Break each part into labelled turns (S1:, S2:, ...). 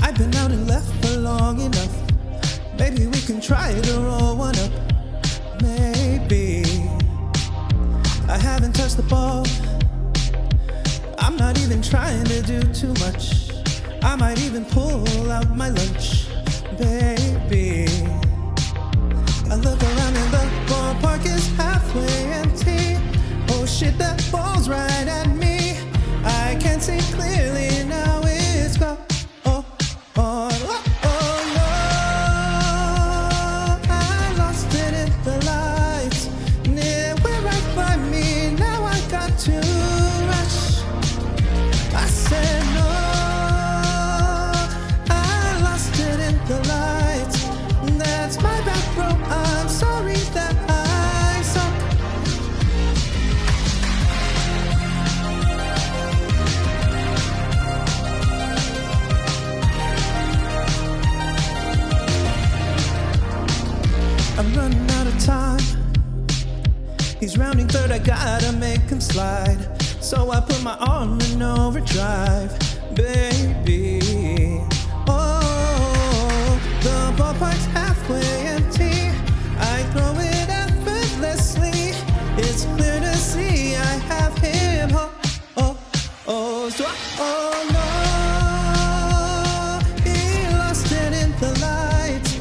S1: I've been out and left for long enough. Maybe we can try to roll one up. Maybe I haven't touched the ball. I'm not even trying to do too much. I might even pull out my lunch, baby. I look around and the ballpark is halfway empty. Oh shit, that ball's right at me. I can't see clearly now. It's gone. Oh, oh, oh, oh no. I lost it in the lights. Near where right by me. Now I got to rush. I said no. I lost it in the lights. That's my back row. I'm sorry that I suck. I'm running out of time. He's rounding third, I gotta make him slide. So I put my arm in overdrive, baby. Oh, the ballpark's halfway empty. I throw it effortlessly. It's clear to see I have him. Oh, oh, oh, so, oh no. He lost it in the lights.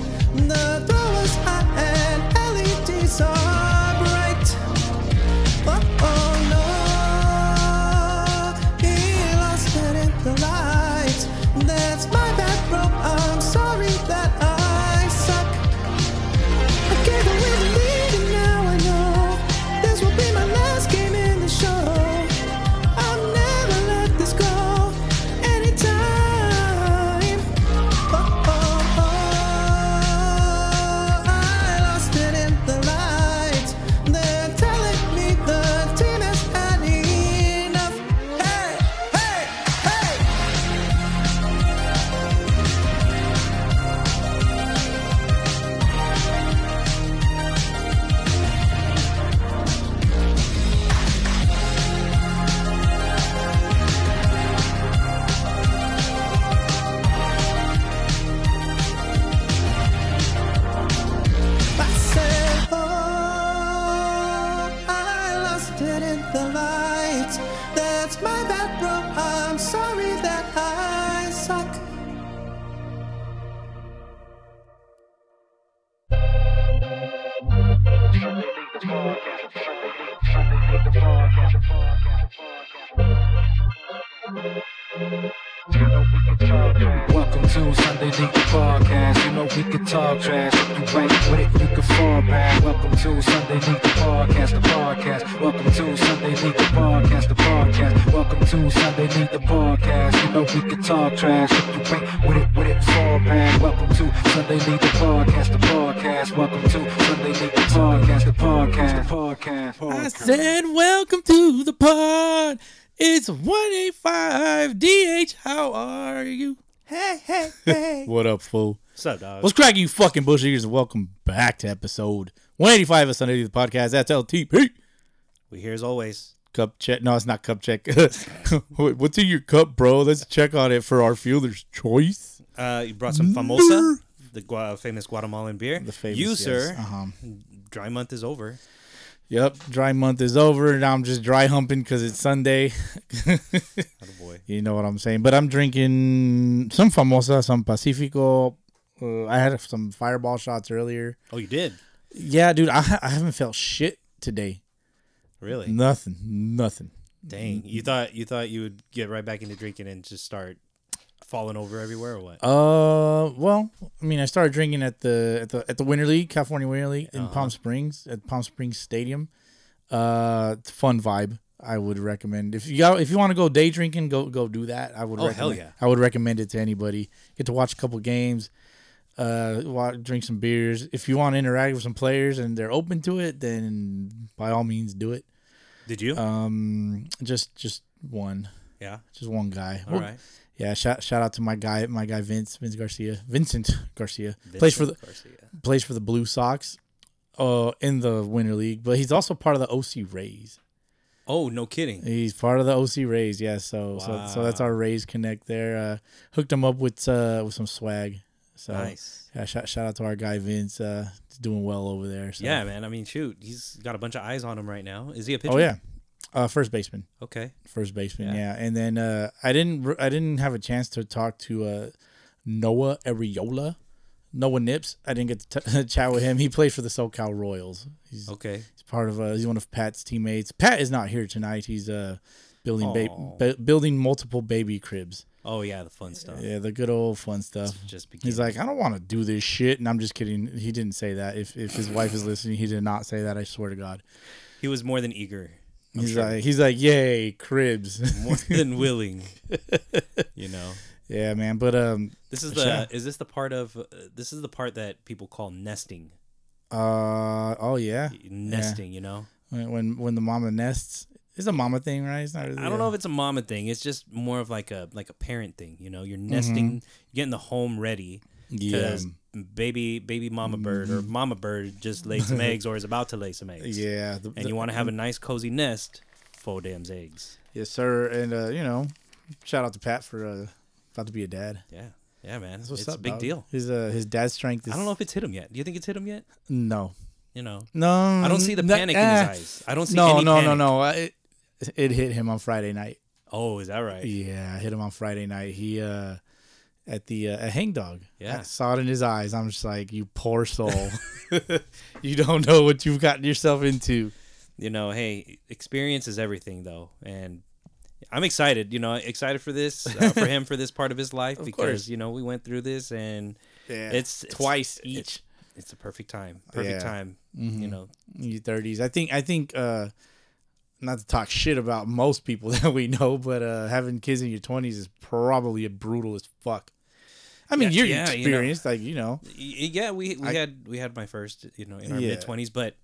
S1: The throw was hot and LEDs are bright. Oh, oh no, he lost it in the lights. That's my bad, bro. I'm sorry that I suck. I gave away the lead, and now I know this will be my last game in the show. I'll never let this go anytime. Oh, oh, oh, I lost it in the lights. They're telling me the team has had enough. Hey, hey, hey! I said, oh, I lost it in the lights. That's my bad, bro. I'm sorry that I suck.
S2: Welcome to Sunday League Podcast. You know we can talk trash. If you ain't with it, you can fall back. Welcome to Sunday League Podcast, the podcast. Welcome to Sunday League Podcast, the podcast. Welcome to Sunday League Podcast. You know we can talk trash. If you ain't with it, with it, fall back. Welcome to Sunday League Podcast, the podcast. Welcome to Sunday League Podcast, the podcast, the podcast.
S3: I said, welcome to the pod. It's 185 DH. How are you?
S1: Hey, hey, hey.
S3: What up, fool?
S4: What's up, dog?
S3: What's cracking, you fucking bush eaters? and Welcome back to episode 185 of Sunday League, the podcast. That's LTP.
S4: We here as always.
S3: Cup check. No, it's not cup check. Wait, What's in your cup, bro? Let's check on it for our fielder's choice.
S4: Uh, you brought some famosa, the gua- famous Guatemalan beer.
S3: The famous,
S4: you,
S3: yes.
S4: sir.
S3: Uh-huh.
S4: Dry month is over.
S3: Yep, dry month is over. Now I'm just dry humping because it's Sunday.
S4: Oh boy.
S3: You know what I'm saying. But I'm drinking some famosa, some Pacifico. Uh, I had some fireball shots earlier.
S4: Oh, you did.
S3: Yeah, dude, I, I haven't felt shit today.
S4: Really?
S3: Nothing, nothing.
S4: Dang. You thought you thought you would get right back into drinking and just start falling over everywhere or what?
S3: Uh, well, I mean, I started drinking at the at the at the Winter League, California Winter League in
S4: Uh-huh.
S3: Palm Springs at Palm Springs Stadium. Uh, it's a fun vibe. I would recommend if you got, if you want to go day drinking, go go do that. I would.
S4: Oh,
S3: recommend,
S4: hell yeah.
S3: I would recommend it to anybody. Get to watch a couple games, uh, wa drink some beers. If you want to interact with some players and they're open to it, then by all means do it.
S4: Did you?
S3: Um, just just one,
S4: yeah.
S3: just one guy.
S4: All right.
S3: Yeah, shout shout out to my guy, my guy Vince, Vince Garcia, Vincent Garcia, plays for the
S4: Vincent Garcia.
S3: plays for the Blue Sox, uh, in the Winter League, but he's also part of the OC Rays.
S4: Oh, no kidding.
S3: He's part of the OC Rays, yeah. So, so, so that's our Rays Connect there. Uh, hooked him up with uh, with some swag. So,
S4: Nice.
S3: Yeah, shout, shout out to our guy Vince. Uh, he's doing well over there. So.
S4: Yeah, man. I mean, shoot, he's got a bunch of eyes on him right now. Is he a pitcher?
S3: Oh yeah. Uh, first baseman.
S4: Okay.
S3: First baseman.
S4: Yeah.
S3: Yeah. And then uh, I didn't re- I didn't have a chance to talk to uh, Noah Areola. Noah Nips. I didn't get to t- chat with him. He plays for the SoCal Royals. He's
S4: Okay.
S3: He's part of uh, he's one of Pat's teammates. Pat is not here tonight. He's uh building
S4: Aw.
S3: ba- bu- building multiple baby cribs.
S4: Oh yeah, the fun stuff.
S3: Yeah, the good old fun stuff.
S4: Just because
S3: He's like, I don't want to do this shit, and I'm just kidding. He didn't say that. If if his wife is listening, he did not say that. I swear to God.
S4: he was more than eager,
S3: He's like, he's like, yay, cribs.
S4: more than willing. You know.
S3: yeah, man. But um,
S4: This is
S3: Sure.
S4: the is this the part of uh, this is the part that people call nesting.
S3: uh, oh yeah,
S4: Nesting, you know.
S3: When, when when the mama nests, it's a mama thing, right? It's not. Really,
S4: I don't know if it's a mama thing. It's just more of like a like a parent thing, you know. You're nesting, getting the home ready.
S3: Mm-hmm. yeah. Mm-hmm.
S4: baby baby mama bird or mama bird just laid some eggs or is about to lay some eggs.
S3: Yeah, the-
S4: And
S3: the-
S4: you want to have a nice cozy nest for damn eggs.
S3: Yes, sir. And uh, you know, shout out to Pat for uh, about to be a dad.
S4: Yeah. Yeah, man.
S3: That's what's
S4: it's
S3: up.
S4: a big
S3: dog.
S4: deal.
S3: His uh, his dad's strength is.
S4: I don't know if it's hit him yet. Do you think it's hit him yet?
S3: No,
S4: You know.
S3: no. eh.
S4: I don't see the panic in his eyes. I don't see
S3: No,
S4: any
S3: no, no,
S4: panic.
S3: no. I- It, it hit him on Friday night.
S4: Oh, is that right?
S3: Yeah, I hit him on Friday night. He uh, at the uh, at Hang Dog.
S4: Yeah.
S3: I saw it in his eyes. I'm just like, you poor soul. you don't know what you've gotten yourself into.
S4: you know, hey, experience is everything though, and I'm excited. You know, excited for this, uh, for him, for this part of his life because
S3: course.
S4: you know we went through this, and
S3: Yeah,
S4: it's, it's-
S3: twice
S4: it's-
S3: each.
S4: It's, the perfect time, perfect
S3: Yeah.
S4: time. You know,
S3: your thirties. I think I think uh not to talk shit about most people that we know, but uh having kids in your twenties is probably brutal as fuck. I mean,
S4: Yeah,
S3: you're
S4: yeah, you know.
S3: experienced, like you know.
S4: Y- yeah, we we
S3: I-
S4: had we had my first, you know, in our
S3: Yeah.
S4: mid twenties, but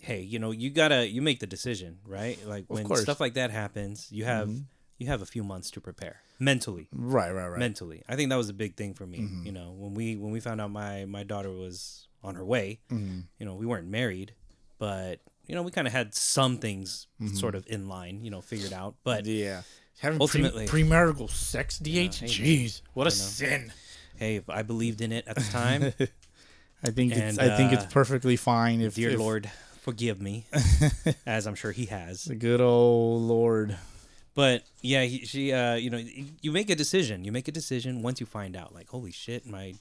S4: hey, you know, you gotta you make the decision, right? Like when
S3: course.
S4: stuff like that happens, you have you have a few months to prepare mentally.
S3: Right, right, Mm-hmm. right.
S4: mentally. I think that was a big thing for me. You know, when we when we found out my my daughter was on her way,
S3: Mm-hmm.
S4: you know, we weren't married, but you know, we kind of had some things sort of in line, you know, figured out. But
S3: Mm-hmm. yeah. Having pre-
S4: Ultimately-
S3: premarital sex, DH. Jeez, what a sin.
S4: hey, if I believed in it at the time.
S3: I think it's,
S4: And,
S3: I think it's
S4: uh,
S3: perfectly fine if
S4: Dear
S3: if
S4: Lord, forgive me, as I'm sure He has.
S3: the good old Lord.
S4: But yeah, he, she, uh, you know, y- you make a decision. You make a decision once you find out, like, holy shit, my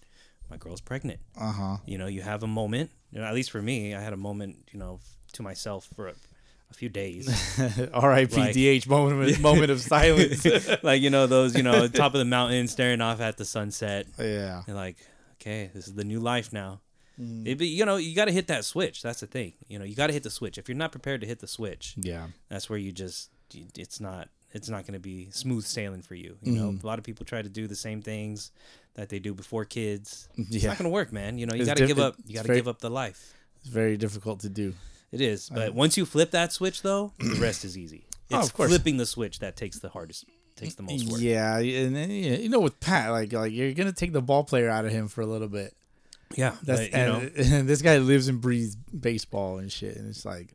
S4: my girl's pregnant.
S3: Uh huh.
S4: you know you have a moment you know, at least for me i had a moment you know f- to myself for a, a few days
S3: R.I.P.
S4: Like-
S3: DH. Moment of, moment of silence.
S4: like you know those you know top of the mountain staring off at the sunset
S3: Oh, yeah.
S4: and like okay this is the new life now
S3: Mm.
S4: It be you know you got to hit that switch that's the thing you know you got to hit the switch if you're not prepared to hit the switch
S3: Yeah.
S4: that's where you just you- it's not it's not going to be smooth sailing for you you
S3: Mm-hmm.
S4: know a lot of people try to do the same things that they do before kids it's
S3: Mm-hmm. Yeah.
S4: not going to work man you know you
S3: It's
S4: got to
S3: diff-
S4: give up
S3: it's
S4: you got to
S3: very-
S4: give up the life
S3: It's very difficult to do.
S4: It is, but once you flip that switch, though, the rest is easy. It's
S3: Um, Oh, of course.
S4: flipping the switch that takes the hardest, takes the most work.
S3: Yeah, and then, yeah, you know, with Pat, like like you're gonna take the ball player out of him for a little bit.
S4: yeah.
S3: That's
S4: but, you know,
S3: and, this guy lives and breathes baseball and shit, and it's like,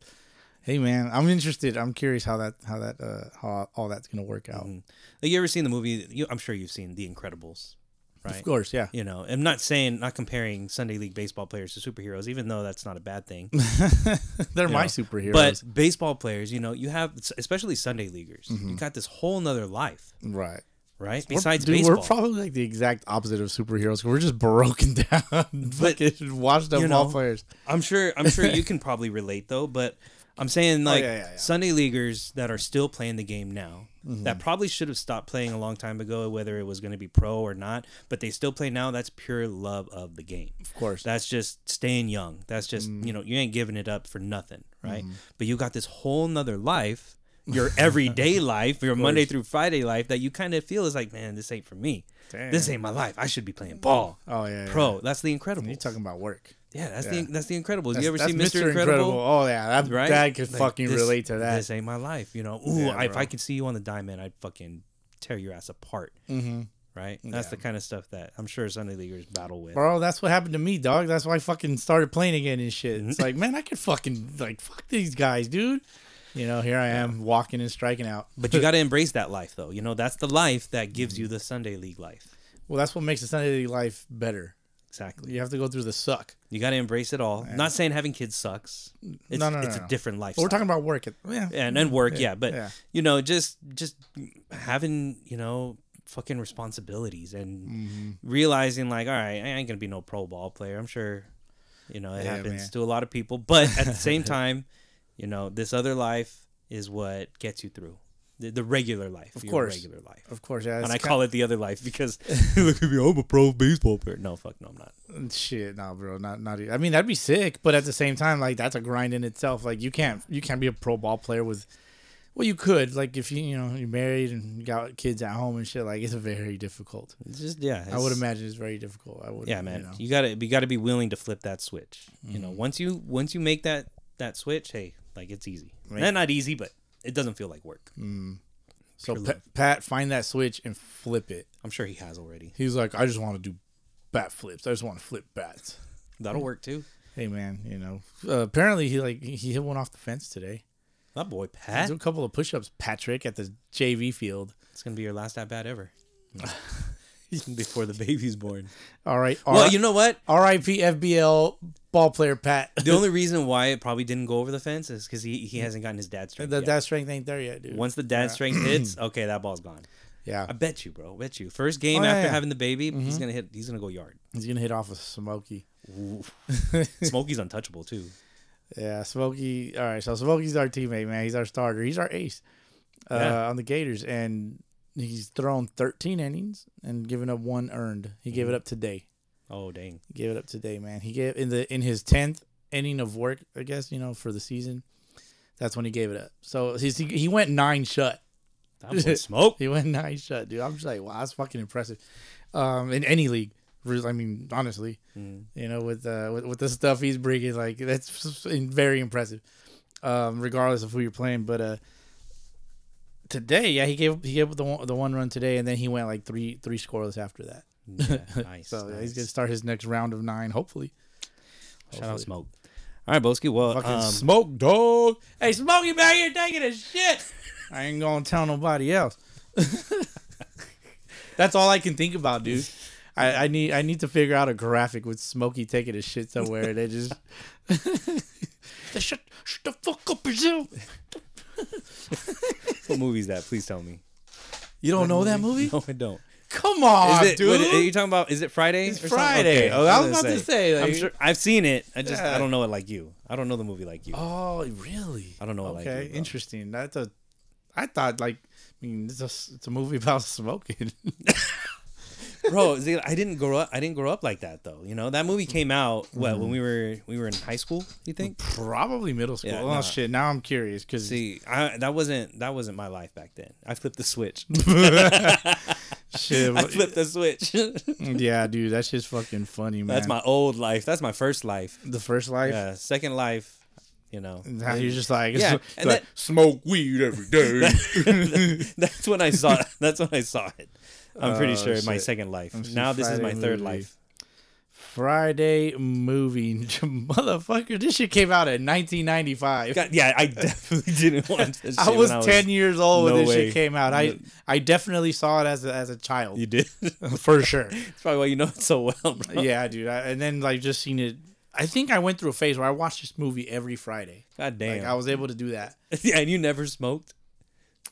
S3: hey man, I'm interested. I'm curious how that how that uh how all that's gonna work out.
S4: like, you ever seen the movie? You, I'm sure you've seen The Incredibles, right?
S3: Of course, yeah.
S4: You know, I'm not saying not comparing Sunday League baseball players to superheroes, even though that's not a bad thing.
S3: They're my
S4: know,
S3: superheroes.
S4: But baseball players, you know, you have especially Sunday leaguers, you got this whole nother life,
S3: right.
S4: right?
S3: Mm-hmm. We're-
S4: Besides
S3: dude,
S4: baseball,
S3: we're probably like the exact opposite of superheroes. 'cause We're just broken down, fucking washed up
S4: you
S3: ball
S4: know,
S3: players.
S4: I'm sure I'm sure you can probably relate though, but I'm saying like
S3: Oh, yeah, yeah, yeah.
S4: Sunday leaguers that are still playing the game now
S3: Mm-hmm.
S4: that probably should have stopped playing a long time ago, whether it was going to be pro or not, but they still play now. That's pure love of the game.
S3: Of course, Mm.
S4: That's just staying young. That's just you know you ain't giving it up for nothing, right?
S3: Mm-hmm.
S4: But you got this whole nother life, your everyday life, your Monday through Friday life that you kind of feel is like, man, this ain't for me. This ain't my life. I should be playing ball.
S3: Oh, yeah, yeah,
S4: pro. That's the incredible.
S3: you're talking about work.
S4: Yeah, that's the that's the Incredibles. you ever
S3: That's-
S4: see Mr.
S3: that's
S4: Incredible?
S3: Oh yeah, that
S4: Right?
S3: that could
S4: Like,
S3: fucking
S4: this-
S3: relate to that.
S4: This ain't my life, you know. Ooh,
S3: Yeah,
S4: I- if
S3: bro.
S4: I could see you on the diamond, I'd fucking tear your ass apart. Mm-hmm. Right? That's the kind of stuff that I'm sure Sunday Leaguers battle with.
S3: Bro, that's what happened to me, dog.
S4: Mm-hmm.
S3: That's why I fucking started playing again and shit. It's like, man, I could fucking like fuck these guys, dude. You know, here I am walking and striking out.
S4: But you got to embrace that life, though. You know, that's the life that gives
S3: Mm-hmm.
S4: you the Sunday league life.
S3: Well, that's what makes the Sunday League life better.
S4: Exactly.
S3: You have to go through the suck.
S4: You got to embrace it all. Not saying having kids sucks. It's,
S3: No, no, no,
S4: it's
S3: no.
S4: a different life.
S3: But we're talking about work. At, yeah.
S4: and and work, yeah. But
S3: yeah.
S4: you know, just just having you know fucking responsibilities and realizing like, all right, I ain't gonna be no pro ball player. I'm sure, you know, it
S3: Yeah,
S4: happens
S3: man.
S4: to a lot of people. But at the same time, you know, this other life is what gets you through the, the regular life, of
S3: course.
S4: regular life.
S3: Of course. Yeah.
S4: and I
S3: it's
S4: call it the other life because look at me, I'm a pro baseball player. No, fuck, no, I'm not.
S3: kind- shit. Nah, bro. Not not. e- I mean, that'd be sick. But at the same time, like that's a grind in itself. Like you can't you can't be a pro ball player with. Well, you could like if you you know you're married and you got kids at home and shit. Like it's very difficult.
S4: It's just yeah.
S3: I would
S4: it's-
S3: imagine it's very difficult. I would.
S4: yeah man
S3: You know. Mm-hmm.
S4: you gotta you gotta be willing to flip that switch you know once you once you make that that switch hey like it's easy Eh, not easy but it doesn't feel like work
S3: Mm. So
S4: pure
S3: Pa- Pat, find that switch and flip it.
S4: i'm sure he has already
S3: He's like, I just want to do bat flips. I just want to flip bats.
S4: that'll work too
S3: Hey man, you know. Uh, apparently he like he hit one off the fence today.
S4: that boy
S3: He
S4: pat
S3: did a couple of push-ups, Patrick, at the JV field.
S4: it's gonna be your last at bat ever
S3: Mm.
S4: before the baby's born
S3: All right.
S4: well you know what
S3: R.I.P. FBL ball player Pat.
S4: the only reason why it probably didn't go over the fence is because he, he hasn't gotten his dad's strength
S3: the
S4: yet.
S3: that strength ain't there yet, dude.
S4: once the dad strength hits okay that ball's gone
S3: yeah,
S4: i bet you bro bet you first game
S3: Oh, yeah,
S4: after
S3: yeah. Mm-hmm.
S4: having the baby he's gonna hit he's gonna go yard
S3: he's gonna hit off of Smokey.
S4: smokey's untouchable too
S3: Yeah, Smokey. All right, so Smokey's our teammate, man. He's our starter. He's our ace uh,
S4: Yeah.
S3: on the Gators, and he's thrown 13 innings and given up one earned. He gave it up today.
S4: oh dang
S3: He gave it up today, man. He gave in the in his 10th inning of work, I guess you know for the season. That's when he gave it up. So he's, he he went nine shut.
S4: that boy smoke
S3: He went nine shut, dude. I'm just like, wow, that's fucking impressive. Um, in any league, re- I mean, honestly,
S4: Mm.
S3: you know, with uh, with, with the stuff he's bringing, like that's s- s- very impressive. Um, regardless of who you're playing, but uh, today, yeah, he gave he gave up the one, the one run today, and then he went like three three scoreless after that.
S4: Yeah, nice.
S3: So yeah,
S4: nice.
S3: he's gonna start his next round of nine, hopefully.
S4: Shout out Smoke. All right, Boski. Well,
S3: Fucking
S4: um,
S3: smoke dog. Hey, Smokey back here taking a shit. I ain't gonna tell nobody else. That's all I can think about, dude. I, I need I need to figure out a graphic with Smokey taking a shit somewhere and they just They shut, shut the fuck up, Brazil.
S4: what movie is that? Please tell me.
S3: You don't know that movie?
S4: No, I don't.
S3: Come on,
S4: Is it,
S3: dude.
S4: what- are you talking about? Is it Friday?
S3: It's
S4: or something?
S3: Friday. Oh, I was
S4: gonna
S3: about to say,
S4: I'm
S3: like-
S4: sure I've seen it. I just
S3: Yeah.
S4: I don't know it like you. I don't know the movie like you.
S3: oh, really?
S4: I don't know it like you.
S3: Okay,
S4: bro.
S3: interesting. That's a I thought like I mean it's a, it's a movie about smoking.
S4: bro. see, I didn't grow up. I didn't grow up like that though. You know that movie came out what
S3: Mm-hmm.
S4: when we were we were in high school. You think?
S3: Probably middle school.
S4: Yeah,
S3: oh
S4: nah.
S3: shit! Now I'm curious because
S4: See, I, that wasn't that wasn't my life back then. I flipped the switch.
S3: shit,
S4: I flipped the switch.
S3: yeah, dude, that's just fucking funny, man.
S4: That's my old life. That's my first life.
S3: the first life.
S4: Yeah, second life. You know.
S3: Now you're just like,
S4: Yeah,
S3: yeah,
S4: and
S3: like
S4: that-
S3: smoke weed every day.
S4: that's when I saw. That's when I saw it. I'm pretty
S3: Oh,
S4: sure my
S3: shit.
S4: second life.
S3: see
S4: Now this is my
S3: Friday
S4: third
S3: movie.
S4: life.
S3: Friday movie, motherfucker. This shit came out in 1995.
S4: God, yeah, I definitely didn't want this.
S3: I
S4: shit
S3: was
S4: when
S3: 10 years old when
S4: No
S3: this
S4: way.
S3: shit came out. I I definitely saw it as a, as a child
S4: You did.
S3: for sure. Uh,
S4: That's probably why you know it so well, bro.
S3: yeah, dude. I, and then like just seen it. I think I went through a phase where I watched this movie every Friday.
S4: God
S3: Like
S4: damn.
S3: I was able to do that.
S4: yeah, and you never smoked.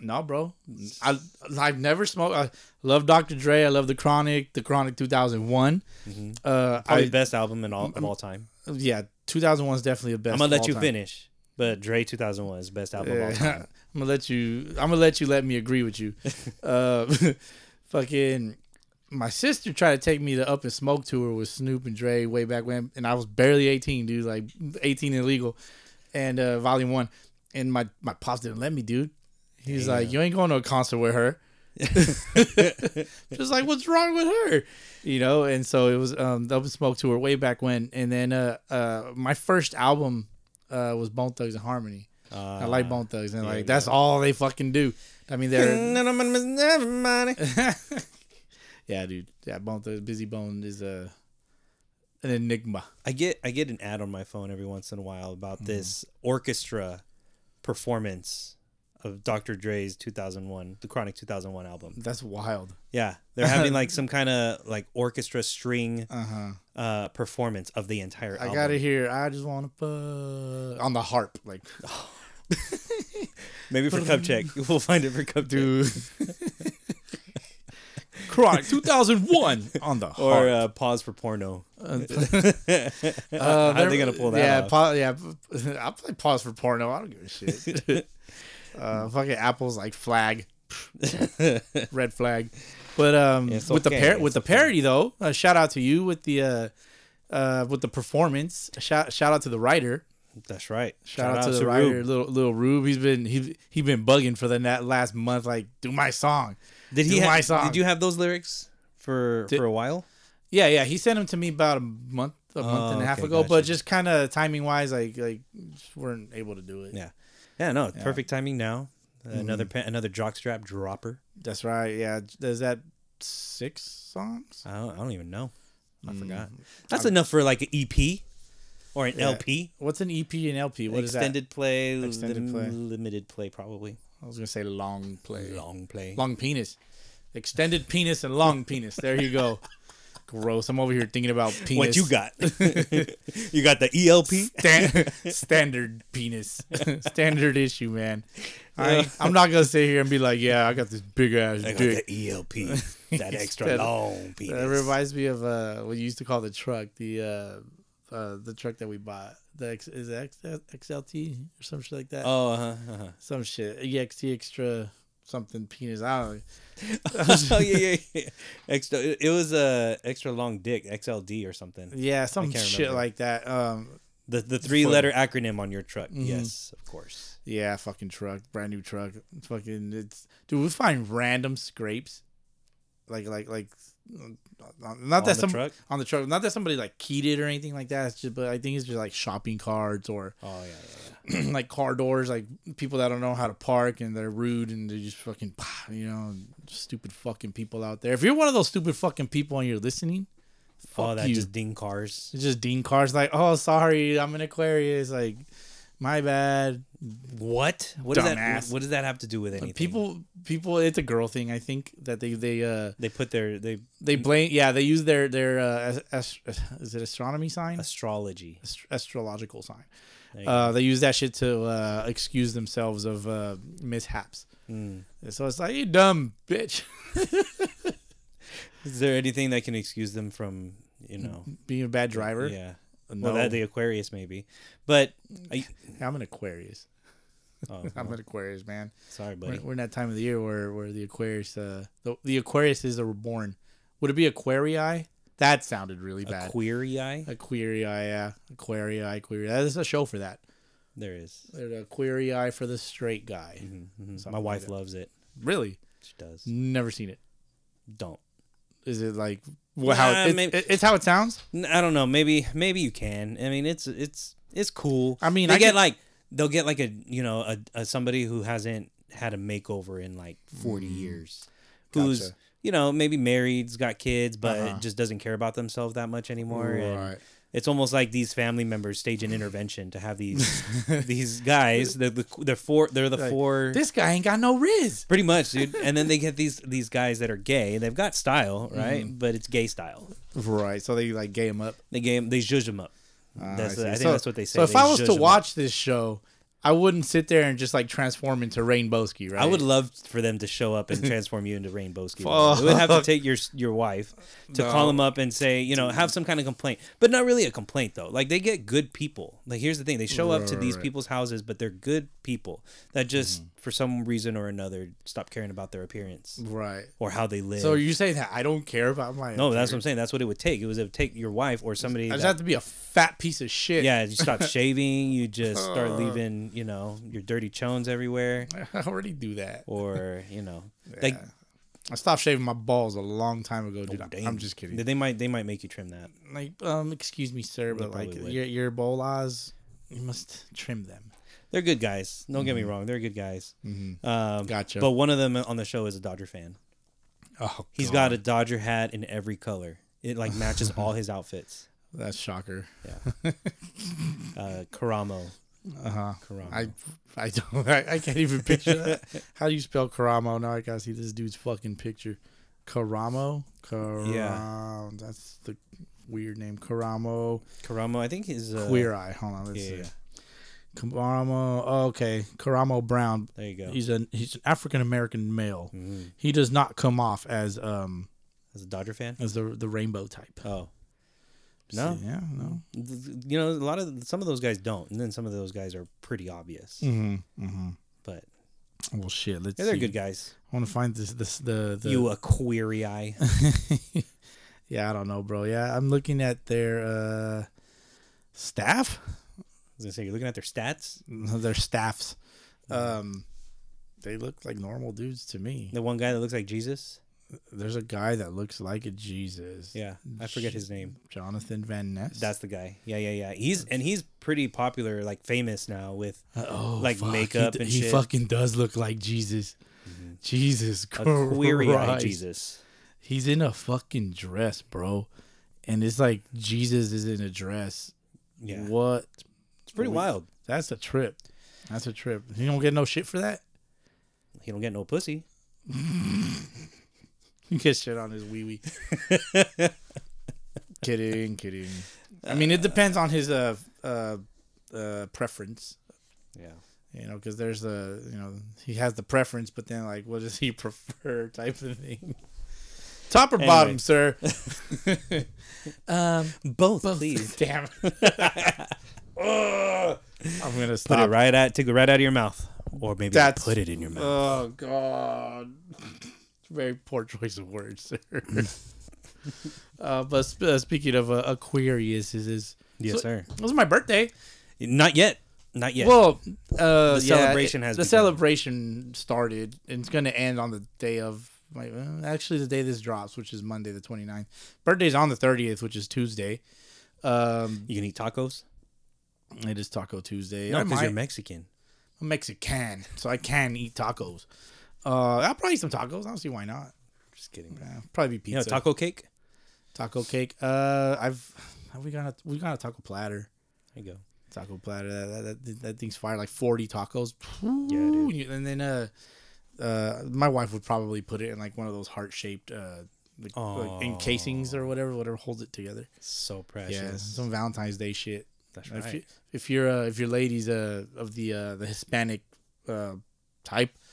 S3: No, bro. I I've never smoked. I love Dr. Dre. I love the Chronic. The Chronic 2001. Uh,
S4: Mm-hmm. Probably
S3: I,
S4: best album in all of all time.
S3: yeah, 2001 is definitely the best.
S4: I'm gonna
S3: of
S4: let
S3: all
S4: you
S3: time.
S4: finish, but Dre 2001 is best album of all
S3: Yeah.
S4: time.
S3: I'm gonna let you. I'm gonna let you let me agree with you. uh, fucking. My sister tried to take me to Up and Smoke tour with Snoop and Dre way back when, and I was barely 18, dude, like 18 illegal, and uh, Volume One, and my my pops didn't let me, dude. He's like, you ain't going to a concert with her. just like what's wrong with her you know and so it was um the Up and smoke tour way back when and then uh uh my first album uh was bone thugs and harmony i like bone thugs and like that's all they fucking do i mean they're
S4: None of my business, never mind.
S3: yeah dude yeah bone thugs busy bone is uh, an enigma Mm-hmm.
S4: I get I get an ad on my phone every once in a while about this orchestra performance of Dr. Dre's 2001, the Chronic 2001 album.
S3: That's wild.
S4: Yeah, they're having like some kind of like orchestra string
S3: Uh huh.
S4: uh performance of the entire
S3: I
S4: album.
S3: gotta hear. I just wanna fuck on the harp, like
S4: Maybe for Cup Check. We'll find it for Cup Check.
S3: dude. Chronic 2001 on the
S4: Or
S3: harp.
S4: uh, Pause for Porno.
S3: Uh,
S4: How are they
S3: there-
S4: gonna pull that
S3: Yeah,
S4: off?
S3: pa- yeah. I'll play pause for porno. I don't give a shit. uh, fucking Apple's like flag, red flag. But um,
S4: It's
S3: with the
S4: okay,
S3: par-
S4: it's
S3: with the parody though, uh, shout out to you with the uh, uh, with the performance. Shout shout out to the writer.
S4: That's right.
S3: Shout, out, to the
S4: Rube.
S3: writer, little little Rube. He's been he he been bugging for the na- last month. Like, do my song.
S4: Did he
S3: Do my
S4: have,
S3: song.
S4: Did you have those lyrics for
S3: Did-
S4: for a while?
S3: Yeah, yeah. He sent them to me about a month, a month and a half
S4: Oh, okay,
S3: ago. But
S4: gotcha.
S3: just kind of timing wise, like like just weren't able to do it.
S4: Yeah. Yeah, no, perfect timing now.
S3: Mm-hmm.
S4: Another pa- another jockstrap dropper.
S3: That's right. Yeah. Is that six songs? Mm.
S4: I don't, I don't even know. I forgot. That's enough for like an EP or an LP.
S3: What's an EP and LP? What is
S4: Extended play,
S3: Extended play.
S4: limited play, probably
S3: that? I was gonna say long play, long,
S4: long play.
S3: penis, extended penis, and long penis. There you go. Gross. I'm over here thinking about penis.
S4: What you got? you got the E ELP.
S3: Stan- standard penis, standard issue, man. I, I'm not gonna sit here and be like, yeah, I got this big ass
S4: I got
S3: dick.
S4: the ELP. That extra
S3: That-
S4: long penis.
S3: That reminds me of uh, what you used to call the truck, the uh, uh, the truck that we bought. The X, is it X, XLT or some shit like that.
S4: oh, uh-huh, uh-huh.
S3: Some shit. EXT extra something penis. I don't. know.
S4: oh yeah, yeah, yeah. Extra. It it was a extra long dick, XLD or something.
S3: Yeah, some
S4: can't
S3: shit
S4: remember.
S3: like that. Um,
S4: The the three letter acronym on your truck.
S3: Mm-hmm.
S4: Yes, of course.
S3: yeah, fucking truck, brand new truck. Fucking it's dude. We find random scrapes, like like like. Not that
S4: the
S3: some
S4: truck?
S3: on the truck. Not that somebody like keyed it or anything like that. It's just, but I think it's just like shopping cards or
S4: Oh yeah, yeah, yeah.
S3: like car doors, like people that don't know how to park and they're rude and they're just fucking, you know, stupid fucking people out there. If you're one of those stupid fucking people and you're listening, fuck
S4: oh, that
S3: you.
S4: just ding cars.
S3: it's just Dean Carr's like, oh, sorry, I'm an Aquarius, like, my bad.
S4: What? What does that?
S3: Dumbass.
S4: What does that have to do with anything?
S3: People, people, it's a girl thing. I think that they they uh
S4: They put their they
S3: they blame, yeah, they use their their uh, as, as- is it astronomy sign,
S4: astrology.
S3: Ast- astrological sign.
S4: There you
S3: Uh, they use that shit to uh, excuse themselves of uh, mishaps.
S4: Hmm.
S3: So it's like, you dumb bitch.
S4: Is there anything that can excuse them from you know?
S3: being a bad driver. Mm-hmm.
S4: Yeah.
S3: Uh, No.
S4: Well, that the Aquarius maybe, but I,
S3: I'm an Aquarius.
S4: oh,
S3: I'm an Aquarius, man.
S4: sorry, buddy.
S3: We're, we're in that time of the year where, where the Aquarius, uh, the, the Aquariuses are reborn. Would it be Aquarii? That sounded really bad.
S4: Aquarii.
S3: Aquarii, yeah. Aquarii, Aquarii. There's a show for that.
S4: There is.
S3: There's Aquarii for the straight guy.
S4: Mm-hmm. My wife loves it.
S3: Really?
S4: She does.
S3: Never seen it.
S4: Don't.
S3: Is it like well, how
S4: Nah,
S3: it's-
S4: maybe-
S3: it- it's how it sounds?
S4: N- I don't know. Maybe maybe you can. I mean, it's it's it's cool.
S3: I mean,
S4: they
S3: I
S4: get
S3: could-
S4: like they'll get like a you know a, a somebody who hasn't had a makeover in like forty years, who's
S3: Mm. Gotcha.
S4: you know maybe married's got kids, but
S3: Uh-huh.
S4: just doesn't care about themselves that much anymore. and
S3: Right.
S4: it's almost like these family members stage an intervention to have these these guys. They're the they're four. They're the
S3: Like,
S4: four.
S3: This guy ain't got no riz.
S4: Pretty much, dude. And then they get these these guys that are gay. They've got style, right? But it's gay style.
S3: Right. So they like gay him up.
S4: They game they zhuzh them up. that's
S3: Uh, see.
S4: I, think
S3: So-
S4: that's what they say.
S3: So if
S4: They
S3: I was
S4: zhuzh
S3: to
S4: 'em up.
S3: watch this show, I wouldn't sit there and just like transform into Rainbowski, right?
S4: I would love for them to show up and transform you into Rainbow Ski. Ball. They would have to
S3: Fuck.
S4: take your your wife to call them up and say, you know, have some kind of complaint, but not really a complaint though. Like they get good people. Like here's the thing: they show up to these people's houses, but they're good people that
S3: Mm-hmm.
S4: just for some reason or another stop caring about their appearance
S3: Right.
S4: or how they live.
S3: So you saying that I don't care about my
S4: no, that's what I'm saying. That's what it would take. It was it would take your wife or somebody.
S3: I just
S4: that-
S3: have to be a fat piece of shit.
S4: yeah, you stop shaving. You just start leaving, you know, your dirty chones everywhere.
S3: I already do that.
S4: or you know, like
S3: I stopped shaving my balls a long time ago, dude.
S4: Oh, damn.
S3: I'm just kidding.
S4: They- They might they might make you trim that.
S3: Like, um, excuse me, sir, but like
S4: probably would.
S3: your your bolas, you must trim them.
S4: They're good guys. Don't get me wrong, they're good guys. Um,
S3: Mm-hmm. Gotcha.
S4: But one of them on the show is a Dodger fan.
S3: Oh,
S4: He's
S3: God.
S4: got a Dodger hat in every color. It like matches all his outfits.
S3: that's shocker.
S4: Uh, Karamo Karamo.
S3: Uh-huh. I I don't I, I can't even picture that. How do you spell Karamo? Now I gotta see this dude's fucking picture. Karamo? Karamo.
S4: Yeah.
S3: That's the weird name. Karamo.
S4: Karamo, I think is uh,
S3: Queer Eye. Hold on, let's
S4: Yeah,
S3: see.
S4: yeah.
S3: Karamo Oh, okay. Karamo Brown.
S4: There you go. Mm-hmm.
S3: He's an he's an African American male. He does not come off as um
S4: As a Dodger fan.
S3: as the the rainbow type.
S4: Oh. No,
S3: Yeah, no.
S4: Th- th- you know a lot of some of those guys don't, and then some of those guys are pretty obvious. But
S3: Mm-hmm. Well shit, let's
S4: Mm-hmm. yeah,
S3: Mm.
S4: they're
S3: see.
S4: good guys.
S3: I wanna find this this the, the
S4: you a query eye?
S3: Yeah, I don't know, bro. Yeah, I'm looking at their uh staff.
S4: I was gonna say you're looking at their stats.
S3: Their staffs. Um they look like normal dudes to me.
S4: The one guy that looks like Jesus.
S3: There's a guy that looks like a Jesus.
S4: Yeah, I forget his name.
S3: Jonathan Van Ness.
S4: That's the guy. Yeah, yeah, yeah. He's and he's pretty popular, like famous now with
S3: oh,
S4: like
S3: fuck,
S4: makeup
S3: he, d-
S4: and
S3: he
S4: shit. Mm-hmm.
S3: fucking does look like Jesus. Jesus
S4: a
S3: Christ.
S4: query eye Jesus.
S3: He's in a fucking dress, bro. And it's like Jesus is in a dress.
S4: Yeah,
S3: What?
S4: it's pretty wild.
S3: That's a trip. That's a trip. You don't get no shit for that?
S4: He don't get no pussy.
S3: You get shit on his wee wee. kidding, kidding. I mean, it depends on his uh uh, uh preference,
S4: Yeah.
S3: you know, because there's a you know he has the preference, but then like what does he prefer type of thing. Top or
S4: Anyway.
S3: bottom, sir? um,
S4: Both, please.
S3: damn. Ugh. I'm gonna
S4: Put
S3: stop.
S4: it right out. Take it right out of your mouth, or maybe
S3: That's-
S4: put it in your mouth.
S3: Oh God! Very poor choice of words, sir. uh, but sp- uh, speaking of uh, Aquarius, is is
S4: yes,
S3: so-
S4: sir.
S3: It was my birthday.
S4: Not yet. Not yet.
S3: Well, uh,
S4: The
S3: yeah,
S4: celebration has
S3: the
S4: begun.
S3: celebration started, and it's going to end on the day of. My, well, actually, the day this drops, which is Monday the 29th. Birthday's on the 30th, which is Tuesday. Um,
S4: you can eat tacos.
S3: it is Taco Tuesday.
S4: No,
S3: I
S4: because you're
S3: might-
S4: Mexican.
S3: I'm Mexican, so I can eat tacos. Uh, I'll probably eat some tacos. I don't see why not.
S4: Just kidding.
S3: Uh, probably be
S4: You
S3: pizza.
S4: know, taco cake.
S3: Taco cake. Uh, I've have we got a we got a taco platter.
S4: There you go.
S3: Taco platter. That that, that, that thing's fire. Like forty tacos. Ooh,
S4: dude.
S3: you- And then uh, uh, my wife would probably put it in like one of those heart shaped uh, like,
S4: Aw.
S3: like encasings or whatever, whatever holds it together.
S4: So
S3: Yeah,
S4: precious.
S3: some Valentine's Day shit.
S4: That's
S3: If,
S4: right.
S3: you, if you're uh, if your ladies uh of the uh the Hispanic uh type.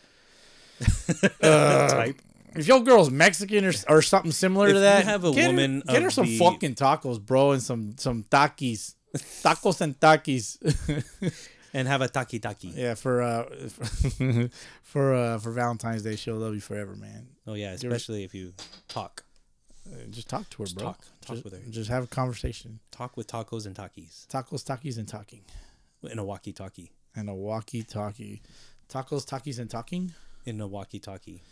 S3: uh,
S4: Type.
S3: If your girl's Mexican or, or something similar
S4: If
S3: to that,
S4: you have a
S3: get her-
S4: woman
S3: get her
S4: of
S3: some
S4: the-
S3: fucking tacos, bro, and some some takis, tacos and takis.
S4: And have a taki taki.
S3: yeah, for uh, for for, uh, for Valentine's Day, she'll love you forever, man.
S4: Oh yeah, especially if you talk.
S3: Uh, Just talk to her, bro.
S4: talk. Talk
S3: just,
S4: with her.
S3: Just have a conversation.
S4: Talk with tacos and takis.
S3: Tacos, takis, and talking,
S4: In a walkie talkie.
S3: and a walkie-talkie. Tacos, takis, and talking.
S4: In a walkie talkie.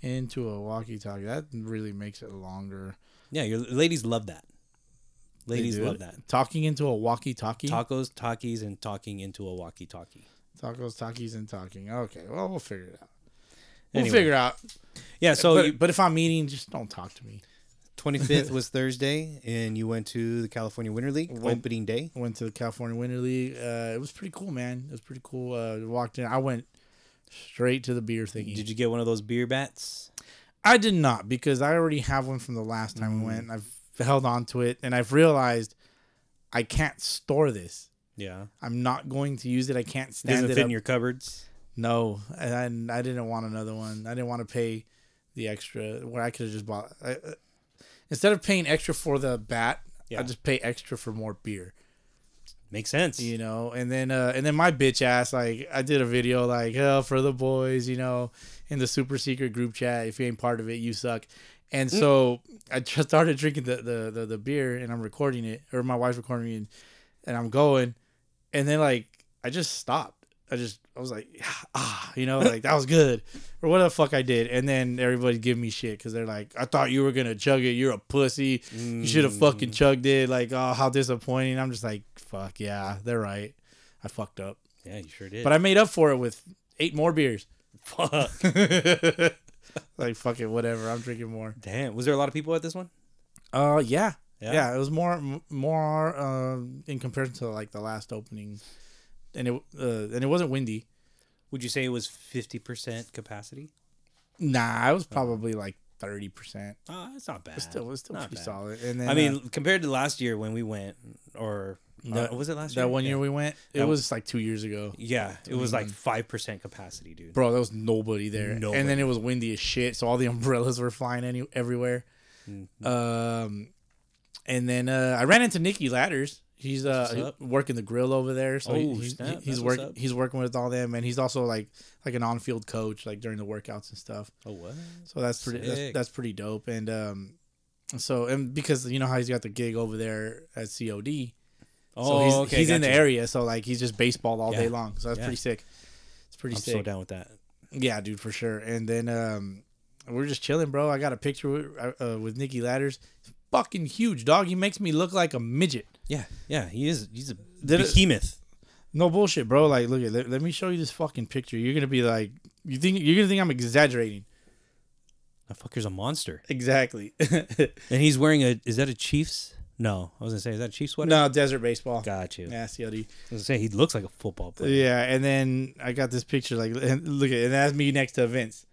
S3: into a walkie-talkie. That really makes it longer.
S4: Yeah, your ladies love that.
S3: They
S4: Ladies
S3: do
S4: love
S3: it?
S4: that.
S3: Talking into a walkie-talkie.
S4: Tacos, talkies, and talking into a walkie talkie.
S3: Tacos, talkies, and talking. Okay, well we'll figure it out. We'll
S4: Anyway.
S3: figure it out.
S4: Yeah, so
S3: Uh, but,
S4: you,
S3: but if I'm eating, just don't talk to me.
S4: 25th was Thursday, and you went to the California Winter League opening day.
S3: I went to the California Winter League. Uh, it was pretty cool, man. It was pretty cool. Uh, walked in. I went straight to the beer thingy.
S4: Did you get one of those beer bats?
S3: I did not because I already have one from the last time
S4: Mm.
S3: we went. I've held on to it, and I've realized I can't store this.
S4: Yeah.
S3: I'm not going to use it. I can't
S4: It
S3: stand
S4: doesn't
S3: it.
S4: fit
S3: up.
S4: in your cupboards.
S3: No, and I, I didn't want another one. I didn't want to pay the extra where I could have just bought. I, uh, instead of paying extra for the bat,
S4: Yeah.
S3: I just pay extra for more beer.
S4: Makes sense.
S3: You know, and then uh, and then my bitch ass like I did a video like hell for the boys. You know, in the super secret group chat. If you ain't part of it, you suck. And
S4: Mm.
S3: so I just started drinking the, the, the, the beer and I'm recording it, or my wife's recording it, and, and I'm going. And then, like, I just stopped. I just, I was like, ah, you know, like that was good, or what the fuck I did. And then everybody give me shit because they're like, I thought you were going to chug it. You're a pussy. You should have fucking chugged it. Like, oh, how disappointing. I'm just like, fuck, yeah, they're right. I fucked up.
S4: Yeah, you sure did.
S3: But I made up for it with eight more beers.
S4: Fuck.
S3: Like, fuck it, whatever. I'm drinking more.
S4: Damn. Was there a lot of people at this one?
S3: Uh, yeah.
S4: Yeah?
S3: yeah, It was more m- more um, in comparison to like the last opening and it uh, and it wasn't windy.
S4: Would you say it was fifty percent capacity?
S3: Nah, it was probably like thirty percent.
S4: Oh, it's not bad.
S3: Still, it's still
S4: Not
S3: pretty
S4: bad.
S3: solid. And then
S4: I mean,
S3: uh,
S4: compared to last year when we went, or
S3: That-
S4: uh, was it last year?
S3: that one year
S4: Yeah.
S3: we went, it
S4: That-
S3: was like two years ago.
S4: yeah, it was like five percent capacity, dude.
S3: Bro, there was nobody there.
S4: Nobody.
S3: And then it was windy as shit, so all the umbrellas were flying any everywhere.
S4: Mm-hmm.
S3: Um, and then uh, I ran into Nikki Ladders. He's
S4: what's
S3: uh
S4: up.
S3: working the grill over there, so he-
S4: Oh,
S3: he's,
S4: snap.
S3: he's
S4: That's what's
S3: work
S4: up.
S3: he's working with all them, and he's also like like an on field coach, like during the workouts and stuff.
S4: Oh what?
S3: So that's pretty that's,
S4: Sick.
S3: that's pretty dope. And um, so and because you know how he's got the gig over there at COD,
S4: Oh,
S3: so he's,
S4: okay,
S3: he's in the
S4: gotcha.
S3: area, so like he's just baseball all day
S4: Yeah.
S3: long. So that's
S4: Yeah.
S3: pretty sick. It's pretty
S4: I'm
S3: sick.
S4: so down with that.
S3: Yeah, dude, for sure. And then um, we we're just chilling, bro. I got a picture with, uh, with Nikki Ladders. Fucking huge, dog. He makes me look like a midget.
S4: Yeah, yeah. He is. He's a
S3: Did it-
S4: behemoth.
S3: No bullshit, bro. Like, look at. Let, let me show you this fucking picture. You're gonna be like, you think you're gonna think I'm exaggerating.
S4: That fucker's a monster.
S3: Exactly.
S4: And he's wearing a. Is that a Chiefs? No, I was gonna say is that a Chiefs sweater?
S3: no, desert baseball.
S4: Got you.
S3: Yeah, CLD.
S4: I was gonna say he looks like a football player.
S3: Yeah, and then I got this picture. Like, and look at, and that's me next to Vince.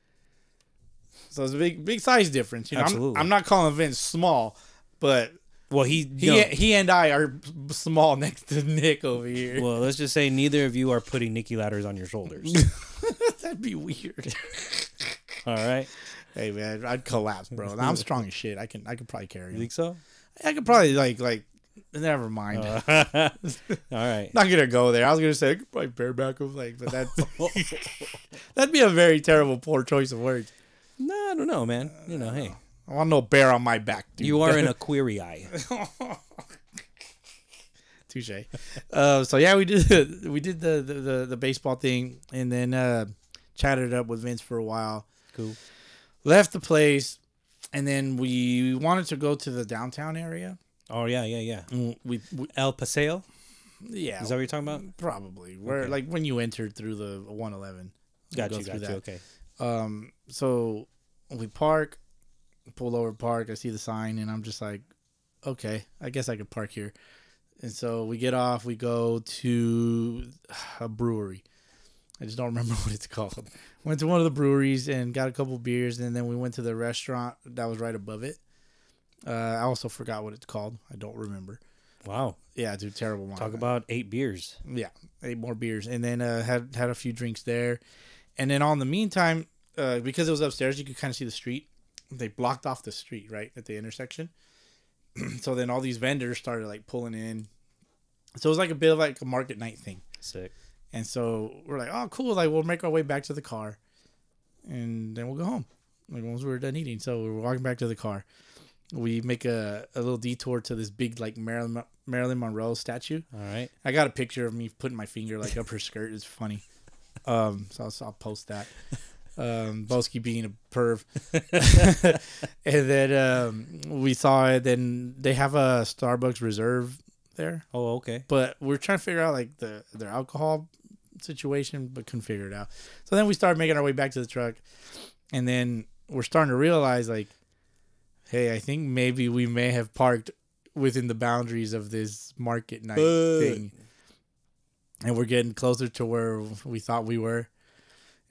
S3: So it's a big, big size difference. You know, I'm,
S4: Absolutely.
S3: I'm not calling Vince small, but
S4: Well, he. you
S3: He,
S4: know-
S3: he and I are b- small next to Nick over here.
S4: well, let's just say neither of you are putting Nicky Ladders on your shoulders.
S3: That'd be weird.
S4: All right.
S3: hey man, I'd collapse, bro. Nah, I'm strong as shit. I can I could probably carry
S4: You
S3: him.
S4: think so?
S3: I could probably like like. Never mind.
S4: Uh. All right.
S3: Not gonna go there. I was gonna say I could probably bareback him, like, but that that'd be a very terrible, poor choice of words.
S4: No, I don't know, man. You know, hey,
S3: I want no bear on my back, dude.
S4: you are an Aquarii.
S3: touche. Uh, so yeah, we did we did the, the the the baseball thing, and then uh, chatted it up with Vince for a while.
S4: Cool.
S3: left the place and then we wanted to go to the downtown area
S4: Oh yeah, yeah, yeah.
S3: we, we-
S4: El Paseo.
S3: yeah
S4: Is that what you're talking about?
S3: probably where
S4: Okay.
S3: like when you entered through the 111 we
S4: Got
S3: go
S4: you,
S3: through
S4: got you.
S3: that.
S4: Okay.
S3: um so we park pull over park i see the sign and i'm just like okay i guess i could park here and so we get off we go to a brewery i just don't remember what it's called went to one of the breweries and got a couple beers and then we went to the restaurant that was right above it uh, i also forgot what it's called i don't remember
S4: Wow.
S3: yeah dude terrible wine.
S4: Talk about eight beers.
S3: Yeah, eight more beers, and then uh, had had a few drinks there, and then on the meantime, uh, because it was upstairs, you could kind of see the street. They blocked off the street right at the intersection, so then all these vendors started like pulling in. So it was like a bit of like a market night thing,
S4: Sick.
S3: and so we're like, oh, cool, like we'll make our way back to the car, and then we'll go home. Like once we were done eating, so we're walking back to the car. We make a, a little detour to this big like Marilyn Marilyn Monroe statue.
S4: All right.
S3: I got a picture of me putting my finger like up her skirt. It's funny. Um, so I'll, so I'll post that. Um, Boski being a perv, and then um, we saw it. Then they have a Starbucks Reserve there,
S4: Oh, okay.
S3: but we're trying to figure out like the their alcohol situation, but couldn't figure it out. So then we started making our way back to the truck, and then we're starting to realize like, hey, I think maybe we may have parked within the boundaries of this market night
S4: But-
S3: thing, and we're getting closer to where we thought we were.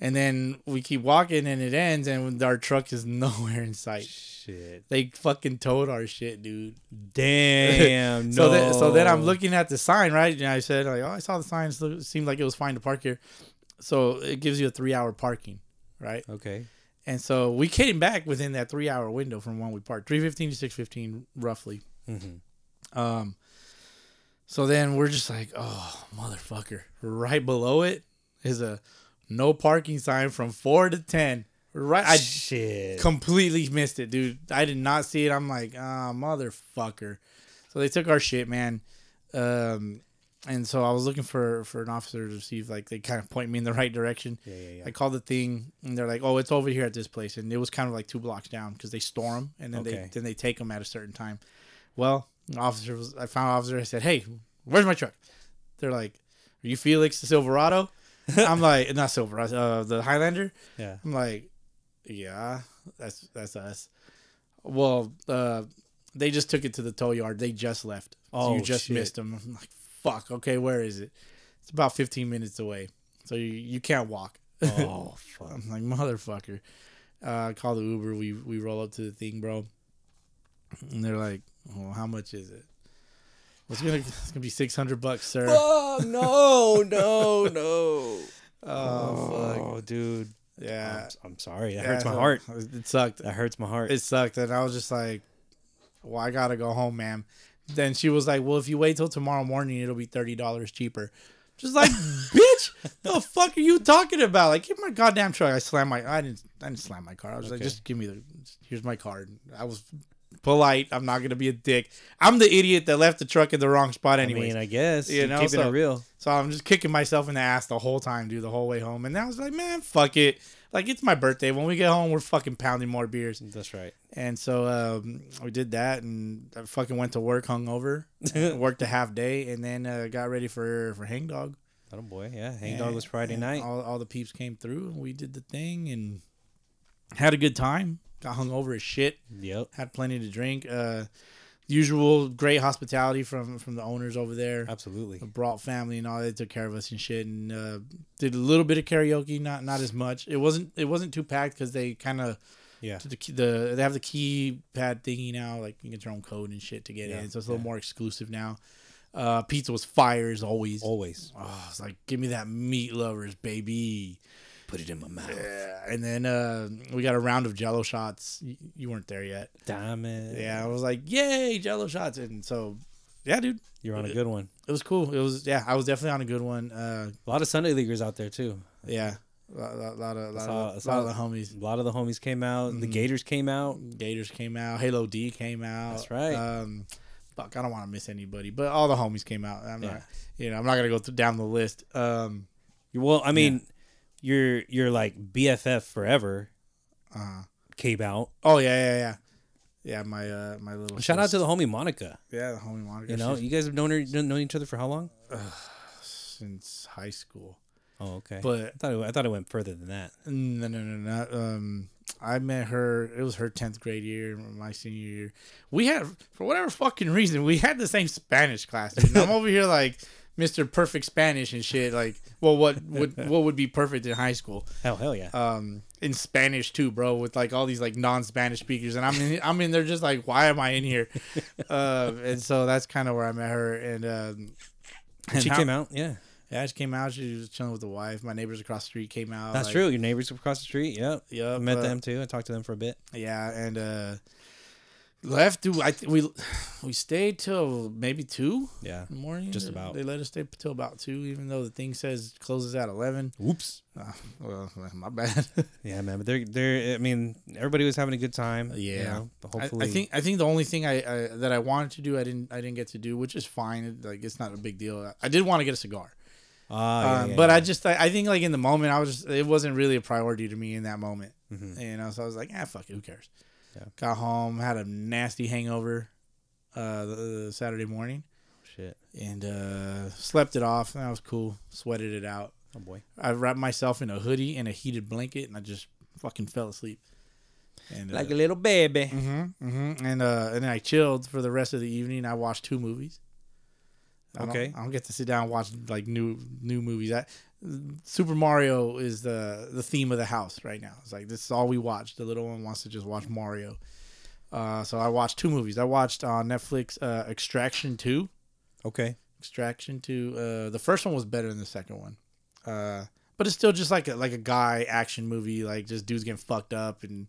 S3: And then we keep walking, and it ends, and our truck is nowhere in sight.
S4: Shit.
S3: They fucking towed our shit, dude.
S4: Damn.
S3: So,
S4: no.
S3: then, so then I'm looking at the sign, right? And I said, like, oh, I saw the sign. So it seemed like it was fine to park here. So it gives you a three hour parking, right?
S4: Okay.
S3: And so we came back within that three hour window from when we parked, 315 to 615, roughly.
S4: Mhm.
S3: Um, so then we're just like, oh, motherfucker. Right below it is a no parking sign from four to 10. Right. I
S4: Shit.
S3: completely missed it, dude. I did not see it. I'm like, ah, motherfucker. So they took our shit, man. Um, and so I was looking for for an officer to see if like they kind of point me in the right direction.
S4: yeah, yeah, yeah.
S3: I called the thing, and they're like, "Oh, it's over here at this place," and it was kind of like two blocks down because they store them and then they
S4: Okay.
S3: then they take them at a certain time. Well, the officer was I found an officer. I said, "Hey, where's my truck?" They're like, "Are you Felix the Silverado?" I'm like, "Not Silverado, uh, the Highlander."
S4: yeah.
S3: I'm like, yeah, that's that's us. Well, uh, they just took it to the tow yard. They just left. So
S4: Oh,
S3: you just
S4: shit.
S3: missed them. I'm like, fuck. Okay, where is it? It's about 15 minutes away, so you, you can't walk.
S4: Oh fuck.
S3: I'm like motherfucker. Uh, I call the Uber. We we roll up to the thing, bro. And they're like, "Well, how much is it?" Well, It's gonna it's gonna be six hundred bucks, sir.
S4: Oh no, no, no.
S3: Oh,
S4: Oh, dude.
S3: fuck. Yeah,
S4: I'm, I'm sorry. That
S3: uh, Yeah,
S4: hurts my
S3: so-
S4: heart.
S3: It sucked.
S4: That hurts my heart.
S3: It sucked, and I was just like, "Well, I gotta go home, ma'am." Then she was like, "Well, if you wait till tomorrow morning, it'll be thirty dollars cheaper." Just like, bitch, the fuck are you talking about? Like, give my goddamn truck. I slammed my. I didn't. I didn't slam my car. I was like,
S4: Okay.
S3: just give me the. Here's my card. I was polite. I'm not gonna be a dick. I'm the idiot that left the truck in the wrong spot.
S4: I
S3: Anyways,
S4: mean, I guess.
S3: You
S4: You
S3: know,
S4: keeping
S3: so-
S4: it real.
S3: so I'm just kicking myself in the ass the whole time, dude, the whole way home. And I was like, man, fuck it. Like it's my birthday. When we get home, we're fucking pounding more beers.
S4: That's right.
S3: And so um, we did that, and I fucking went to work hungover, and worked a half day, and then uh, got ready for for Hang Dog.
S4: Little boy, yeah. Hang dog was Friday
S3: And
S4: night.
S3: All, all the peeps came through, and we did the thing, and had a good time. Got hungover as shit.
S4: Yep.
S3: Had plenty to drink. Uh, usual great hospitality from from the owners over there.
S4: Absolutely.
S3: Brought family and all. They took care of us and shit, and uh, did a little bit of karaoke. Not not as much. It wasn't it wasn't too packed because they kind of
S4: Yeah.
S3: to the, key- the they have the keypad thingy now. Like you can get your own code and shit to get
S4: Yeah,
S3: in, so it's a little more exclusive now. Uh, pizza was fire as always. Oh,
S4: Always.
S3: it's like give me that meat lovers, baby.
S4: Put it in my mouth.
S3: Yeah. And then uh, we got a round of Jello shots. You, you weren't there yet.
S4: Diamond.
S3: Yeah, I was like, yay, Jello shots, and so yeah, dude,
S4: You're on a good one.
S3: it was cool. It was yeah, I was definitely on a good one. Uh,
S4: A lot of Sunday leaguers out there too.
S3: yeah, a lot, lot, lot of lot,
S4: saw- I
S3: of,
S4: saw-
S3: lot of the homies.
S4: A lot of the homies came out.
S3: Mm-hmm.
S4: The Gators came out.
S3: Gators came out. Halo D came out.
S4: That's right.
S3: Um, fuck, I don't want to miss anybody, but all the homies came out. I'm
S4: Yeah.
S3: not, you know, I'm not gonna go th- down the list. Um,
S4: You- Well, I mean, your your like BFF forever
S3: uh,
S4: came out.
S3: oh yeah, yeah, yeah, yeah. My uh, my little
S4: Shout out to the homie Monica.
S3: the yeah, the homie Monica.
S4: You know,
S3: she's
S4: you guys have known her known each other for how long?
S3: since high school.
S4: Oh, okay.
S3: But-
S4: I thought it, I thought it went further than that.
S3: No, no, no, not. Um, I met her. It was her tenth grade year, my senior year. We had, for whatever fucking reason, we had the same Spanish class. dude. And I'm over here like Mr. Perfect Spanish and shit. Like, well, what would what would be perfect in high school?
S4: Hell, hell yeah.
S3: Um, in Spanish too, bro, with like all these like non-Spanish speakers, and I'm in, I'm in there just like, why am I in here? Uh, and so that's kind of where I met her, and um, and
S4: she
S3: how-
S4: came out. Yeah,
S3: Yeah, she came out. She was chilling with the wife. My neighbors across the street came out.
S4: that's
S3: like,
S4: true. Your neighbors across the street. Yep.
S3: Yup,
S4: I met
S3: uh,
S4: them too. I talked to them for a bit.
S3: Yeah, and uh left. Do I? Th- we we stayed till maybe two
S4: Yeah.
S3: in the morning.
S4: Just about.
S3: They let us stay till about two, even though the thing says closes at eleven.
S4: Whoops.
S3: Uh, well, my bad.
S4: Yeah, man. But they're they're. I mean, everybody was having a good time.
S3: Yeah.
S4: You know, but
S3: I,
S4: hopefully,
S3: I think I think the only thing I, I that I wanted to do I didn't I didn't get to do, which is fine. It- Like it's not a big deal. I, I did want to get a cigar,
S4: Ah, yeah,
S3: um,
S4: yeah,
S3: but
S4: yeah.
S3: I just I, I think like in the moment I was just it wasn't really a priority to me in that moment.
S4: Mm-hmm.
S3: You know, so I was like, ah, fuck, it, who cares?
S4: Hmm. Yeah.
S3: Got home, had a nasty hangover, uh, the, the Saturday morning.
S4: shit.
S3: and uh, slept it off. And that was cool. Sweated it out.
S4: Oh boy.
S3: I wrapped myself in a hoodie and a heated blanket, and I just fucking fell asleep. And uh,
S4: Like a little baby.
S3: hmm and uh, and then I chilled for the rest of the evening. I watched two movies. I don't-
S4: Okay.
S3: I don't get to sit down and watch like new new movies. I, Super Mario is the the theme of the house right now. It's like this is all we watch. The little one wants to just watch Mario. Uh, so I watched two movies. I watched on Netflix uh, Extraction Two.
S4: Okay.
S3: Extraction Two. Uh, the first one was better than the second one, uh, but it's still just like a like a guy action movie. Like just dudes getting fucked up and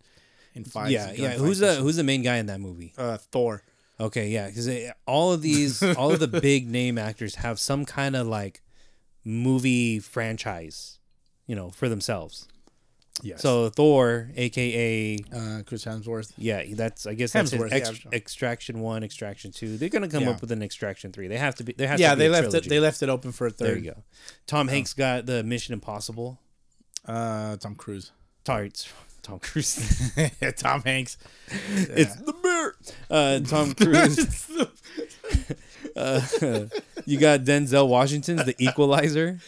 S3: and fights.
S4: Yeah,
S3: and
S4: yeah.
S3: gunfights
S4: Who's
S3: and
S4: the who's the main guy in that movie?
S3: shit. uh, Thor?
S4: Okay, yeah, because all of these, all of the big name actors have some kind of like movie franchise, you know, for themselves.
S3: Yes. So
S4: So Thor, aka
S3: uh, Chris Hemsworth.
S4: yeah, that's I guess that's his
S3: Hemsworth, yeah,
S4: ex-
S3: sure.
S4: Extraction One, Extraction Two. They're gonna come
S3: Yeah.
S4: up with an Extraction Three. They have to be. They have.
S3: Yeah,
S4: to be
S3: they
S4: a
S3: left it.
S4: trilogy.
S3: They left it open for a third.
S4: There you go. Tom Hanks got the Mission Impossible.
S3: Uh, Tom Cruise.
S4: Sorry, it's Tom Cruise.
S3: Tom Hanks.
S4: It's the bear. Uh, Tom Cruise. uh, you got Denzel Washington's The Equalizer.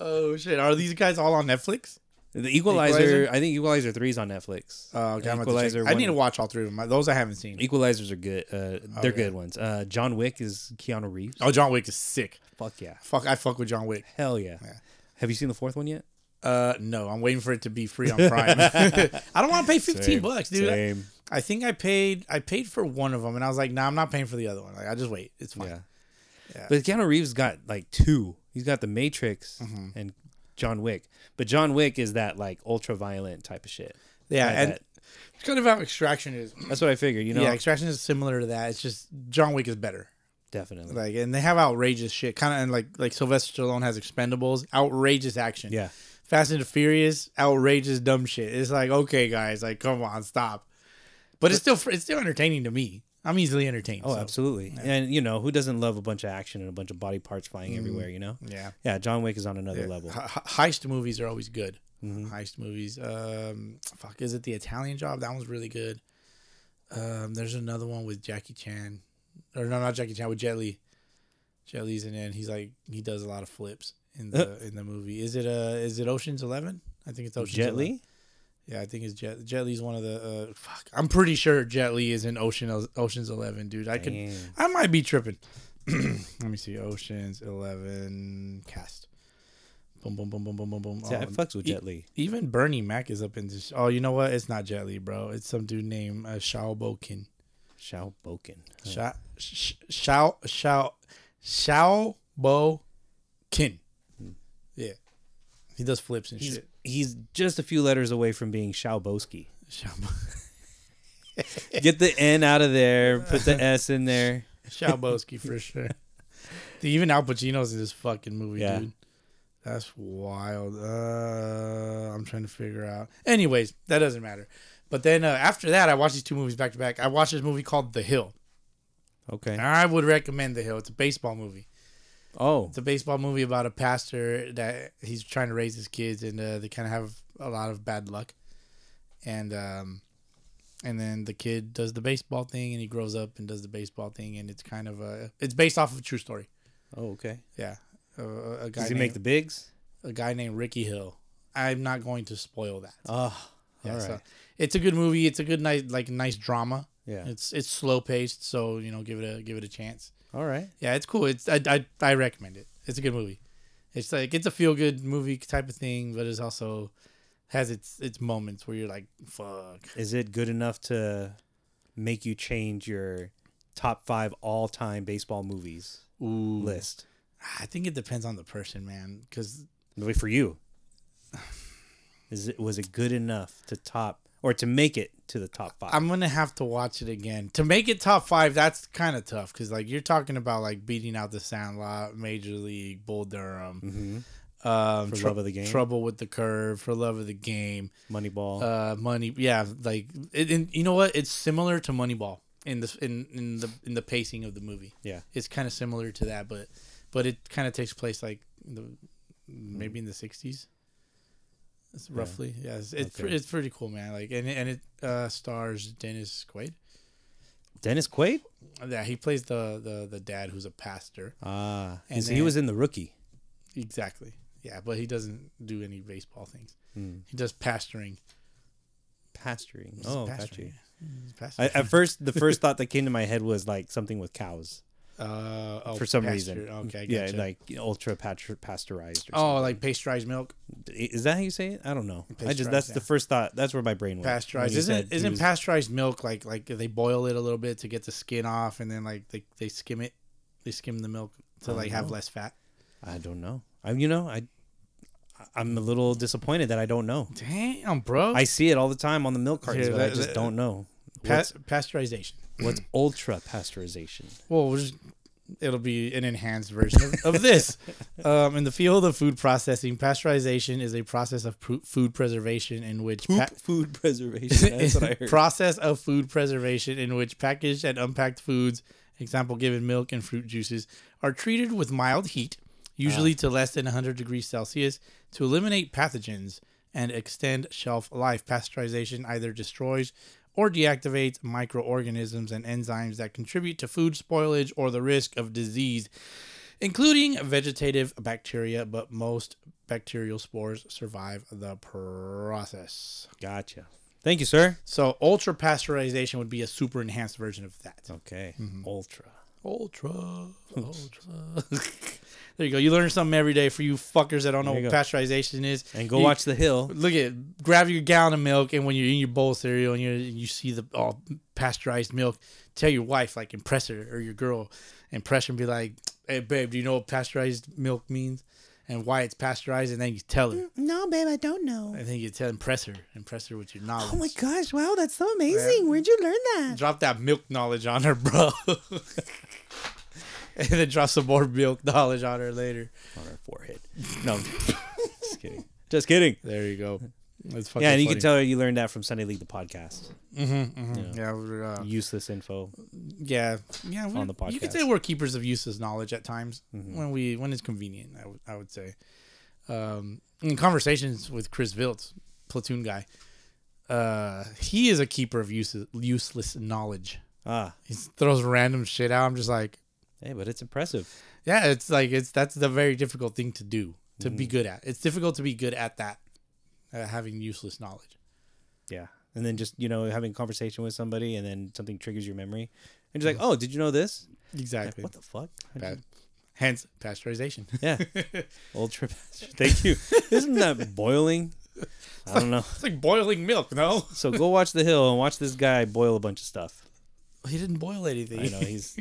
S3: Oh shit! Are these guys all on Netflix?
S4: The Equalizer,
S3: Equalizer?
S4: I think Equalizer three is on Netflix.
S3: Uh, okay, I'm about to check.
S4: Equalizer
S3: I need to
S4: one-
S3: watch all three of them. I- Those I haven't seen.
S4: Equalizers are good. Uh, they're good ones. Uh, John Wick is Keanu Reeves.
S3: Oh, John Wick is sick.
S4: Fuck yeah.
S3: Fuck, I fuck with John Wick.
S4: Hell yeah. Have you seen the fourth one yet?
S3: Uh, no, I'm waiting for it to be free on Prime. I don't want to pay 15
S4: Same,
S3: bucks, dude.
S4: same.
S3: I think I paid I paid for one of them, and I was like, nah, I'm not paying for the other one. Like, I just wait. It's fine.
S4: Yeah. But Keanu Reeves got like two. He's got the Matrix
S3: Mm-hmm.
S4: and John Wick. But John Wick is that like ultra violent type of shit.
S3: Yeah,
S4: Like
S3: and
S4: that.
S3: it's kind of how Extraction is.
S4: that's what I figured, you know?
S3: Yeah, Extraction is similar to that. It's just John Wick is better.
S4: Definitely.
S3: Like, and they have outrageous shit. Kind of and like like Sylvester Stallone has Expendables, outrageous action.
S4: Yeah.
S3: Fast and the Furious, outrageous dumb shit. It's like okay, guys, like come on, stop. But it's still it's still entertaining to me. I'm easily entertained.
S4: Oh,
S3: so,
S4: absolutely. And you know, who doesn't love a bunch of action and a bunch of body parts flying
S3: Mm-hmm.
S4: everywhere, you know?
S3: Yeah.
S4: Yeah, John Wick is on another level.
S3: He- he- heist movies are always good.
S4: Mm-hmm.
S3: Heist movies. Um, fuck, is it the Italian Job? That one's really good. Um, there's another one with Jackie Chan, or no, not Jackie Chan with Jet Li. Jet Li's in it. And he's like he does a lot of flips in
S4: Uh.
S3: the in the movie. Is it uh is it Ocean's Eleven? I think it's Ocean's
S4: Jet
S3: 11.
S4: Li?
S3: Yeah, I think it's Jet Jet Li's one of the uh, fuck. I'm pretty sure Jet Li is in Ocean Ocean's Eleven, dude. I could
S4: Damn.
S3: I might be tripping. Let me see. Ocean's Eleven cast. Boom, boom, boom, boom, boom, boom, boom.
S4: See, I
S3: Oh,
S4: fucks with
S3: e-
S4: Jet Li.
S3: Even Bernie Mac is up in this. Oh, you know what? It's not Jet Li, bro. It's some dude named uh, Shao Bokin.
S4: Shao Boken.
S3: Sha- sh- Shao Shao Shao Bokin. Yeah, he does flips and
S4: Hmm. He's,
S3: shit.
S4: he's just a few letters away from being Shao Boski.
S3: Shao,
S4: Get the N out of there, put the S in there.
S3: Shao Boski for sure. Dude, even Al Pacino's in this fucking movie,
S4: Yeah.
S3: dude. That's wild. Uh, I'm trying to figure out. Anyways, that doesn't matter. But then uh, after that, I watched these two movies back to back. I watched this movie called The Hill.
S4: Okay.
S3: I would recommend The Hill. It's a baseball movie.
S4: Oh,
S3: It's a baseball movie about a pastor that he's trying to raise his kids, and uh, they kind of have a lot of bad luck. And um, and then the kid does the baseball thing, and he grows up and does the baseball thing, and it's kind of a. It's based off of a true story.
S4: oh okay.
S3: Yeah, uh, a guy.
S4: Does he
S3: named,
S4: make the bigs?
S3: a guy named Ricky Hill. I'm not going to spoil that.
S4: Oh,
S3: Yeah,
S4: all right.
S3: so it's a good movie. It's a good nice like nice drama.
S4: Yeah.
S3: It's it's slow paced, so you know give it a give it a chance.
S4: all right.
S3: Yeah, it's cool. It's I I, I recommend it. It's a good movie. It's like it's a feel good movie type of thing, but it's also has its its moments where you're like fuck.
S4: Is it good enough to make you change your top five all time baseball movies list?
S3: I think it depends on the person, man. Because
S4: Wait for you. Is it was it good enough to top or to make it to the top 5
S3: I'm gonna have to watch it again to make it top five. That's kind of tough because like you're talking about like beating out the Sandlot, Major League, Bull Durham, um,
S4: Mm-hmm. For
S3: Trou-
S4: Love of the Game?
S3: Trouble with the Curve, for love of the game,
S4: Moneyball.
S3: uh, Money. Yeah, like it, and you know what? It's similar to Moneyball in the in in the in the pacing of the movie.
S4: yeah.
S3: It's kind of similar to that, but but it kind of takes place like in the maybe in the '60s. It's roughly, yeah. it's it's,
S4: Okay.
S3: it's pretty cool, man. Like, and it- and it uh, stars Dennis Quaid.
S4: Dennis Quaid?
S3: Yeah, he plays the the the dad who's a pastor.
S4: Ah.
S3: And
S4: so he was in the rookie.
S3: Exactly. Yeah, but he doesn't do any baseball things.
S4: Hmm.
S3: He does pastoring.
S4: Pasturing. Oh, got you.
S3: pastoring. He's
S4: I,
S3: pastoring.
S4: at first, the first thought that came to my head was like something with cows
S3: uh, oh,
S4: for some
S3: pastor.
S4: reason.
S3: Okay, I
S4: yeah,
S3: gotcha.
S4: like ultra pastur- pasteurized. Or
S3: oh, like pasteurized milk.
S4: something. is that how you say it? I don't know. I
S3: Pasteurized,
S4: just that's
S3: yeah.
S4: the first thought. That's where my brain went. when
S3: Pasteurized
S4: you
S3: isn't
S4: said he
S3: isn't
S4: was-
S3: pasteurized milk like like they boil it a little bit to get the skin off and then like they they skim it, they skim the milk to like have less fat.
S4: I don't know. I you know I I'm a little disappointed that I don't know.
S3: Damn, bro.
S4: I see it all the time on the milk cartons,
S3: Here,
S4: but I
S3: that-
S4: just
S3: that-
S4: don't know.
S3: Pa-
S4: What's,
S3: pasteurization.
S4: what's ultra pasteurization?
S3: Well, we'll just, it'll be an enhanced version of, of this. Um, in the field of food processing, pasteurization is a process of pr- food preservation in which pa-
S4: food preservation. That's what I heard.
S3: process of food preservation in which packaged and unpacked foods, example given milk and fruit juices, are treated with mild heat, usually
S4: Ah.
S3: to less than 100 degrees Celsius, to eliminate pathogens and extend shelf life. Pasteurization either destroys or deactivates microorganisms and enzymes that contribute to food spoilage or the risk of disease including vegetative bacteria, but most bacterial spores survive the process.
S4: Gotcha. Thank you, sir.
S3: So ultra pasteurization would be a super enhanced version of that.
S4: Okay.
S3: Mm-hmm.
S4: Ultra.
S3: Ultra, ultra. there you go. You learn something every day for you fuckers that don't know
S4: There you
S3: what
S4: go.
S3: pasteurization is.
S4: And go
S3: You-
S4: watch The Hill.
S3: Look at grab your gallon of milk, and when you're in your bowl of cereal and you you see the all pasteurized milk, tell your wife like impress her or your girl, impress her and be like, "Hey babe, do you know what pasteurized milk means, and why it's pasteurized?" And then you tell her,
S5: No, babe, I don't know.
S3: and then you tell impress her, impress her with your knowledge.
S5: Oh my gosh, wow, that's so amazing. Where'd you learn that?
S3: drop that milk knowledge on her, bro. and then drop some more milk knowledge on her later.
S4: on her forehead. No, I'm kidding. just kidding. Just kidding.
S3: There you go. That's fucking
S4: Yeah, and you
S3: funny.
S4: can tell her you learned that from Sunday League, the podcast.
S3: Yeah, we're,
S4: Mm-hmm.
S3: uh,
S4: Useless info.
S3: yeah, yeah.
S4: On the
S3: we're- you could
S4: podcast.
S3: say we're keepers of useless knowledge at times when we when it's convenient. I would I would say. Um, in conversations with Chris Viltz, platoon guy, uh, he is a keeper of useless useless knowledge.
S4: Ah,
S3: He throws random shit out. I'm just like,
S4: hey, but it's impressive.
S3: Yeah, it's like it's that's the very difficult thing to do to be good at. It's difficult to be good at that, uh, having useless knowledge.
S4: Yeah. And then just, you know, having a conversation with somebody and then something triggers your memory. And just like, oh, did you know this? Like,
S3: Mm-hmm. Exactly.
S4: what the fuck?
S3: Bad. Hence pasteurization.
S4: Yeah. Ultra Thank you. Isn't that boiling? I don't know.
S3: it's like boiling milk. No,
S4: So go watch The Hill and watch this guy boil a bunch of stuff.
S3: he didn't boil anything.
S4: I know he's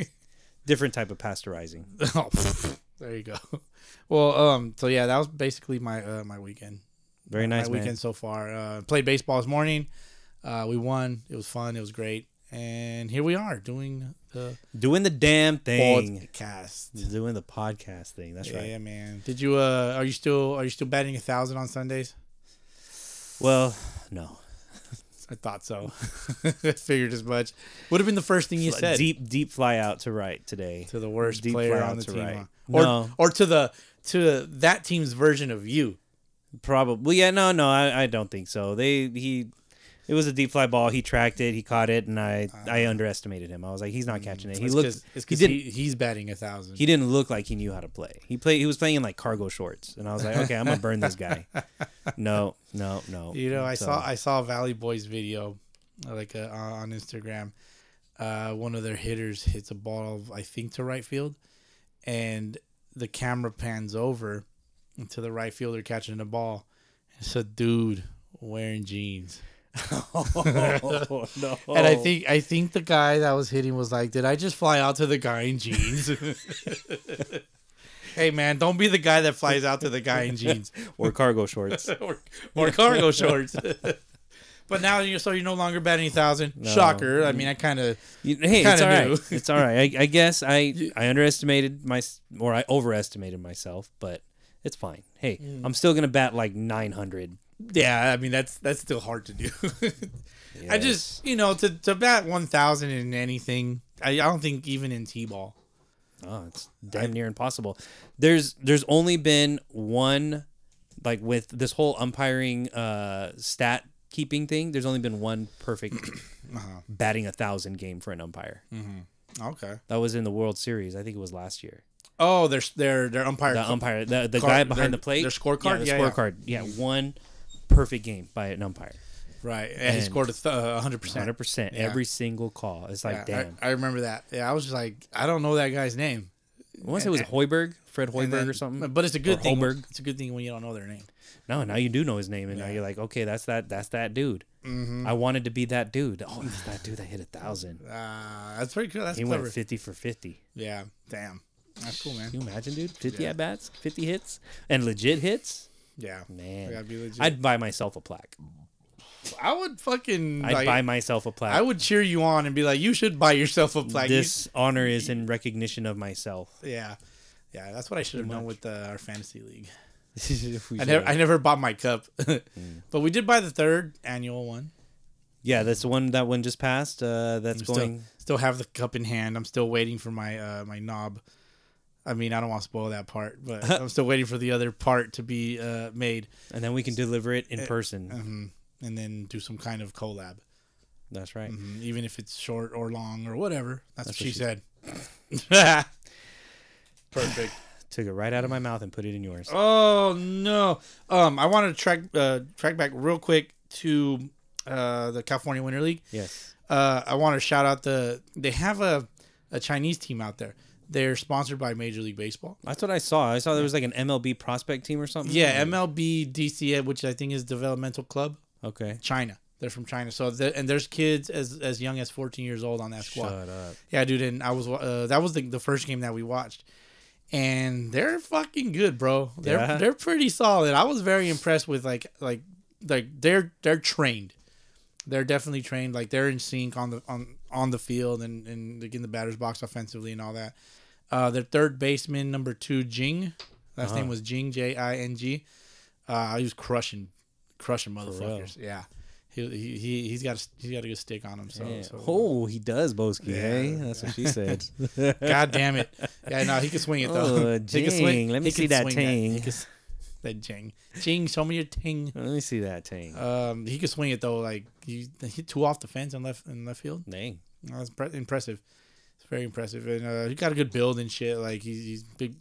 S4: different type of pasteurizing.
S3: Oh, pfft. there you go. Well, um, so yeah, that was basically my uh, my weekend.
S4: Very nice,
S3: my
S4: man.
S3: weekend so far. Uh, played baseball this morning. Uh, we won. It was fun. It was great. And here we are doing the
S4: Doing the damn thing.
S3: podcast.
S4: Doing the podcast thing. That's right.
S3: Yeah, man. Did you? Uh, are you still? Are you still batting a thousand on Sundays?
S4: Well, no.
S3: I thought so. Figured as much. Would have been the first thing you said
S4: Deep, deep fly out to right today.
S3: to the worst
S4: deep
S3: player
S4: fly
S3: on the
S4: out to
S3: team,
S4: right.
S3: huh? or
S4: No.
S3: or to the to that team's version of you.
S4: Probably. Yeah, no, no, I, I don't think so. They he it was a deep fly ball. He tracked it, he caught it, and I I underestimated him. I was like, he's not catching it. He
S3: Ah. Mm, It's
S4: looked
S3: 'cause- it's
S4: he
S3: because
S4: didn't
S3: he, he's batting a thousand.
S4: he didn't look like he knew how to play. He played he was playing in like cargo shorts. And I was like, Okay, I'm gonna burn this guy. No, no, no.
S3: You know, I
S4: So,
S3: saw I saw Valley Boys video, like uh, on Instagram. Uh, one of their hitters hits a ball, I think, to right field, and the camera pans over to the right fielder catching the ball. It's a dude wearing jeans,
S4: Oh, no.
S3: and I think I think the guy that was hitting was like, "Did I just fly out to the guy in jeans?" hey man, don't be the guy that flies out to the guy in jeans.
S4: or cargo shorts.
S3: or, or cargo shorts. but now you're so you're no longer batting a thousand. Shocker. I mean, I kind of
S4: You- hey, it's
S3: Kinda
S4: all right.
S3: knew.
S4: It's all right. I, I guess I I underestimated my or I overestimated myself, but it's fine. Hey,
S3: Mm.
S4: I'm still gonna bat like 900.
S3: yeah. I mean, that's that's still hard to do. I
S4: Yes.
S3: just you know to to bat one thousand in anything. I, I don't think even in t-ball.
S4: oh, it's damn near impossible. There's there's only been one like with this whole umpiring uh stat keeping thing. There's only been one perfect
S3: Uh-huh.
S4: batting a thousand game for an umpire.
S3: Mm. Okay.
S4: That was in the World Series. I think it was last year.
S3: Oh, their their their umpire.
S4: the umpire, the, the
S3: Card-
S4: guy behind
S3: their-
S4: the plate,
S3: their scorecard?
S4: yeah, the
S3: Yeah, yeah.
S4: scorecard, yeah. one perfect game by an umpire,
S3: right. And he
S4: And-
S3: scored a th- uh, 100%.
S4: hundred percent,
S3: Yeah.
S4: every single call. It's like,
S3: Yeah,
S4: damn.
S3: I, I remember that. Yeah, I was just like, I don't know that guy's name.
S4: I want to say it was Hoiberg, Fred Hoiberg
S3: And then-
S4: or something.
S3: But it's a good
S4: Or
S3: thing.
S4: Holmberg.
S3: It's a good thing when you don't know their name.
S4: No, now you do know his name, and now you're like, okay, that's that, that's that dude. I wanted to be that dude. Oh, that's that dude that hit a thousand.
S3: Uh, Mm-hmm. that's pretty cool. That's
S4: He
S3: clever.
S4: went fifty for fifty.
S3: yeah. Damn. That's cool, man.
S4: Can you imagine, dude? Fifty at bats, fifty hits, and legit hits.
S3: Yeah. I
S4: Man,
S3: gotta be legit.
S4: I'd buy myself a plaque.
S3: I would fucking.
S4: I'd
S3: like,
S4: buy myself a plaque.
S3: I would cheer you on and be like, you should buy yourself a plaque. You-
S4: this honor is in recognition of myself.
S3: yeah, yeah. That's what I should have done with uh, our fantasy league. I
S4: I
S3: never, I never bought my cup,
S4: Mm.
S3: but we did buy the third annual one.
S4: Yeah, that's the one that one just passed. Uh, that's
S3: I'm
S4: going.
S3: Still, still have the cup in hand. I'm still waiting for my uh, my knob. I mean, I don't want to spoil that part, but I'm still waiting for the other part to be uh, made,
S4: and then we can deliver it in
S3: Eh,
S4: person.
S3: uh-huh. and then do some kind of collab,
S4: that's right.
S3: Mm, even if it's short or long or whatever. That's, what she, said. Perfect.
S4: Took it right out of my mouth and put it in yours.
S3: Oh no. Um, I wanted to track uh, track back real quick to uh, the California Winter League.
S4: Yes.
S3: Uh, I want to shout out the they have a a Chinese team out there. They're sponsored by Major League Baseball.
S4: That's what I saw. I saw there was like an MLB prospect team or something.
S3: Yeah, MLB DCA, which I think is developmental club,
S4: Okay.
S3: China. They're from China. So the, and there's kids as as young as 14 years old on that squad.
S4: Shut up.
S3: Yeah, dude, and I was wa- uh, that was the, the first game that we watched, and they're fucking good, bro. They're
S4: Yeah?
S3: they're pretty solid. I was very impressed with like like like they're they're trained, they're definitely trained. Like they're in sync on the on on the field and and like in the batter's box offensively and all that. Uh, their third baseman number two Jing, last name was Jing J I N G. Uh, he was crushing, crushing motherfuckers. Yeah, he he he he's got a, he's got a good stick on him. So,
S4: Yeah.
S3: so
S4: Oh, he does, Boski. eh?
S3: Yeah.
S4: That's what she said.
S3: God damn it! Yeah, no, he can swing it though.
S4: Oh,
S3: He can
S4: jing. Let me
S3: he
S4: see
S3: can
S4: that
S3: swing
S4: ting.
S3: That, He can s- that jing, jing. Show me your ting.
S4: Let me see that thing.
S3: Um, he can swing it though. Like he hit two off the fence in left in left field.
S4: Dang.
S3: That's pre- impressive. It's very impressive, and uh, he got a good build and shit. Like he's, he's big,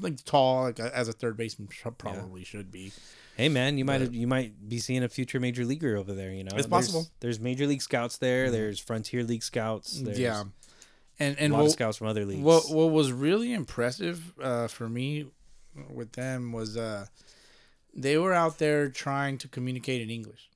S3: like tall, like uh, as a third baseman pro- probably should be.
S4: Hey man, you might you might be seeing a future major leaguer over there. You know,
S3: It's
S4: There's-
S3: possible. Mm-hmm.
S4: There's major league scouts there. There's frontier league scouts. There's
S3: yeah, and
S4: a
S3: and
S4: lot of
S3: what,
S4: scouts from other leagues.
S3: what what was really impressive uh, for me with them was uh, they were out there trying to communicate in English.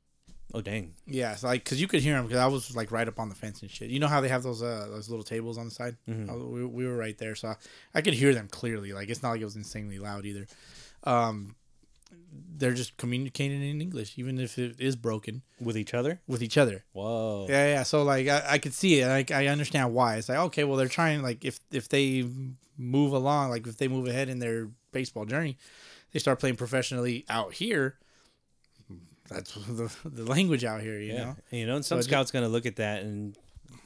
S4: oh dang.
S3: Yeah, so like because you could hear him because I was like right up on the fence and shit. You know how they have those uh those little tables on the side. I- we, we were right there, so I, I could hear them clearly. Like it's not like it was insanely loud either. Um, they're just communicating in English, even if it is broken
S4: With each other.
S3: with each other.
S4: Whoa.
S3: Yeah, yeah. So like I, I could see it. Like I understand why. It's like okay, well they're trying like if if they move along, like if they move ahead in their baseball journey, they start playing professionally out here. That's the, the language out here, you
S4: Yeah.
S3: know.
S4: And, you know, and some
S3: it just-
S4: scouts gonna look at that and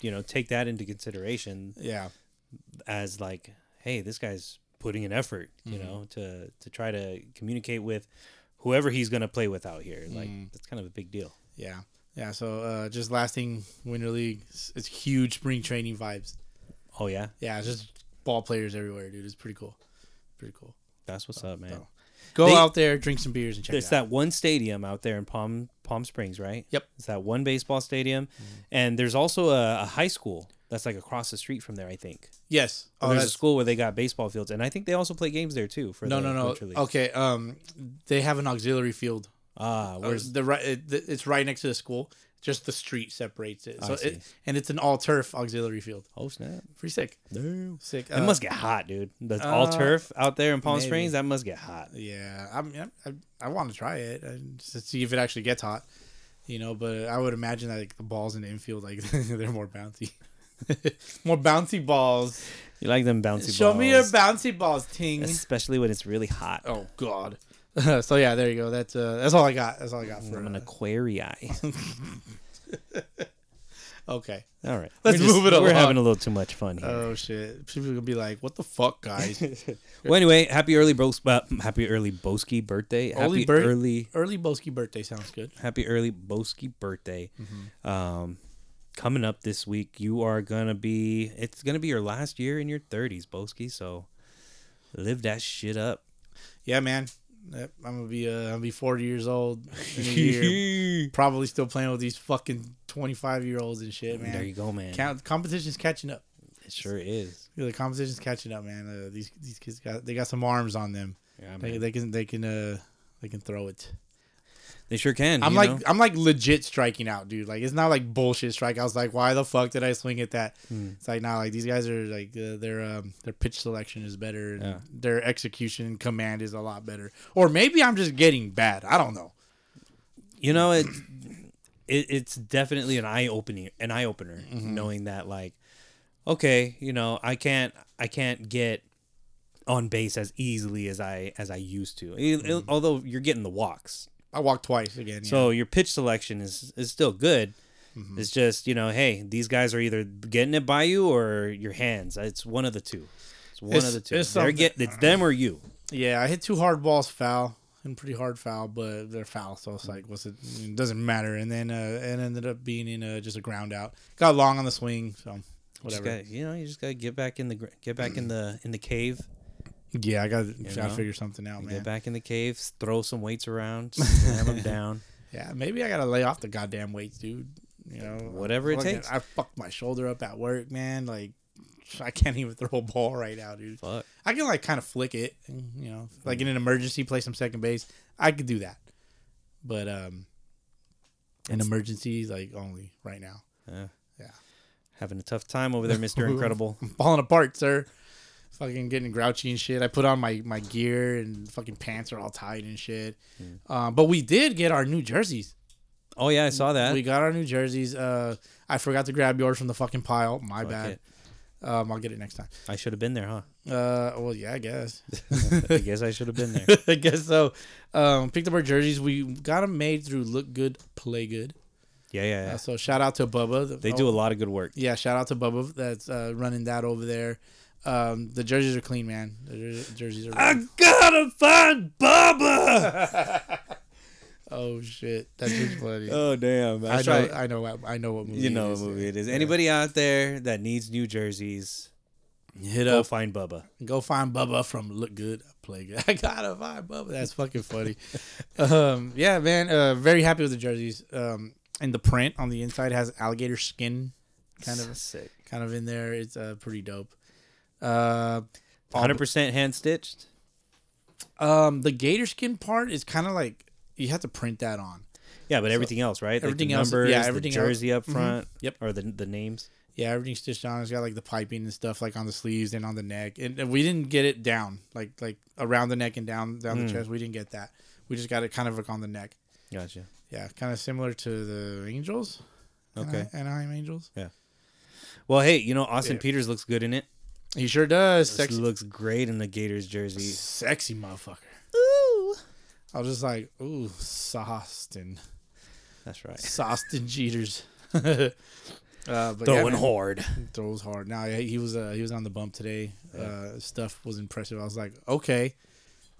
S4: you know take that into consideration
S3: Yeah.
S4: as like, hey, this guy's putting an effort. You
S3: Mm-hmm.
S4: know, to to try to communicate with whoever he's gonna play with out here. Like
S3: Mm.
S4: that's kind of a big deal.
S3: Yeah. Yeah. So uh, just lasting Winter League, it's, it's huge spring training vibes.
S4: Oh yeah.
S3: Yeah. It's just ball players everywhere, dude. It's pretty cool. Pretty cool.
S4: That's what's up, man.
S3: so- Go
S4: They-
S3: out there, drink some beers, and check oh,
S4: It's
S3: it out.
S4: that one stadium out there in Palm Palm Springs, right?
S3: Yep. Mm-hmm.
S4: It's that one baseball stadium, and there's also a, a high school that's like across the street from there. I think
S3: Yes. Oh,
S4: there's a
S3: that's,
S4: school where they got baseball fields, and I think they also play games there too. For
S3: no,
S4: the
S3: no, no.
S4: Culture League.
S3: Okay. Um, they have an auxiliary field.
S4: Ah,
S3: Or
S4: where's
S3: the right? It, it's right next to the school. Just the street separates it.
S4: I
S3: So
S4: see.
S3: it, and it's an all turf auxiliary field.
S4: oh snap?
S3: Pretty sick.
S4: Damn.
S3: Sick.
S4: It
S3: Uh,
S4: must get hot, dude. That's all
S3: uh,
S4: turf out there in Palm
S3: maybe.
S4: Springs. That must get hot.
S3: Yeah, I mean, I, I, I want to try it and just to see if it actually gets hot, you know. But I would imagine that like the balls in the infield, like they're more bouncy, more bouncy balls.
S4: You like them bouncy
S3: Show
S4: balls?
S3: me your bouncy balls, ting.
S4: especially when it's really hot.
S3: Oh God. so yeah, there you go. That's uh, that's all I got. That's all I got for.
S4: I'm an
S3: Uh,
S4: aquarii.
S3: uh, okay.
S4: All right,
S3: Let's
S4: We're just-
S3: move it
S4: We're
S3: along.
S4: having a little too much fun here.
S3: Oh shit! People gonna be like, "What the fuck, guys?"
S4: Well, anyway, happy early Bros- uh, happy early Boski birthday.
S3: Early
S4: happy
S3: bir-
S4: early
S3: Early Boski birthday sounds good.
S4: happy early Boski birthday.
S3: Mm-hmm.
S4: Um, coming up this week, you are gonna be it's gonna be your last year in your thirties, Boski. So live that shit up.
S3: Yeah, man. Yep, I'm gonna be uh, I'm gonna be 40 years old in a year. probably still playing with these fucking 25 year olds and shit, man.
S4: There you go, man.
S3: Count, competition's catching up.
S4: It sure is.
S3: Yeah, The competition's catching up, man. Uh, these these kids got they got some arms on them.
S4: Yeah,
S3: They,
S4: man.
S3: they can they can uh they can throw it.
S4: They sure can.
S3: I'm
S4: you
S3: like
S4: know?
S3: I'm like legit striking out, dude. Like it's not like bullshit strike. I was like, why the fuck did I swing at that?
S4: Hmm.
S3: It's like now like these guys are like uh, their um their pitch selection is better. And
S4: Yeah.
S3: Their execution and command is a lot better. Or maybe I'm just getting bad. I don't know.
S4: you know it, it it's definitely an eye opening an eye opener
S3: Mm-hmm.
S4: knowing that like okay you know i can't i can't get on base as easily as i as i used to It-
S3: Mm-hmm.
S4: it- although you're getting the walks
S3: I walked twice again. yeah. Mm-hmm.
S4: so your pitch selection is is still good it's just you know hey these guys are either getting it by you or your hands it's one of the two it's one
S3: It's-
S4: of the two
S3: it's
S4: They're
S3: something-
S4: get, it's them or you
S3: Yeah, I hit two hard balls foul and pretty hard foul, but they're foul, so it's like, what's it? It doesn't matter. And then uh, it ended up being in uh just a ground out. Got long on the swing, so
S4: Just
S3: whatever.
S4: Mm-hmm. gotta- you know you just gotta get back in the gr- get back in the in the cave
S3: Yeah, I got
S4: You
S3: I
S4: know?
S3: figure something out,
S4: You
S3: Oh, man.
S4: Get back in the caves, throw some weights around, slam them down.
S3: Yeah, maybe I gotta lay off the goddamn weights, dude. You know,
S4: Whatever it
S3: fucking-
S4: takes.
S3: I fucked my shoulder up at work, man. Like, I can't even throw a ball right now, dude.
S4: Fuck.
S3: I can like kind of flick it, you know, like in an emergency, play some second base. I could do that, but um, in emergencies, like only right now,
S4: Yeah.
S3: Yeah.
S4: Having a tough time over there, Mr. Incredible.
S3: I'm falling apart, sir. Fucking getting grouchy and shit. I put on my my gear and fucking pants are all tied and shit.
S4: Mm.
S3: Um, but we did get our new jerseys.
S4: Oh, yeah, I saw that.
S3: We got our new jerseys. Uh, I forgot to grab yours from the fucking pile. My
S4: Fuck
S3: bad.
S4: it.
S3: Um, I'll get it next time.
S4: I should have been there, huh?
S3: Uh, well, yeah, I guess.
S4: I guess I should have been there.
S3: I guess so. Um, picked up our jerseys. We got them made through Look Good, Play Good.
S4: Yeah, yeah,
S3: Uh,
S4: yeah.
S3: so shout out to Bubba. Oh,
S4: They do a lot of good work.
S3: Yeah, shout out to Bubba that's uh, running that over there. Um, the jerseys are clean, man. The jer- jerseys are.
S4: Ah. gotta find Bubba.
S3: oh shit, that's just funny.
S4: oh damn!
S3: I know.
S4: That's right.
S3: I know. what- I know what movie.
S4: you
S3: it
S4: know what
S3: is.
S4: movie it is. Anybody out there that needs new jerseys,
S3: Hit
S4: go
S3: up.
S4: find Bubba.
S3: Go find Bubba from Look Good, Play Good. I gotta find Bubba. That's fucking funny. um, yeah, man. Uh, very happy with the jerseys. Um, and the print on the inside has alligator skin, kind of
S4: sick.
S3: kind of in there. It's uh, pretty dope. Uh, all-
S4: Hundred percent hand stitched.
S3: um, the gator skin part is kind of like you have to print that on.
S4: Yeah, but everything else, right?
S3: everything
S4: like the
S3: else-
S4: numbers,
S3: yeah,
S4: the
S3: everything else. Mm-hmm.
S4: jersey up front.
S3: Yep.
S4: Or the the names.
S3: Yeah, everything's stitched on. It's got like the piping and stuff like on the sleeves and on the neck. And and we didn't get it down like like around the neck and down down the chest. We didn't get that. We just got it kind of like on the neck.
S4: Gotcha.
S3: Yeah, kind of similar to the Angels.
S4: Okay.
S3: and I am Angels.
S4: Well, hey, you know Austin
S3: Yeah.
S4: Peters looks good in it.
S3: He sure does.
S4: Sexy.
S3: Sexy,
S4: looks great in the Gators jersey.
S3: sexy motherfucker.
S5: Ooh.
S3: I was just like, ooh, Sostin,
S4: That's right.
S3: Sostin Jeters. uh, but yeah,
S4: Throwing
S3: man,
S4: hard.
S3: throws hard. Now yeah, he was uh, he was on the bump today. Uh, stuff was impressive. I was like, okay,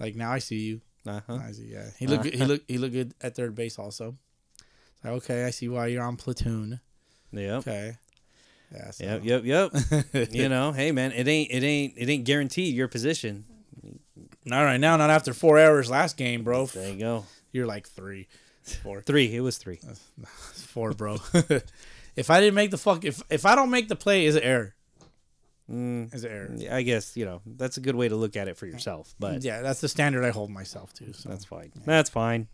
S3: like now I see you.
S4: Uh huh. Uh-huh.
S3: I see. Yeah, he looked. good- he looked. He looked good at third base. Also, It's like, okay, I see why you're on platoon.
S4: Yep.
S3: Okay. Yeah. So.
S4: Yep. Yep. Yep. you know, hey man, it ain't it ain't it ain't guaranteed your position.
S3: Not right now. Not after four errors last game, bro.
S4: There you go.
S3: You're like three, four,
S4: Three. It was three.
S3: four, bro. if I didn't make the fuck, if if I don't make the play, is an error.
S4: Mm,
S3: Is an error.
S4: I guess you know that's a good way to look at it for yourself. But
S3: Yeah, that's the standard I hold myself to. So.
S4: That's fine. That's fine.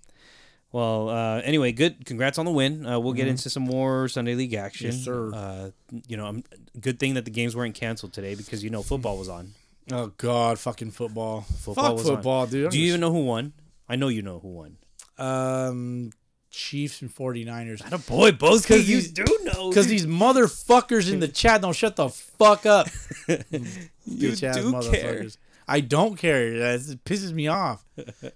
S4: Well, uh, anyway, good. Congrats on the win. Uh, we'll get into some more Sunday League action.
S3: Mm-hmm. Yes, sir.
S4: Uh, you know, I'm, good thing that the games weren't canceled today because you know football was on.
S3: oh God, fucking football.
S4: Football
S3: Fuck
S4: was on.
S3: football, dude.
S4: Do you even know who won? I know you know who won.
S3: um, Chiefs and 49ers.
S4: Oh boy,
S3: Because
S4: both because you
S3: these-
S4: do know.
S3: Because these motherfuckers in the chat don't shut the fuck up.
S4: you
S3: Bitch-ass
S4: do care.
S3: I don't care. That's- It pisses me off.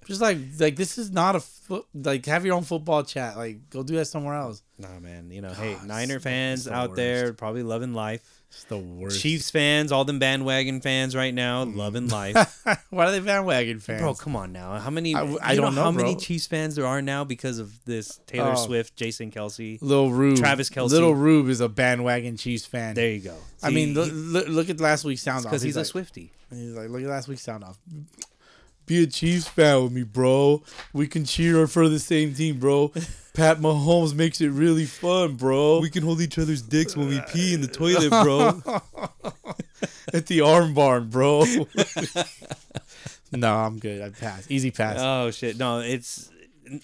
S3: Just like like this is not a foot. Like have your own football chat. Like go do that somewhere else.
S4: Nah, man. You know, hey,
S3: it's-
S4: Niner
S3: it's
S4: fans
S3: Ah, the
S4: out there probably loving life.
S3: It's the worst. Mm.
S4: Chiefs fans, all them bandwagon fans right now, loving life.
S3: Why are they bandwagon fans?
S4: bro, come on now. How many?
S3: I-
S4: you
S3: I don't know,
S4: how many
S3: bro.
S4: Chiefs fans there are now because of this Taylor
S3: Oh.
S4: Swift, Jason Kelsey.
S3: Lil Rube.
S4: Travis Kelce.
S3: Little Rube is a bandwagon Chiefs fan.
S4: There you go.
S3: I mean,
S4: See,
S3: look, look, look at last week's sound off.
S4: because he's, a
S3: like,
S4: Swifty.
S3: He's like, look at last week's sound off. Be a Chiefs fan with me, bro. We can cheer for the same team, bro. Pat Mahomes makes it really fun, bro.
S4: can hold each other's dicks when we pee in the toilet, bro.
S3: at the arm barn, bro. no, I'm good. I pass. Easy pass.
S4: oh shit! No, it's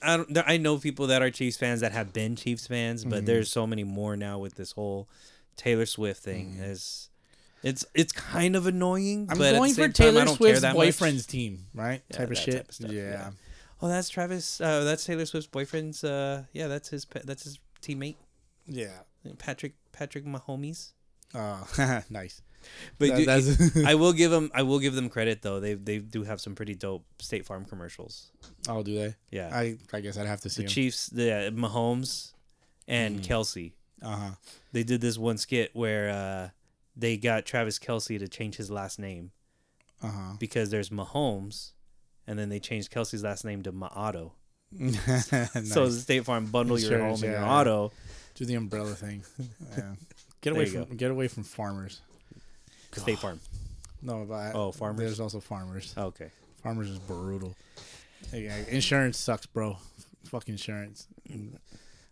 S4: I don't. there- I know people that are Chiefs fans that have been Chiefs fans,
S3: Mm-hmm.
S4: but there's so many more now with this whole Taylor Swift thing. It's it's it's kind of annoying.
S3: Mm-hmm. I'm
S4: but at the
S3: going for
S4: same time, I
S3: Taylor
S4: don't care
S3: Swift's
S4: that much.
S3: boyfriend's team, right? type of
S4: that
S3: shit.
S4: type of stuff,
S3: yeah.
S4: yeah. Oh, that's Travis. Uh, that's Taylor Swift's boyfriend's. Uh, yeah, that's his. pe- That's his teammate,
S3: Yeah.
S4: Patrick. Patrick Mahomes.
S3: Oh, nice.
S4: But
S3: That-
S4: dude,
S3: that's-
S4: I will give them. I will give them credit though. They they do have some pretty dope State Farm commercials.
S3: Oh, do they?
S4: Yeah.
S3: I I guess I'd have to see
S4: the
S3: him.
S4: Chiefs, the uh, Mahomes, and Kelsey.
S3: Uh huh.
S4: They did this one skit where uh, they got Travis Kelsey to change his last name
S3: Uh huh.
S4: because there's Mahomes, and then they changed Kelsey's last name to Maato. So the State Farm bundle your
S3: Insurance,
S4: home and your
S3: yeah.
S4: auto.
S3: do the umbrella thing. Yeah. Get away
S4: you
S3: from get away from farmers.
S4: State Farm.
S3: No, but I,
S4: Oh, farmers?
S3: There's also farmers.
S4: Okay.
S3: Farmers is brutal. Yeah, insurance sucks, bro. Fuck insurance.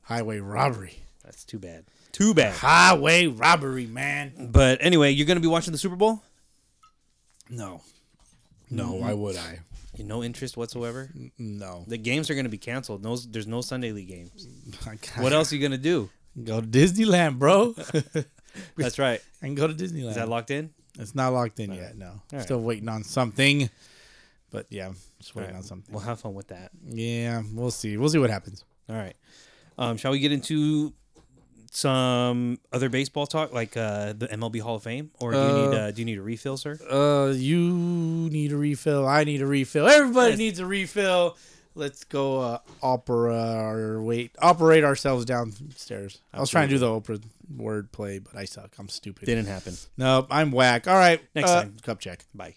S3: Highway robbery.
S4: That's too bad. Too bad.
S3: Highway robbery, man.
S4: But anyway, you're going to be watching the Super Bowl?
S3: No. No, why would I?
S4: No interest whatsoever.
S3: Mm. No.
S4: The games are going to be canceled. No, there's no Sunday league games.
S3: I gotta
S4: What else are you going to do?
S3: Go to Disneyland, bro.
S4: That's right.
S3: and go to Disneyland.
S4: Is that locked in?
S3: it's not locked in yet. No.
S4: right.
S3: Still waiting on something. But yeah, just waiting
S4: All
S3: on
S4: right.
S3: something.
S4: We'll have fun with that.
S3: Yeah, we'll see. We'll see what happens.
S4: All right. Um, shall we get into some other baseball talk, like uh, the MLB Hall of Fame, or do you need
S3: Uh,
S4: uh, do you need a refill, sir?
S3: Uh, you need a refill. I need a refill. Everybody needs a refill. Let's go uh, opera or wait operate ourselves downstairs. I was trying to do the Oprah word play, but I suck. I'm stupid.
S4: Didn't happen.
S3: Nope, I'm whack. All right,
S4: Next
S3: uh,
S4: time.
S3: cup check.
S4: Bye.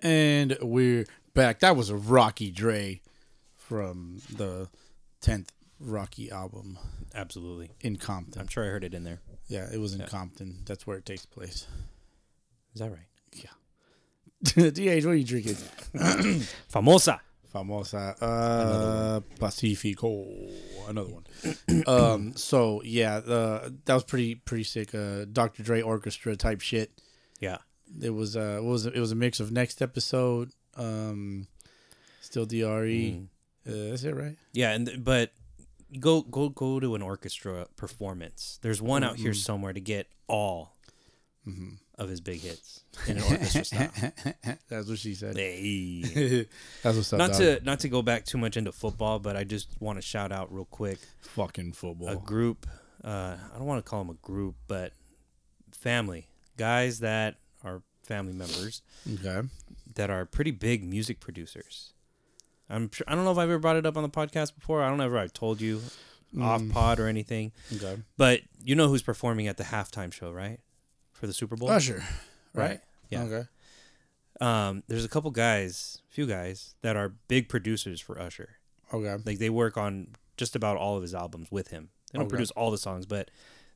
S3: And we're back. That was a Rocky Dre from the tenth Rocky album
S4: Absolutely.
S3: in Compton.
S4: I'm sure I heard it in there.
S3: Yeah, it was in Compton. That's where it takes place.
S4: Is that right?
S3: DH, what are you drinking?
S4: Famosa.
S3: Famosa. Uh, Pacifico. Another one. um, so yeah, uh, that was pretty pretty sick. Uh, Dr. Dre orchestra type shit.
S4: Yeah.
S3: It was uh, what was it? it was a mix of next episode. Um, still Dre.
S4: E.
S3: Uh, that's it, right?
S4: Mm. Yeah, and but go go go to an orchestra performance. There's one out here somewhere to get all of his big hits in an orchestra style.
S3: that's what she said.
S4: Hey.
S3: that's what's up.
S4: Not
S3: dog.
S4: to not to go back too much into football, but I just want to shout out real quick
S3: fucking football.
S4: a group. Uh, I don't want to call them a group, but family guys that are family members
S3: okay.
S4: that are pretty big music producers. I'm sure, I don't know if I've ever brought it up on the podcast before. I don't know if I've told you
S3: Mm.
S4: off pod or anything.
S3: Okay.
S4: But you know who's performing at the halftime show, right? For the Super Bowl.
S3: Usher. Right.
S4: Yeah.
S3: Okay.
S4: Um, there's a couple guys, few guys that are big producers for Usher.
S3: Okay.
S4: Like they work on just about all of his albums with him. They don't
S3: Okay.
S4: produce all the songs, but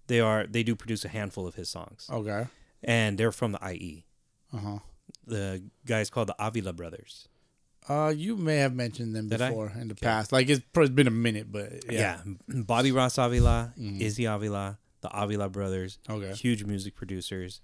S4: they are they do produce a handful of his songs.
S3: Okay.
S4: And they're from the IE.
S3: Uh huh.
S4: The guy's called the Avila Brothers.
S3: Uh, you may have mentioned them
S4: Did I?
S3: before in the past. Like it's, pro- it's been a minute, but yeah. Mm-hmm.
S4: Bobby Ross Avila, Izzy Avila, the Avila Brothers.
S3: Okay.
S4: Huge music producers.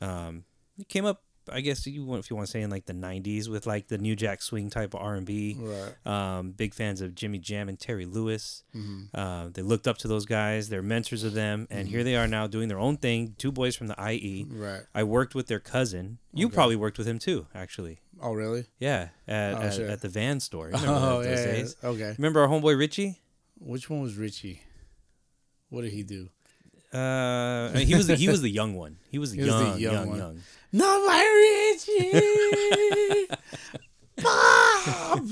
S4: Um, it came up I guess you want if you want to say in like the 90s with like the new jack swing type of R&B.
S3: Right.
S4: um, big fans of Jimmy Jam and Terry Lewis.
S3: Mm-hmm.
S4: Uh, they looked up to those guys. They're mentors of them, and here they are now doing their own thing. Two boys from the IE.
S3: Right.
S4: I worked with their cousin. You probably worked with him too, actually.
S3: Oh, really?
S4: Yeah, at,
S3: Oh,
S4: at,
S3: sure.
S4: at the van store. You remember
S3: Oh,
S4: those
S3: yeah. yeah.
S4: days?
S3: Okay.
S4: Remember our homeboy Richie?
S3: Which one was Richie? What did he do?
S4: Uh, he was the, he was the young one. He was the,
S3: He was
S4: young,
S3: the
S4: young,
S3: young
S4: young,
S3: one. Not my Richie. Bob.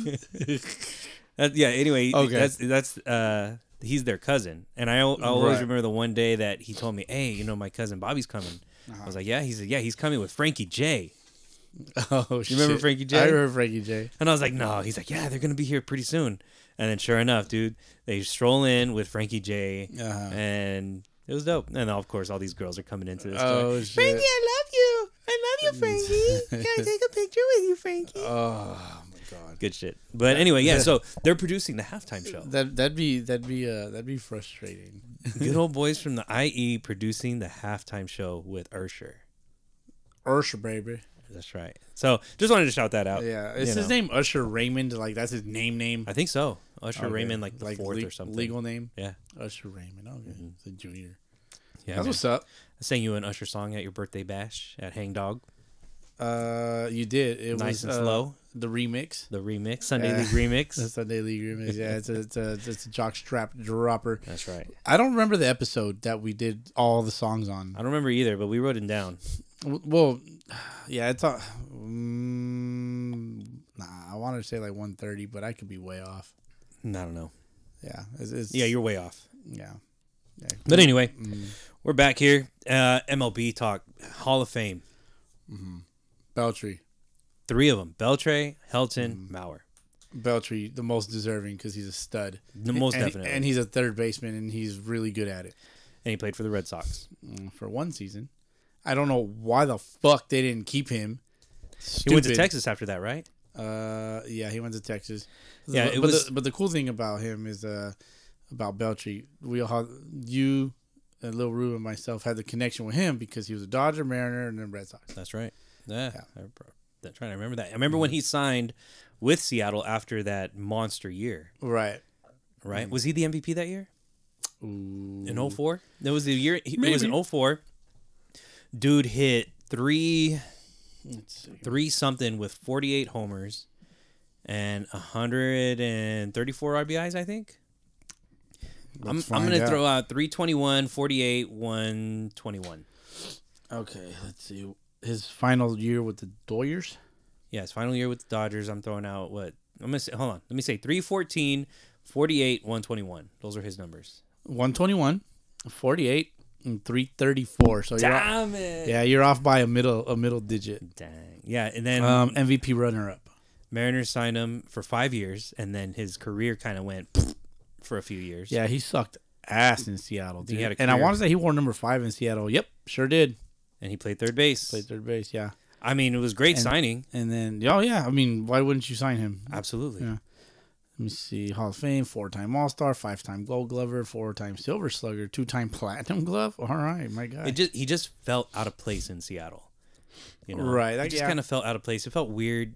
S4: That- yeah. Anyway,
S3: Okay.
S4: that's that's uh, he's their cousin, and I, al- I always
S3: Right.
S4: remember the one day
S3: Uh-huh.
S4: that he told me, "Hey, you know my cousin Bobby's coming." I was like, "Yeah." He said, "Yeah, he's coming with Frankie J."
S3: Oh, you
S4: remember Frankie J?
S3: I remember Frankie J.
S4: And I was like, no. He's like, yeah, they're gonna be here pretty soon. And then sure enough, dude, they stroll in with Frankie J.
S3: Uh-huh.
S4: And it was dope. And of course, all these girls are coming into this. store.
S3: Oh shit!
S5: Frankie, I love you. I love you, Frankie. Can I take a picture with you, Frankie?
S3: Oh my god.
S4: Good shit. But anyway, yeah. So they're producing the halftime show.
S3: That that'd be that'd be uh that'd be frustrating.
S4: Good old boys from the IE producing the halftime show with Ursher.
S3: Usher baby.
S4: That's right. So just wanted to shout that out.
S3: Yeah, is
S4: You
S3: his
S4: know.
S3: name Usher Raymond? Like that's his name name.
S4: I think so. Usher
S3: Okay.
S4: Raymond, like the fourth
S3: le-
S4: or something.
S3: Legal name
S4: Yeah.
S3: Usher Raymond. Okay, it's a junior.
S4: Yeah.
S3: that's
S4: man.
S3: what's up.
S4: I sang you an Usher song at your birthday bash at Hang Dog.
S3: Uh, you did. It
S4: Nice
S3: was
S4: and
S3: uh,
S4: slow.
S3: The remix.
S4: The remix, Sunday
S3: Yeah.
S4: League remix.
S3: The Sunday League remix. Yeah, it's a it's a, it's a jock strap dropper.
S4: That's right.
S3: I don't remember the episode that we did all the songs on.
S4: I don't remember either, but we wrote it down.
S3: W- Well, yeah, it's all. Mm, nah, I wanted to say like one thirty, but I could be way off.
S4: I don't know.
S3: Yeah, it's, it's
S4: Yeah, you're way off.
S3: yeah. yeah.
S4: But anyway, we're back here. Uh, MLB talk, Hall of Fame.
S3: Beltry,
S4: Three of them Beltray, Helton, Mauer.
S3: Beltry, the most deserving because he's a stud.
S4: The most
S3: and,
S4: definitely.
S3: and he's a third baseman, and he's really good at it.
S4: And he played for the Red Sox.
S3: Mm, For one season, I don't know why the fuck they didn't keep him.
S4: He went to
S3: Stupid.
S4: Texas after that, right?
S3: Uh, yeah, he went to Texas.
S4: Yeah,
S3: but,
S4: it
S3: but
S4: was-
S3: The, but the cool thing about him is uh, about Beltry. We all had, you, and Lil Rue, and myself had the connection with him because he was a Dodger, Mariner, and then Red Sox.
S4: That's right. Yeah. I, am trying to remember that. I remember when he signed with Seattle after that monster year,
S3: Right.
S4: right? Was he the MVP that year?
S3: Ooh.
S4: In 04? That was the year. He, it was in 04. Dude hit three
S3: Let's see.
S4: three something with 48 homers and 134 RBIs, I think. I'm,
S3: Let's
S4: I'm
S3: find
S4: going to
S3: out.
S4: throw out 321, 48, 121.
S3: Okay, let's see. His final year with the Doyers.
S4: Yeah, his final year with the Dodgers, I'm throwing out what? I'm going to say, hold on. Let me say 314, 48, 121. Those are his numbers.
S3: 121, 48, and 334. So you're off,
S4: Damn it.
S3: yeah, you're off by a middle a middle digit.
S4: Dang. Yeah, and then
S3: Um, MVP runner up.
S4: Mariners signed him for five years, and then his career kind of went for a few years.
S3: Yeah, he sucked ass in Seattle, dude.
S4: had a
S3: and I
S4: career.
S3: want to say he wore number five in Seattle. Yep, sure did.
S4: And he played third base.
S3: Played third base, yeah.
S4: I mean, it was great
S3: And-
S4: signing.
S3: And then, oh yeah, I mean, why wouldn't you sign him? Let
S4: Absolutely.
S3: Yeah. me see, Hall of Fame, four-time All-Star, five-time Gold Glover, four-time Silver Slugger, two-time Platinum Glove. All right, my
S4: It
S3: God.
S4: just he just felt out of place in Seattle. You know,
S3: Right,
S4: It
S3: that-
S4: just
S3: yeah. Mm-hmm.
S4: kind of felt out of place. It felt weird.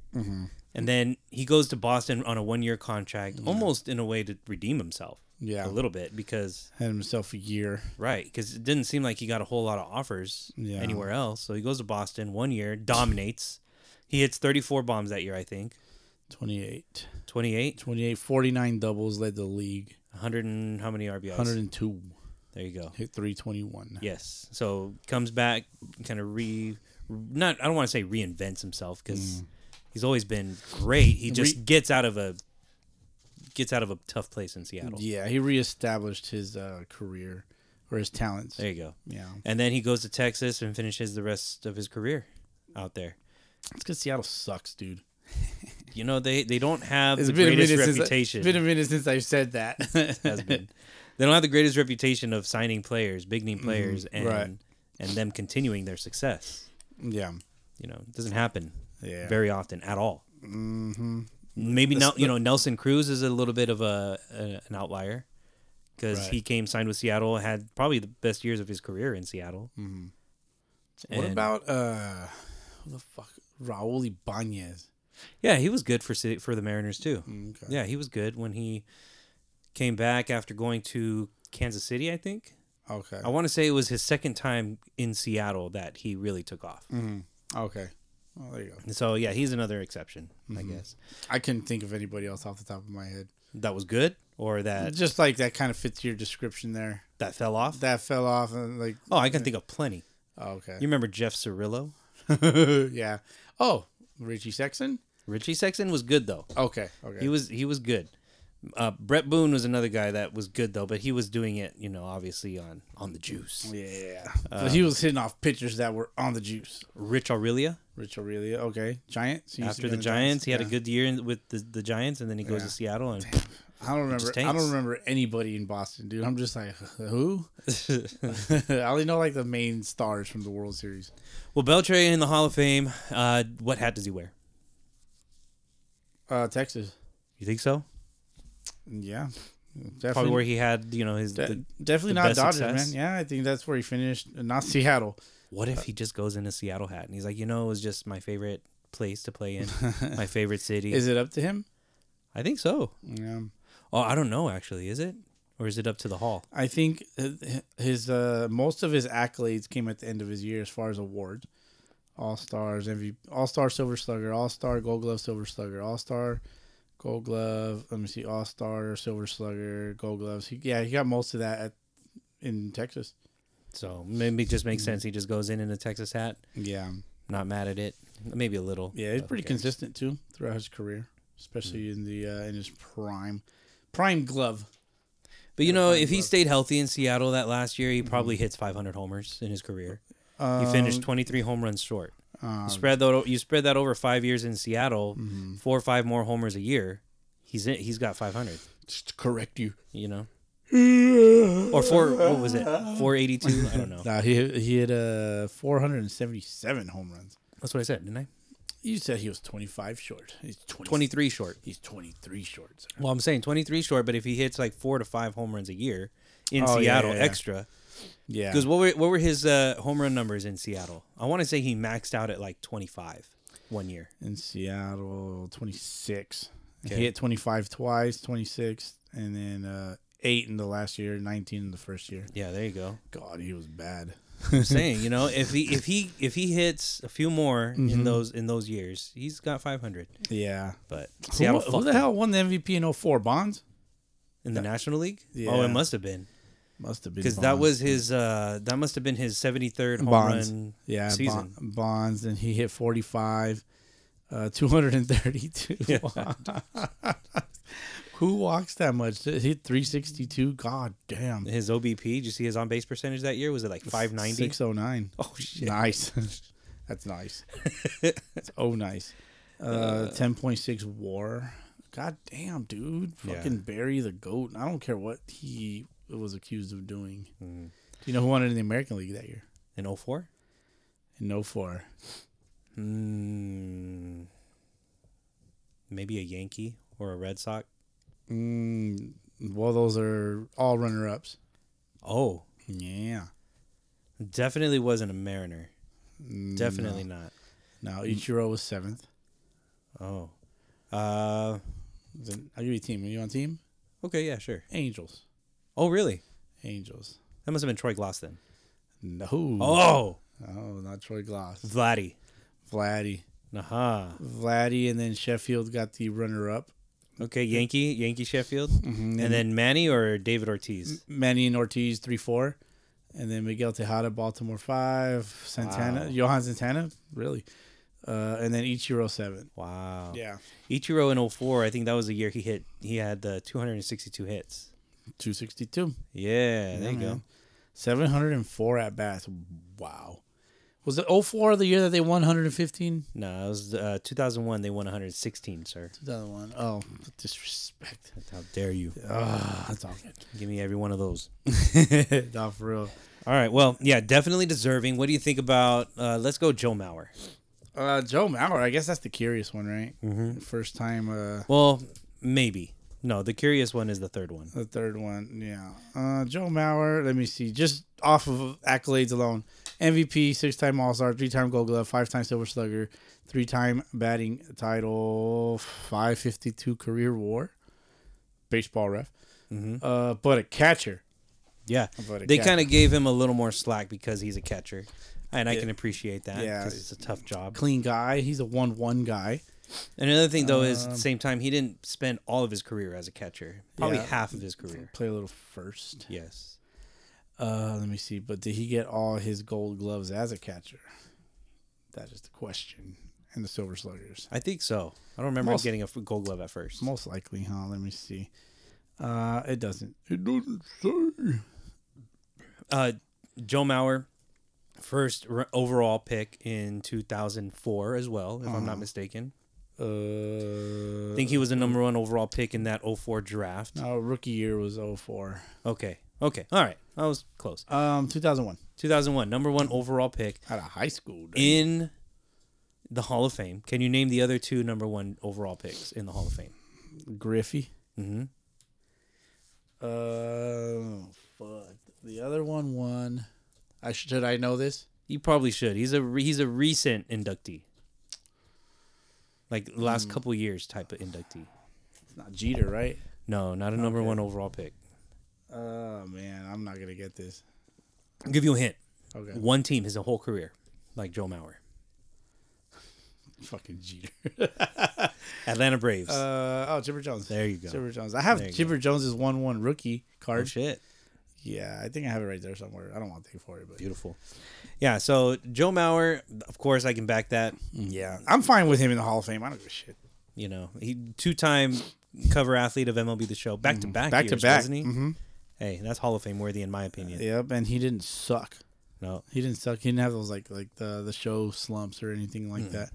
S4: And then he goes to Boston on a one-year contract, almost in a way to redeem himself.
S3: Yeah.
S4: a little bit because
S3: Had himself a year.
S4: right because it didn't seem like he got a whole lot of offers
S3: Yeah.
S4: anywhere else. So he goes to Boston one year, dominates. he hits 34 bombs that year, I think.
S3: 28.
S4: 28,
S3: 28, 49 doubles, led the league.
S4: 100 and how many RBIs?
S3: 102,
S4: There you go.
S3: hit 321.
S4: Yes. So comes back, kind of re, not I don't want to say reinvents himself because he's always been great. He just
S3: Mm. Re-
S4: gets out of a gets out of a tough place in Seattle.
S3: Yeah, he reestablished his uh, career or his talents.
S4: There you go.
S3: Yeah.
S4: And then he goes to Texas and finishes the rest of his career out there.
S3: It's because Seattle sucks, dude.
S4: You know they they don't have
S3: It's
S4: the
S3: been a
S4: greatest
S3: minute since I-
S4: reputation.
S3: it's been a minute since I've said that.
S4: has been. They don't have the greatest reputation of signing players, big name players, and
S3: Mm-hmm. right.
S4: and them continuing their success.
S3: yeah.
S4: You know, it doesn't happen
S3: Yeah.
S4: very often at all. Mm-hmm. Maybe Nel- you know Nelson Cruz is a little bit of a, a an outlier because
S3: Right.
S4: he came signed with Seattle, had probably the best years of his career in Seattle.
S3: Mm-hmm. What
S4: And-
S3: about uh who the fuck Raul Ibanez?
S4: Yeah, he was good for Ci- for the Mariners too.
S3: Okay.
S4: Yeah, he was good when he came back after going to Kansas City, I think.
S3: Okay.
S4: I want to say it was his second time in Seattle that he really took off.
S3: Okay. Well, there you go.
S4: And So yeah, he's another exception, I guess.
S3: I couldn't think of anybody else off the top of my head.
S4: That was good or that
S3: Just like that kind of fits your description there.
S4: that fell off.
S3: That fell off and like
S4: Oh, I can think of plenty.
S3: oh,
S4: You remember Jeff Cirillo?
S3: okay. yeah. Oh, Richie Sexton?
S4: Richie Sexton was good though.
S3: Okay. Okay.
S4: He was he was good. Uh, Brett Boone was another guy that was good though, but he was doing it, you know, obviously on on the juice.
S3: Yeah. but
S4: Uh,
S3: he was hitting off pitchers that were on the juice.
S4: Rich Aurelia
S3: Rich Aurelia, okay. Giants. he used to
S4: after
S3: be
S4: the
S3: on
S4: Giants, he had a good year in, with the, the Giants, and then he goes
S3: Yeah.
S4: to Seattle and
S3: I don't remember.
S4: just
S3: I don't
S4: tanks.
S3: remember anybody in Boston, dude. I'm just like, who? I only know like the main stars from the World Series.
S4: Well, Beltray in the Hall of Fame. Uh, what hat does he wear?
S3: Uh, Texas.
S4: You think so?
S3: Yeah,
S4: Probably
S3: definitely.
S4: where he had, you know, his.
S3: de-
S4: the-
S3: definitely
S4: the
S3: not
S4: best
S3: Dodgers,
S4: success.
S3: man. Yeah, I think that's where he finished. Not Seattle.
S4: what
S3: uh,
S4: if he just goes in a Seattle hat and he's like, you know, it was just my favorite place to play in, my favorite city.
S3: Is it up to him?
S4: I think so.
S3: Yeah.
S4: Oh, I don't know actually. Is it or is it up to the Hall?
S3: I think h- his uh, most of his accolades came at the end of his year, as far as awards, All Stars, MVP, All Star Silver Slugger, All Star Gold Glove Silver Slugger, All Star Gold Glove. Let me see, All Star Silver Slugger, Gold Gloves. He, yeah, he got most of that at, in Texas.
S4: So maybe it just
S3: Mm.
S4: makes sense. He just goes in in a Texas hat.
S3: Yeah,
S4: Not mad at it. Maybe a little.
S3: yeah, he's
S4: but who
S3: pretty
S4: cares?
S3: consistent too throughout his career, especially in the uh, in his prime, prime glove.
S4: But you know, if he stayed healthy in Seattle that last year,
S3: Mm-hmm.
S4: he probably hits 500 homers in his career.
S3: Um,
S4: he finished 23 home runs short. you spread that you spread that over five years in Seattle,
S3: Mm-hmm.
S4: four or five more homers a year. He's in, he's got 500.
S3: Just to correct you.
S4: You know, or four. What was it? 482. I don't know.
S3: Nah, he he had uh, 477 home runs.
S4: That's what I said, didn't I?
S3: You said he was 25 short. He's 20,
S4: 23 short.
S3: He's 23 short. sir.
S4: Well, I'm saying 23 short, but if he hits like four to five home runs a year in
S3: Oh, yeah,
S4: Seattle
S3: yeah, yeah.
S4: extra,
S3: Yeah.
S4: because what were what were his uh, home run numbers in Seattle? I want to say he maxed out at like 25 one year.
S3: in Seattle, 26.
S4: Okay.
S3: He hit 25 twice, 26, and then uh, 8 in the last year, 19 in the first year.
S4: Yeah, there you go.
S3: God, he was bad.
S4: I'm saying, you know, if he if he if he hits a few more
S3: Mm-hmm.
S4: in those in those years, he's got 500.
S3: Yeah.
S4: But
S3: Who,
S4: Seattle,
S3: who
S4: fucked
S3: the
S4: him.
S3: hell won the MVP in 04? Bonds?
S4: in the National League? Oh,
S3: Yeah.
S4: it must have been
S3: Must have been.
S4: because that
S3: Bonds.
S4: was his uh that must have been his 73rd home
S3: Bonds.
S4: run
S3: yeah,
S4: season.
S3: Bon- Bonds, and he hit 45, uh, 232. Who walks that much? He hit 362. God damn.
S4: His OBP, did you see his on base percentage that year? Was it like 590?
S3: 609.
S4: Oh shit!
S3: Nice. That's nice. That's oh nice. Uh, 10.6 war. God damn, dude.
S4: Yeah.
S3: Fucking bury the goat. I don't care what he was accused of doing.
S4: Mm-hmm.
S3: Do you know who won it in the American League that year?
S4: In 04?
S3: In 04.
S4: Mm, maybe a Yankee or a Red Sox.
S3: Mm, well, those are all runner ups.
S4: Oh,
S3: Yeah.
S4: definitely wasn't a Mariner. Definitely not.
S3: No, Ichiro was seventh.
S4: Oh. Uh,
S3: Then I'll give you a team. Are you on team?
S4: okay, yeah, sure.
S3: Angels.
S4: Oh, really?
S3: Angels.
S4: That must have been Troy Gloss then.
S3: No.
S4: Oh,
S3: Oh, not Troy Gloss.
S4: Vladdy.
S3: Vladdy.
S4: Aha.
S3: Vladdy, and then Sheffield got the runner up.
S4: Okay, Yankee, Yankee Sheffield.
S3: Mm,
S4: And then Manny or David Ortiz?
S3: Manny and Ortiz three four, and then Miguel Tejada Baltimore five. Santana Johan Santana really, uh, and then Ichiro seven.
S4: Wow.
S3: Yeah,
S4: Ichiro in 04, I think that was the year he hit, he had the 262 hits.
S3: two sixty two.
S4: Yeah, there you go.
S3: man. 704 at bats. Wow. Was it 04 the year that they won 115?
S4: No, it was uh, 2001. They won 116, sir.
S3: 2001. Oh, disrespect.
S4: How dare you?
S3: Ah, that's all good.
S4: Give me every one of those.
S3: Not for real.
S4: All right. Well, yeah, definitely deserving. What do you think about? Uh, let's go, Joe Mauer.
S3: Uh, Joe Mauer, I guess that's the curious one, right? Mm-hmm. First time, uh,
S4: Well, maybe. No, the curious one is the third one.
S3: the third one. Yeah. Uh, Joe Mauer, let me see. Just off of accolades alone MVP, six time All Star, three time Gold Glove, five time Silver Slugger, three time batting title, 552 career war, baseball ref. Uh, but a catcher.
S4: Yeah,
S3: About a
S4: they
S3: catcher.
S4: kind of gave him a little more slack because he's a catcher, and I can appreciate that.
S3: Yeah.
S4: because it's a tough job.
S3: Clean guy. He's a 1 1 guy.
S4: Another thing though is
S3: Um,
S4: at the same time he didn't spend all of his career as a catcher. Probably
S3: Yeah.
S4: half of his career.
S3: Play a little first.
S4: Yes.
S3: Uh, let me see. But did he get all his gold gloves as a catcher? That is the question. And the Silver Sluggers.
S4: I think so. I don't remember him
S3: Most-
S4: getting a f- gold glove at first.
S3: Most likely, huh? Let me see. Uh, it doesn't. It doesn't say.
S4: Uh, Joe Mauer, first r- overall pick in 2004 as well, if I'm not mistaken. I
S3: Uh-huh. Uh,
S4: think he was the number one overall pick in that 04 draft.
S3: no, Uh, rookie year was 04.
S4: Okay. Okay. All right. I was close.
S3: Um, 2001.
S4: 2001, number one overall pick
S3: Out of high school. dude.
S4: in the Hall of Fame. Can you name the other two number one overall picks in the Hall of Fame?
S3: Griffey.
S4: Mm-hmm.
S3: Uh, fuck. The other one won. I sh- should I know this?
S4: You probably should. He's a re- he's a recent inductee, like last
S3: Hmm.
S4: couple years type of inductee.
S3: It's not Jeter, right?
S4: No, not a number one overall pick.
S3: Oh man, I'm not gonna get this.
S4: I'll give you a hint.
S3: Okay.
S4: One team his whole career, like Joe Mauer,
S3: Fucking Jeter.
S4: Atlanta Braves.
S3: Uh, oh, Chipper Jones.
S4: There you go.
S3: Chipper Jones. I have
S4: you
S3: Chipper Jones's one one rookie
S4: oh
S3: card.
S4: shit,
S3: yeah, I think I have it right there somewhere. I don't want to take for it, but
S4: beautiful. Yeah, so Joe Mauer, of course, I can back that.
S3: mm, yeah, I'm fine with him in the Hall of Fame. I don't give a shit.
S4: You know, he two-time cover athlete of MLB The Show, back to back,
S3: Mm-hmm. Back to
S4: years,
S3: back.
S4: wasn't he?
S3: Mm-hmm.
S4: Hey, that's Hall of Fame worthy in my opinion.
S3: Yep, and he didn't suck.
S4: No,
S3: He didn't suck. He didn't have those like like the the show slumps or anything like that.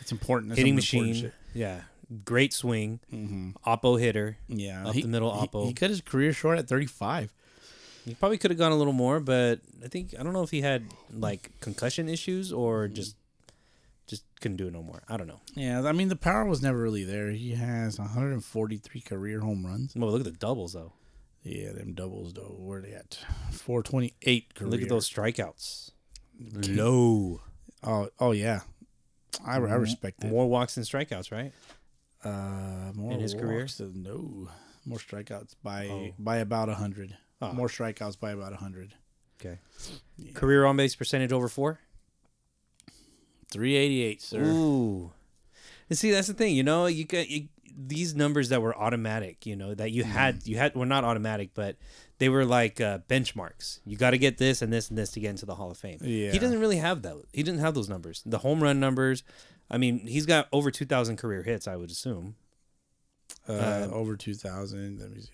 S3: It's important. That's
S4: hitting
S3: some important
S4: machine. Yeah, great swing, oppo hitter.
S3: shit. Yeah,
S4: Up the middle oppo.
S3: He, he cut his career short at 35.
S4: He probably could have gone a little more, but I think I don't know if he had like concussion issues or
S3: Mm-hmm.
S4: just just couldn't do it no more. I don't know.
S3: Yeah, I mean the power was never really there. He has 143 career home runs.
S4: Well, look at the doubles though.
S3: Yeah, them doubles though. Where they at? 428 career.
S4: Look at those strikeouts. Low.
S3: Oh, oh yeah. I, I respect that.
S4: More walks than strikeouts, right?
S3: uh, more
S4: in his career? Oh.
S3: walks than- no, more strikeouts by by about a hundred.
S4: Ah.
S3: More strikeouts by about a hundred.
S4: Okay. Career on base percentage over four.
S3: 388, sir.
S4: Ooh. And see, that's the thing. You know, you got you, these numbers that were automatic. You know that
S3: Mm-hmm.
S4: you had you had were not automatic, but they were like uh, benchmarks. You got to get this and this and this to get into the Hall of Fame.
S3: Yeah.
S4: He doesn't really have that. He didn't have those numbers. The home run numbers. I mean, he's got over two thousand career hits. I would assume.
S3: Uh, over 2,000. Let me see.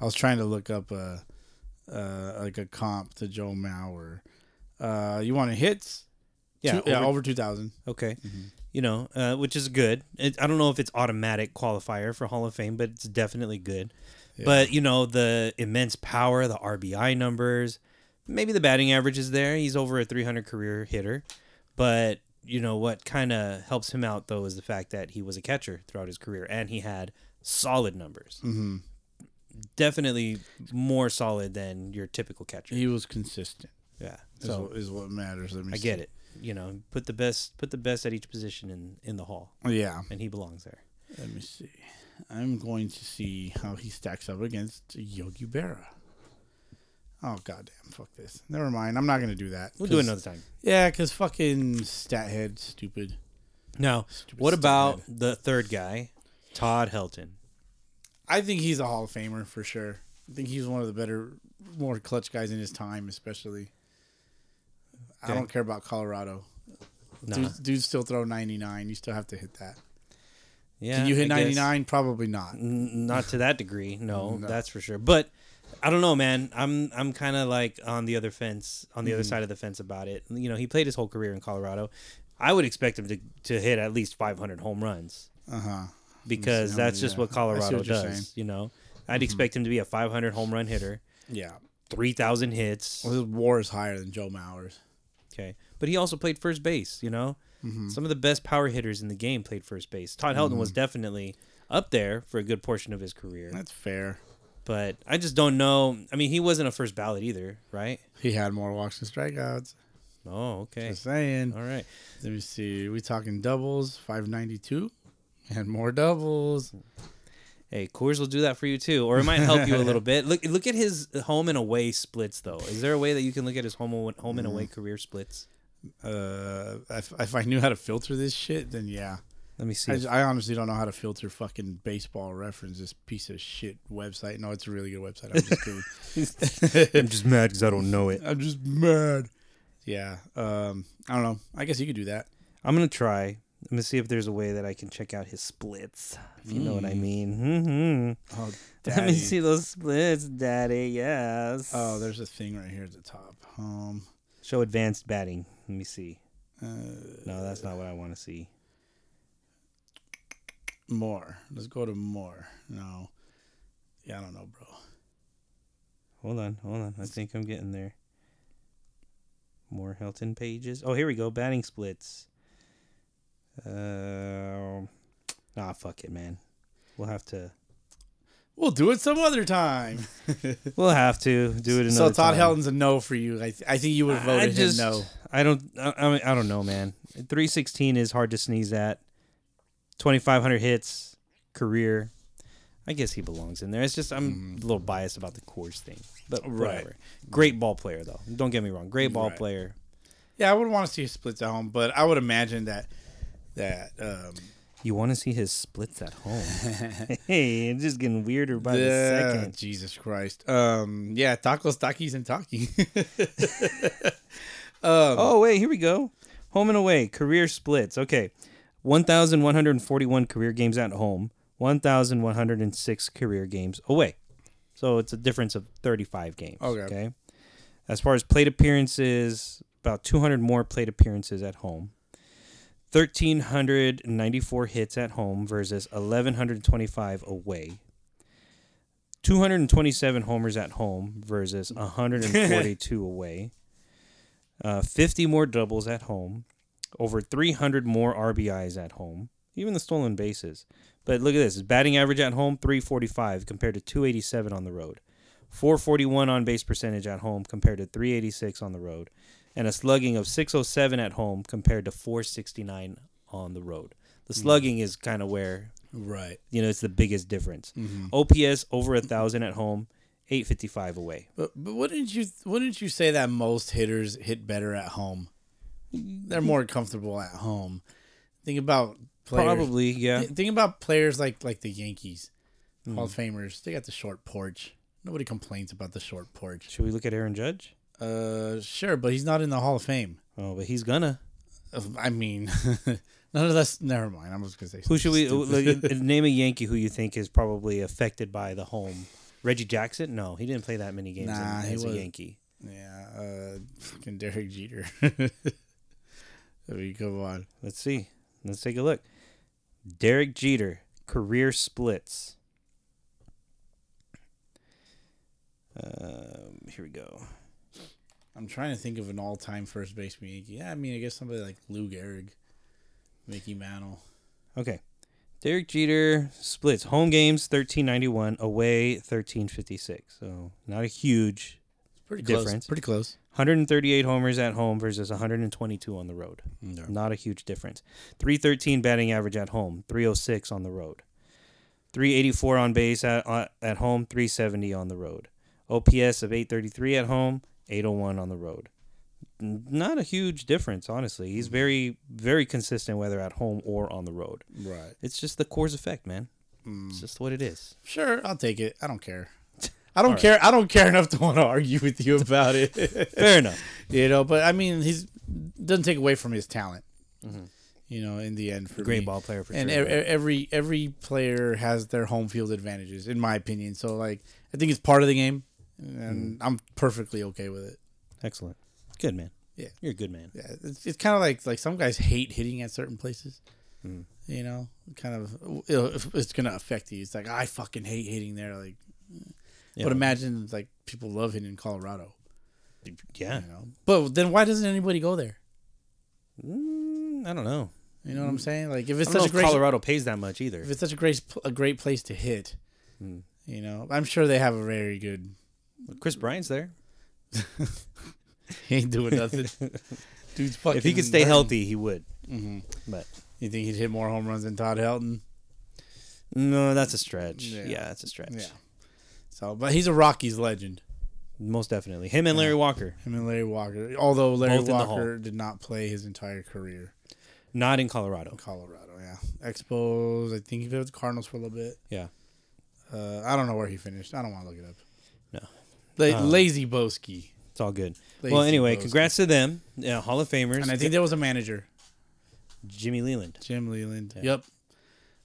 S3: I was trying to look up a uh, like a comp to Joe Mauer. Uh, you want hits?
S4: Yeah.
S3: Two- yeah,
S4: over-
S3: over 2,000.
S4: okay. You know, uh, which is good. It, I don't know if it's automatic qualifier for Hall of Fame, but it's definitely good. But you know, the immense power, the RBI numbers, maybe the batting average is there. He's over a 300 career hitter, but you know what kind of helps him out though is the fact that he was a catcher throughout his career and he had solid numbers. Mm-hmm. Definitely more solid than your typical catcher.
S3: He was consistent.
S4: yeah.
S3: Is,
S4: So
S3: what, is what matters. Let me
S4: I get it. You know, put the best put the best at each position in in the hall
S3: Yeah.
S4: and he belongs there.
S3: Let me see. I'm going to see how he stacks up against Yogi Berra. Oh goddamn! Fuck this. Never mind. I'm not gonna do that.
S4: We'll do
S3: 'cause-
S4: it another time.
S3: Yeah, cause fucking Stathead, stupid.
S4: Now, what about the third guy, Todd Helton?
S3: I think he's a Hall of Famer for sure. I think he's one of the better, more clutch guys in his time, especially. I don't care about Colorado.
S4: Nah.
S3: Dudes, dudes still throw 99. You still have to hit that.
S4: yeah,
S3: Can you hit
S4: I guess
S3: 99? Probably not.
S4: n- not to that degree. No, that's for sure. But I don't know, man. I'm I'm kind of like on the other fence, on the other
S3: Mm-hmm.
S4: side of the fence about it. You know, he played his whole career in Colorado. I would expect him to to hit at least 500 home runs
S3: Uh huh.
S4: because
S3: how
S4: that's
S3: many-
S4: just
S3: yeah.
S4: what
S3: I see what
S4: Colorado
S3: you're
S4: does.
S3: saying. Mm-hmm.
S4: You know, I'd expect him to be a 500 home run hitter,
S3: Yeah.
S4: 3,000 hits.
S3: Well, his WAR is higher than Joe Mauer's.
S4: Okay. But he also played first base, you know? Some of the best power hitters in the game played first base. Todd Helton was definitely up there for a good portion of his career.
S3: That's fair.
S4: But I just don't know. I mean, he wasn't a first ballot either, right?
S3: He had more walks and strikeouts.
S4: Oh, okay.
S3: Just saying.
S4: All right.
S3: Let me see. We talking doubles? 592. And more doubles.
S4: Hey, Coors will do that for you too, or it might help you a little bit. Look, look at his home and away splits, though. Is there a way that you can look at his home aw- home and away career splits?
S3: Uh, if, if I knew how to filter this shit, then yeah.
S4: Let me see.
S3: I, I honestly don't know how to filter fucking baseball reference. This piece of shit website. No, it's a really good website. I'm just kidding.
S4: I'm just mad because I don't know it.
S3: I'm just mad. Yeah. Um. I don't know. I guess you could do that.
S4: I'm gonna try. Let me see if there's a way that I can check out his splits, if you know what I mean. hmm
S3: Oh,
S4: Let me
S3: daddy.
S4: see those splits, daddy. Yes.
S3: Oh, there's a thing right here at the top. Um,
S4: Show advanced batting. Let me see.
S3: uh,
S4: No, that's not what I want to see.
S3: more. Let's go to more. No. Yeah, I don't know, bro.
S4: Hold on, hold on. I think I'm getting there. More Helton pages. Oh, here we go. Batting splits. Uh, nah, fuck it, man. We'll have to.
S3: We'll do it some other time.
S4: We'll have to do it another.
S6: so Todd
S4: time.
S6: Helton's a no for you. I, th- I think you would have
S4: I
S6: voted
S4: just,
S6: him no.
S4: I don't. I, I, mean, I don't know, man. Three sixteen is hard to sneeze at. Twenty five hundred hits career. I guess he belongs in there. It's just I'm
S6: Mm-hmm.
S4: a little biased about the course thing, but whatever. Great ball player though. Don't get me wrong. Great ball
S3: Right.
S4: player.
S6: Yeah, I would want to see a split at home, but I would imagine that that um,
S4: You want to see his splits at home? hey, it's just getting weirder by
S6: Yeah,
S4: the second.
S6: Jesus Christ. Um, yeah, tacos, takis, and taki. um,
S4: Oh wait, here we go. Home and away career splits. Okay, one thousand one hundred forty-one career games at home, one thousand one hundred and six career games away. So it's a difference of thirty-five games.
S6: Okay.
S4: okay? As far as plate appearances, about two hundred more plate appearances at home. 1394 hits at home versus 1125 away 227 homers at home versus 142 away. Uh, 50 more doubles at home, over 300 more RBIs at home, even the stolen bases. But look at this: his batting average at home 345 compared to 287 on the road, 441 on base percentage at home compared to 386 on the road, and a slugging of 607 at home compared to 469 on the road. The slugging is kind of where
S3: right.
S4: you know, it's the biggest difference. OPS over a thousand at home, eight fifty five away.
S3: But, but wouldn't you wouldn't you say that most hitters hit better at home? They're more comfortable at home. Think about players.
S4: Probably, yeah. Hmm.
S3: Th- Think about players like like the Yankees, Hall of Famers. They got the short porch. Nobody complains about the short porch.
S4: Should we look at Aaron Judge?
S3: Uh, sure, but he's not in the Hall of Fame.
S4: Oh, but he's gonna.
S3: Uh, I mean, none of that's. Never mind. I'm just gonna say.
S4: Who should we
S3: something
S4: look,
S3: stupid.
S4: name a Yankee who you think is probably affected by the home? Reggie Jackson? No, he didn't play that many games
S3: Nah,
S4: in,
S3: he
S4: as a
S3: wasn't.
S4: Yankee.
S3: yeah, uh, fucking Derek Jeter. I mean, come on.
S4: Let's see. Let's take a look. Derek Jeter career splits. Um, here we go.
S3: I'm trying to think of an all-time first baseman Yankee. Yeah, I mean, I guess somebody like Lou Gehrig, Mickey Mantle.
S4: Okay. Derek Jeter splits home games 1391, away 1356. So not a huge
S3: It's pretty
S4: close.
S3: close.
S4: Difference.
S3: Pretty close.
S4: 138 homers at home versus 122 on the road. Not a huge difference. 313 batting average at home, 306 on the road. 384 on base at, uh, at home, 370 on the road. OPS of 833 at home, 801 on the road. N- Not a huge difference, honestly.
S3: Mm-hmm.
S4: He's very, very consistent whether at home or on the road.
S3: Right. Mm.
S4: It's just the Coors effect, man. It's just what it is.
S3: Sure, I'll take it. I don't care. I don't care. I don't care enough to want to argue with you about it.
S4: Fair enough.
S3: you know, but I mean, he's doesn't take away from his talent. You know, in the end, for
S4: Mm-hmm. Great
S3: me.
S4: ball player for
S3: and
S4: sure.
S3: e- e- every every player has their home field advantages, in my opinion. So, like, I think it's part of the game,
S4: Mm-hmm.
S3: and I'm perfectly okay with it.
S4: Excellent. Good man.
S3: Yeah.
S4: You're a good man.
S3: Yeah, it's, it's kind of like like some guys hate hitting at certain places.
S4: Mm-hmm.
S3: You know, kind of it'll- if it's gonna affect you. It's like I fucking hate hitting there. Like,
S4: Yeah.
S3: but imagine like people love hitting in Colorado.
S4: Yeah.
S3: You know, but then why doesn't anybody go there?
S4: Mm, I don't know.
S3: You know what I'm saying? Like, if
S4: I
S3: it's
S4: don't
S3: such a
S4: know if
S3: great
S4: Mm-hmm. Colorado pays that much either.
S3: if it's such a great pl- a great place to hit,
S4: Mm.
S3: you know, I'm sure they have a very good.
S4: Chris Bryant's there.
S3: He ain't doing nothing. Dude's fucking. Mm-hmm.
S4: If he could stay
S3: hurt.
S4: healthy, he would. But
S3: you think he'd hit more home runs than Todd Helton?
S4: no, that's a stretch. Yeah,
S3: Yeah.
S4: that's a stretch.
S3: Yeah. So, but he's a Rockies legend.
S4: Most definitely. Him and Larry Walker,
S3: Him and Larry Walker. Although Larry
S4: Both in the
S3: Walker did not play his entire career
S4: not in Colorado.
S3: in Colorado. Yeah, Expos. I think he played with the Cardinals for a little bit.
S4: Yeah.
S3: Uh, I don't know where he finished. I don't want to look it up.
S4: No. Um,
S3: La- Lazy Boski.
S4: It's all good.
S3: Lazy
S4: well, anyway,
S3: Bogues.
S4: congrats to them. Yeah, Hall of Famers.
S3: And I think there was a manager.
S4: Jimmy Leland.
S3: Jim Leland. Yep.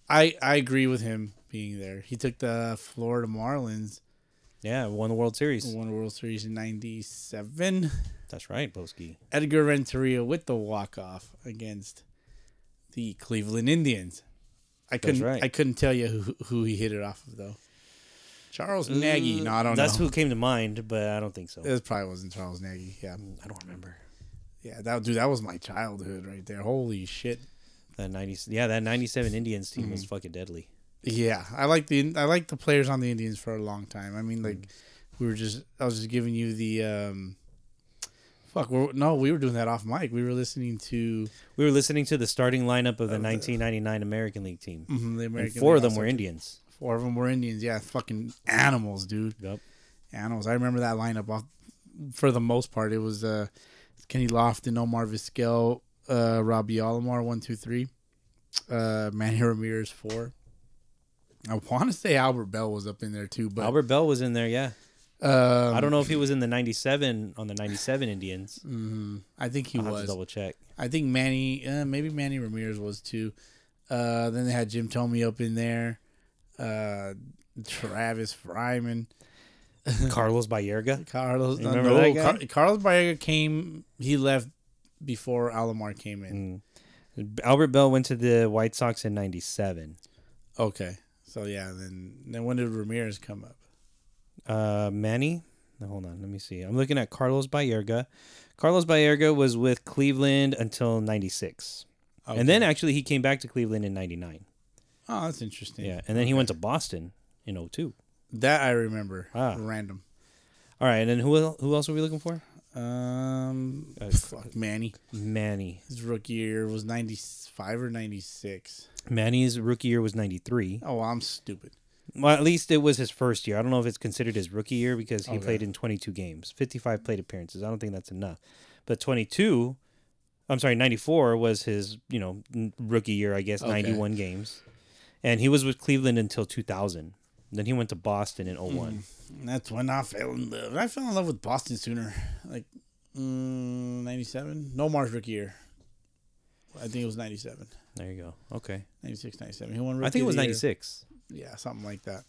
S3: I I agree with him being there. He took the Florida Marlins,
S4: Yeah, won the World Series.
S3: won a World Series in '97.
S4: That's right, Boski.
S3: Edgar Renteria with the walk off against the Cleveland Indians. I couldn't.
S4: right.
S3: I couldn't tell you who who he hit it off of though. Charles Nagy. No, I don't
S4: Uh, That's
S3: know. Uh,
S4: who came to mind, but I don't think so.
S3: That's probably wasn't Charles Nagy. Yeah,
S4: I don't remember.
S3: yeah. That dude. That was my childhood right there. Holy shit.
S4: That 90, yeah, that 97 Indians team was
S3: Mm-hmm.
S4: fucking deadly.
S3: Yeah, I like the I like the players on the Indians for a long time. I mean,
S4: Hmm.
S3: like we were just I was just giving you the um, fuck. We're, no, we were doing that off mic. We were listening to
S4: We were listening to the starting lineup of the 1999 American League team.
S3: mm, the American.
S4: and four
S3: League
S4: of them
S3: All-Star
S4: were
S3: Team.
S4: Indians.
S3: Four of them were Indians. Yeah, fucking animals, dude.
S4: Yep.
S3: Animals. I remember that lineup off for the most part. It was uh, Kenny Lofton, Omar Vizquel, uh, Robbie Alomar, one, two, three. Uh, Manny Ramirez, four. I want to say Albert Bell was up in there too, but
S4: Albert Bell was in there, yeah.
S3: um,
S4: I don't know if he was in the 97 on the 97 Indians.
S3: I think he
S4: I'll have
S3: was.
S4: to double check.
S3: I think Manny, uh, maybe Manny Ramirez was too. Uh, then they had Jim Tomey up in there, uh, Travis Fryman,
S4: Carlos Bayerga.
S3: Carlos.
S4: You remember that guy?
S3: Car- Carlos Baega came. He left before Alomar came
S4: Mm.
S3: in.
S4: Albert Bell went to the White Sox in 97.
S3: Okay, so yeah. Then then when did Ramirez come up?
S4: Uh, Manny, no, hold on, let me see. I'm looking at Carlos Bayerga. Carlos Bayerga was with Cleveland until 96. And then actually he came back to Cleveland in 99.
S3: Oh, that's interesting.
S4: Yeah, and then he went to Boston in 02.
S3: that I remember.
S4: Ah.
S3: Random.
S4: All right, and then who el- who else were we looking for?
S3: Um,
S4: Uh,
S3: fuck Manny.
S4: Manny.
S3: His rookie year was ninety five or ninety six.
S4: Manny's rookie year was 93.
S3: Oh, I'm stupid.
S4: Well, at least it was his first year. I don't know if it's considered his rookie year because he played in 22 games, 55 plate appearances. I don't think that's enough. But 22, I'm sorry, 94 was his, you know, n- rookie year, I guess, 91 games. And he was with Cleveland until 2000. Then he went to Boston in
S3: Hmm.
S4: 01.
S3: And That's when I fell in love. I fell in love with Boston sooner, like '97. No Mars rookie year. I think it was '97,
S4: There you go. Okay.
S3: 96, 97. He won. Rookie
S4: I think it
S3: of
S4: was
S3: the year.
S4: 96.
S3: Yeah, something like that.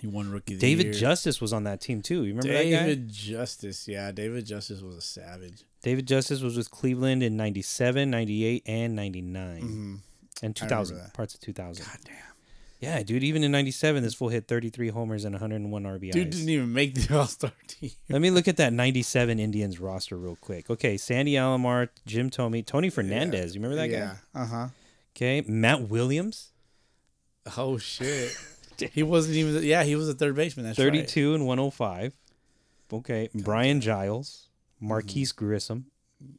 S3: He won rookie. Of the
S4: David
S3: year.
S4: Justice was on that team too. You remember that guy?
S3: David Justice. Yeah, David Justice was a savage.
S4: David Justice was with Cleveland in 97, 98, and 99. And 2000,
S3: Mm-hmm. that.
S4: parts of 2000.
S3: God damn.
S4: Yeah, dude. Even in '97, this fool hit 33 homers and 101 RBIs.
S3: Dude didn't even make the All Star team.
S4: Let me look at that '97 Indians roster real quick. Okay, Sandy Alomar, Jim Tomey, Tony Fernandez. You remember that
S3: yeah.
S4: guy?
S3: Uh huh.
S4: Okay, Matt Williams,
S3: Oh shit. he wasn't even. Yeah, he was a third baseman. That's
S4: 32 and 105. Okay, Brian Giles, Marquise
S3: Mm-hmm.
S4: Grissom,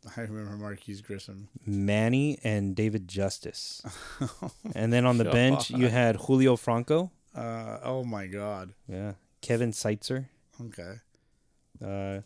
S3: Right. I remember Marquise Grissom.
S4: Manny, and David Justice. and then on the bench, you had Julio Franco.
S3: Uh, oh my god.
S4: Yeah, Kevin Seitzer,
S3: Okay.
S4: uh, and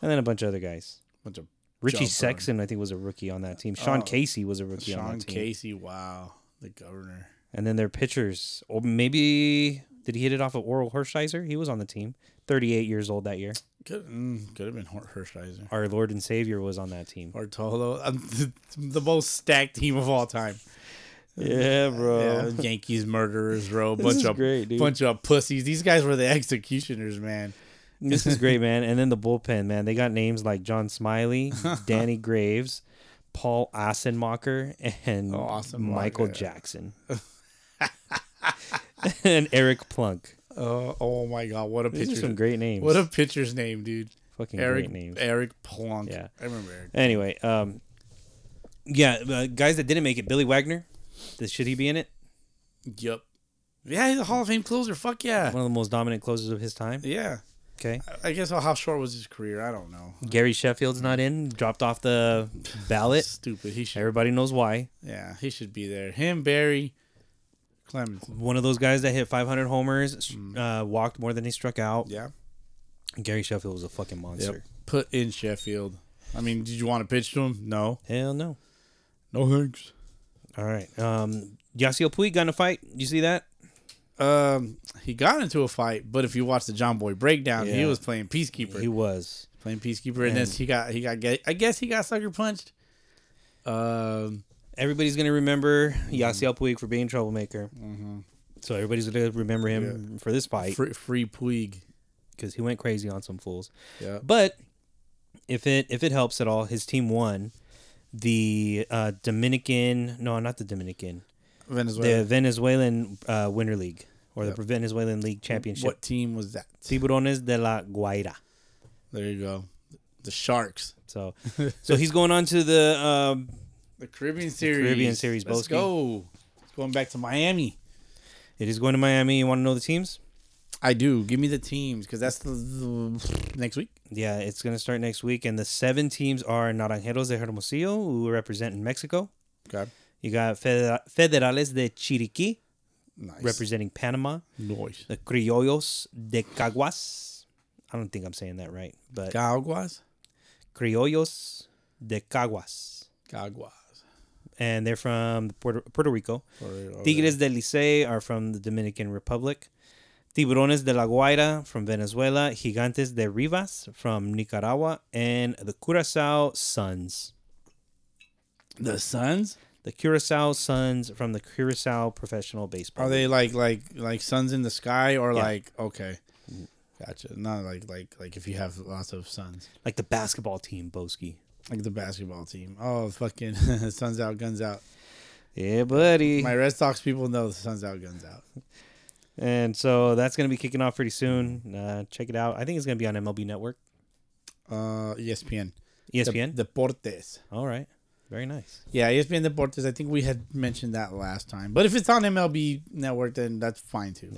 S4: then a bunch of other guys.
S3: Bunch of
S4: Richie
S3: jumper.
S4: Sexton, I think, was a rookie on that team. Sean
S3: Oh.
S4: Casey was a rookie on
S3: Sean
S4: that team.
S3: Casey, wow, the governor.
S4: And then their pitchers, or maybe did he hit it off of Oral Hershiser? He was on the team, 38 years old that year.
S3: Could mm, could have been Hor- Hershiser.
S4: Our Lord and Savior was on that team.
S3: Bartolo, um, the, the most stacked team of all time.
S4: Yeah, bro.
S3: Yeah, Yankees murderers row, bunch
S4: is
S3: of
S4: great, dude.
S3: bunch of pussies. These guys were the executioners, man.
S4: This is great, man. And then the bullpen, man. They got names like John Smiley, Danny Graves, Paul Assenmacher,
S3: Oh,
S4: and Michael Jackson. and Eric Plunk.
S3: Oh, oh my God, what a
S4: These are
S3: pitcher!
S4: some great names.
S3: What a pitcher's name, dude.
S4: fucking
S3: Eric
S4: great names.
S3: Eric Plunk.
S4: Yeah.
S3: I remember Eric.
S4: Anyway, um, yeah, uh, guys that didn't make it, Billy Wagner, th- should he be in it?
S3: Yep. Yeah, he's a Hall of Fame closer. Fuck yeah.
S4: One of the most dominant closers of his time.
S3: Yeah.
S4: Okay,
S3: I guess how short was his career? I don't know.
S4: Gary Sheffield's not in, dropped off the ballot.
S3: Stupid. He should.
S4: Everybody knows why.
S3: Yeah, he should be there. Him, Barry, Clemens.
S4: One of those guys that hit 500 homers, s- uh, walked more than he struck out.
S3: Yeah.
S4: Gary Sheffield was a fucking monster.
S3: Put in Sheffield. I mean, did you want to pitch to him? No.
S4: Hell no.
S3: No thanks.
S4: All right. Um, Yasiel Puig got in a fight. You see that?
S3: Um, he got into a fight, but if you watch the John Boy breakdown, he
S4: Yeah.
S3: was playing peacekeeper.
S4: He was.
S3: playing peacekeeper, and, then he got he got get, I guess he got sucker punched. Um,
S4: Everybody's gonna remember Yasiel Puig for being troublemaker. So everybody's gonna remember him Mm-hmm. for this fight
S3: Free, free Puig.
S4: because he went crazy on some fools.
S3: Yeah.
S4: But if it if it helps at all, his team won the uh, Dominican. No, not the Dominican.
S3: Venezuela.
S4: The Venezuelan uh, Winter League or the Venezuelan League Championship.
S3: what team was that?
S4: Tiburones de la Guaira.
S3: There you go. The Sharks.
S4: So, so he's going on to the um,
S3: The Caribbean series.
S4: Caribbean Series,
S3: Let's
S4: Boski.
S3: go. It's going back to Miami.
S4: It is going to Miami. You want to know the teams?
S3: I do. Give me the teams because that's the, the next week.
S4: Yeah, it's going to start next week. And the seven teams are Naranjeros de Hermosillo, who represent Mexico.
S3: Okay.
S4: You got Feder- Federales de Chiriquí,
S3: Nice.
S4: representing Panama.
S3: Noise.
S4: The Criollos de Caguas. I don't think I'm saying that right, but
S3: Caguas.
S4: Criollos de Caguas.
S3: Caguas.
S4: And they're from Puerto, Puerto Rico.
S3: Or- or-
S4: Tigres del Licey are from the Dominican Republic. Tiburones de la Guaira from Venezuela. Gigantes de Rivas from Nicaragua. And the Curacao Suns.
S3: The Suns.
S4: The Curacao Suns from the Curacao Professional Baseball.
S3: Are they like like like suns in the sky or
S4: Yeah.
S3: like okay? Gotcha. Not like like like if you have lots of suns,
S4: League. like the basketball team, Boski?
S3: like the basketball team. Oh, fucking suns out, guns out.
S4: Yeah, buddy.
S3: My Red Sox people know the suns out, guns out.
S4: and so that's going to be kicking off pretty soon. Uh, check it out. I think it's going to be on MLB Network, E
S3: Uh, ESPN.
S4: ESPN.
S3: De- Deportes.
S4: All right. Very nice.
S3: Yeah, E ESPN Deportes. I think we had mentioned that last time. But if it's on MLB Network, then that's fine too.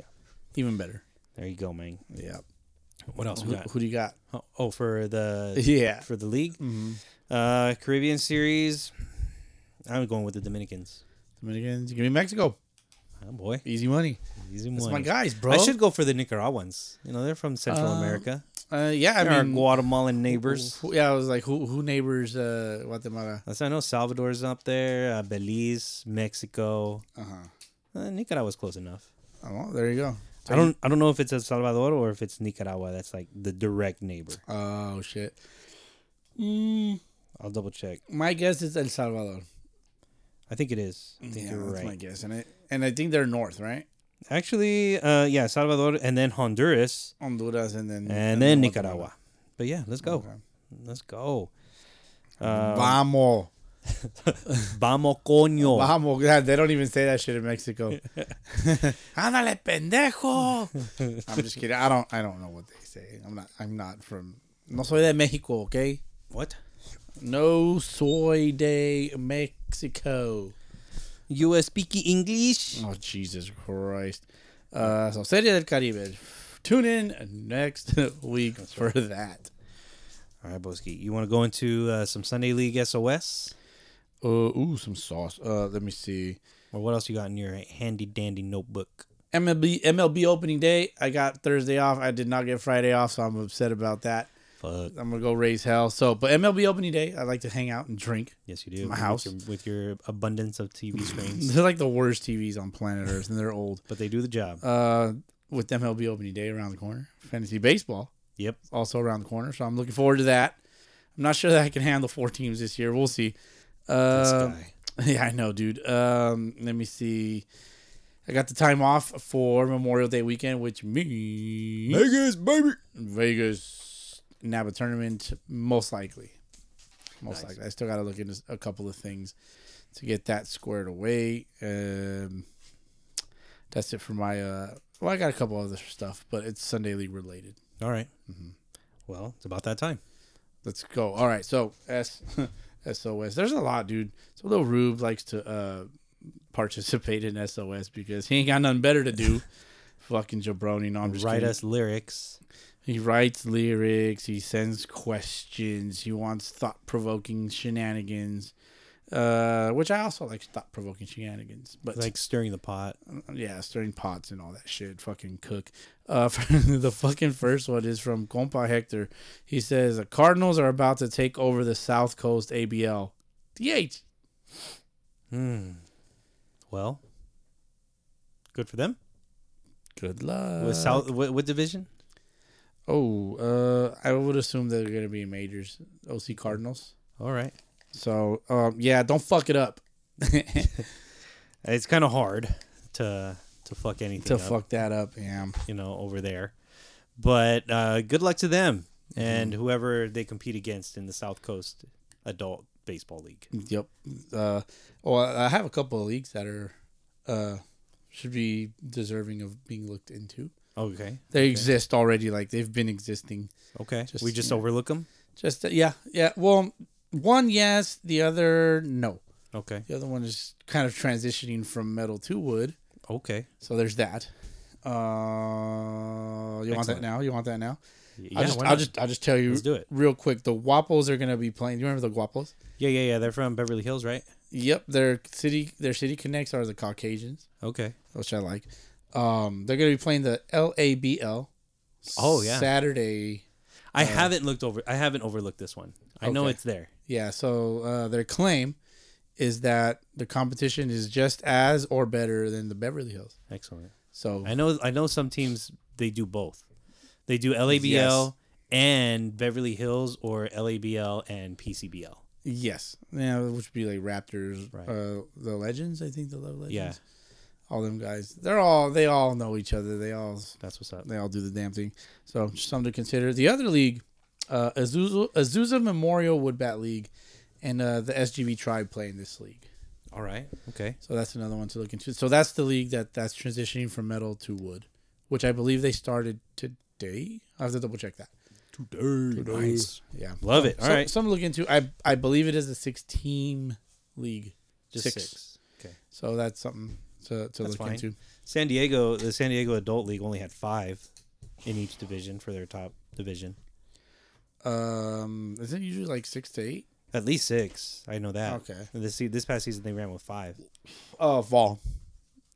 S3: Even better.
S4: There you go, man.
S3: Yeah.
S4: What else we
S3: Who,
S4: got?
S3: who do you got?
S4: Oh, oh, for the
S3: Yeah. Mm-hmm.
S4: for the league. Uh, Caribbean series. I'm going with the Dominicans.
S3: Dominicans. Give me Mexico.
S4: Oh boy,
S3: Easy money.
S4: easy
S3: That's
S4: money.
S3: my guys, bro.
S4: I should go for the Nicaraguans. You know, they're from Central America.
S3: Uh, yeah,
S4: They're
S3: I
S4: our
S3: mean,
S4: Guatemalan neighbors.
S3: Who- yeah, I was like, who who neighbors uh, Guatemala?
S4: That's I know Salvador's up there, uh, Belize, Mexico. Uh-huh. Uh, Nicaragua's close enough.
S3: Oh, well, there you go.
S4: I don't. I don't know if it's El Salvador or if it's Nicaragua. That's like the direct neighbor.
S3: Oh shit.
S4: I'll double check.
S3: Mm, My guess is El Salvador.
S4: I think it is. I think
S3: Yeah,
S4: you're
S3: that's my
S4: right.
S3: guess, and I and I think they're north, right?
S4: Actually, uh, yeah, Salvador and then Honduras.
S3: Honduras Mm, and then
S4: and
S3: Guatemala.
S4: then Nicaragua. But yeah, let's go. Let's go. Uh,
S3: Vamos,
S4: Vamos coño.
S3: vamos. God, they don't even say that shit in Mexico. Ándale, pendejo. I'm just kidding. I don't. I don't know what they say. I'm not. I'm not from. No soy de Mexico. Okay.
S4: What?
S3: No soy de Mexico.
S4: You uh, speak English?
S3: Oh Jesus Christ! Uh, so Serie del Caribe. Tune in next week for that.
S4: All right, Boski. You want to go into uh, some Sunday League SOS?
S3: Uh, ooh, some sauce. Uh, let me see.
S4: Or what else you got in your handy dandy notebook?
S3: MLB MLB opening day. I got Thursday off. I did not get Friday off, so I'm upset about that.
S4: Fuck.
S3: I'm gonna go raise hell. So, but MLB opening day, I like to hang out and drink.
S4: Yes, you do.
S3: My house.
S4: With your, with your abundance of TV screens.
S3: They're like the worst TVs on planet Earth, and they're old.
S4: but they do the job.
S3: Uh, with MLB opening day around the corner, fantasy baseball.
S4: yep.
S3: also around the corner. So I'm looking forward to that. I'm not sure that I can handle four teams this year. We'll see. Uh,
S4: guy.
S3: yeah, I know, dude. Um, let me see. I got the time off for Memorial Day weekend, which means Vegas, baby. Vegas NABA tournament, most likely. Most likely. I still got to look into a couple of things to get that squared away. Um, that's it for my. Uh, well, I got a couple other stuff, but it's Sunday League related.
S4: All right. Mm-hmm. Well, it's about that time.
S3: Let's go. All right. So S SOS. There's a lot, dude. So little Rube likes to uh participate in SOS because he ain't got nothing better to do. Fucking jabroni. No, I'm just
S4: Write
S3: kidding.
S4: us lyrics.
S3: He writes lyrics. He sends questions. He wants thought provoking shenanigans. Uh, which I also like thought provoking shenanigans, but
S4: Like stirring the pot.
S3: yeah, stirring pots and all that shit. Fucking cook. Uh, the fucking first one is from Compa Hector. He says the Cardinals are about to take over the South Coast ABL. DH. Hmm.
S4: Well, good for them.
S3: Good luck.
S4: With South, what, what division?
S3: Oh, uh, I would assume they're gonna be majors. OC Cardinals.
S4: All right.
S3: So, um, yeah, don't fuck it up.
S4: It's kind of hard to to fuck anything
S3: to
S4: up,
S3: fuck that up. Yeah.
S4: you know, over there. But uh, good luck to them and
S3: Mm-hmm.
S4: whoever they compete against in the South Coast Adult Baseball League.
S3: Yep. Uh, well, I have a couple of leagues that are uh, should be deserving of being looked into.
S4: Okay.
S3: They exist already. Like they've been existing.
S4: Okay.
S3: Just-
S4: we just
S3: yeah.
S4: overlook them.
S3: Just uh, yeah, yeah. Well, one yes, the other no.
S4: Okay.
S3: The other one is kind of transitioning from metal to wood.
S4: Okay.
S3: So there's that. Uh, you want that
S4: Excellent.
S3: now? You want that now?
S4: Yeah.
S3: I'll just,
S4: why
S3: I'll
S4: not?
S3: just, I'll just tell you
S4: Let's do it.
S3: real quick. The Wapples are gonna be playing. Do you remember the Wapples?
S4: yeah. Yeah. Yeah. They're from Beverly Hills, right?
S3: Yep, their city, their city connects are the Caucasians,
S4: Okay.
S3: which I like. Um, they're gonna be playing the LABL.
S4: Oh, yeah.
S3: Saturday.
S4: I haven't looked over. I haven't overlooked this one. I know
S3: Okay.
S4: it's there.
S3: Yeah. So uh, their claim is that the competition is just as or better than the Beverly Hills.
S4: Excellent.
S3: So
S4: I know. I know some teams they do both. They do LABL
S3: Yes.
S4: and Beverly Hills or LABL and PCBL.
S3: yes, yeah, which would be like Raptors,
S4: Right.
S3: uh, the Legends. I think the Love Legends.
S4: Yeah,
S3: all them guys. They're all they all know each other. They all
S4: that's what's up.
S3: they all do the damn thing. So just something to consider. The other league, uh, Azusa, Azusa Memorial Woodbat League, and uh, the SGB Tribe play in this league.
S4: All right. Okay.
S3: So that's another one to look into. So that's the league that that's transitioning from metal to wood, which I believe they started today. I have to double check that. Today, nice. Yeah,
S4: Love it. All
S3: so,
S4: right.
S3: Something to look into. I I believe it is a six team league.
S4: Just
S3: six.
S4: six. Okay.
S3: So that's something to, to look
S4: fine.
S3: into.
S4: San Diego, the San Diego Adult League only had five in each division for their top division.
S3: Um, is it usually like six to eight?
S4: At least six. I know that.
S3: Okay.
S4: And This se- this past season they ran with five.
S3: Oh, fall.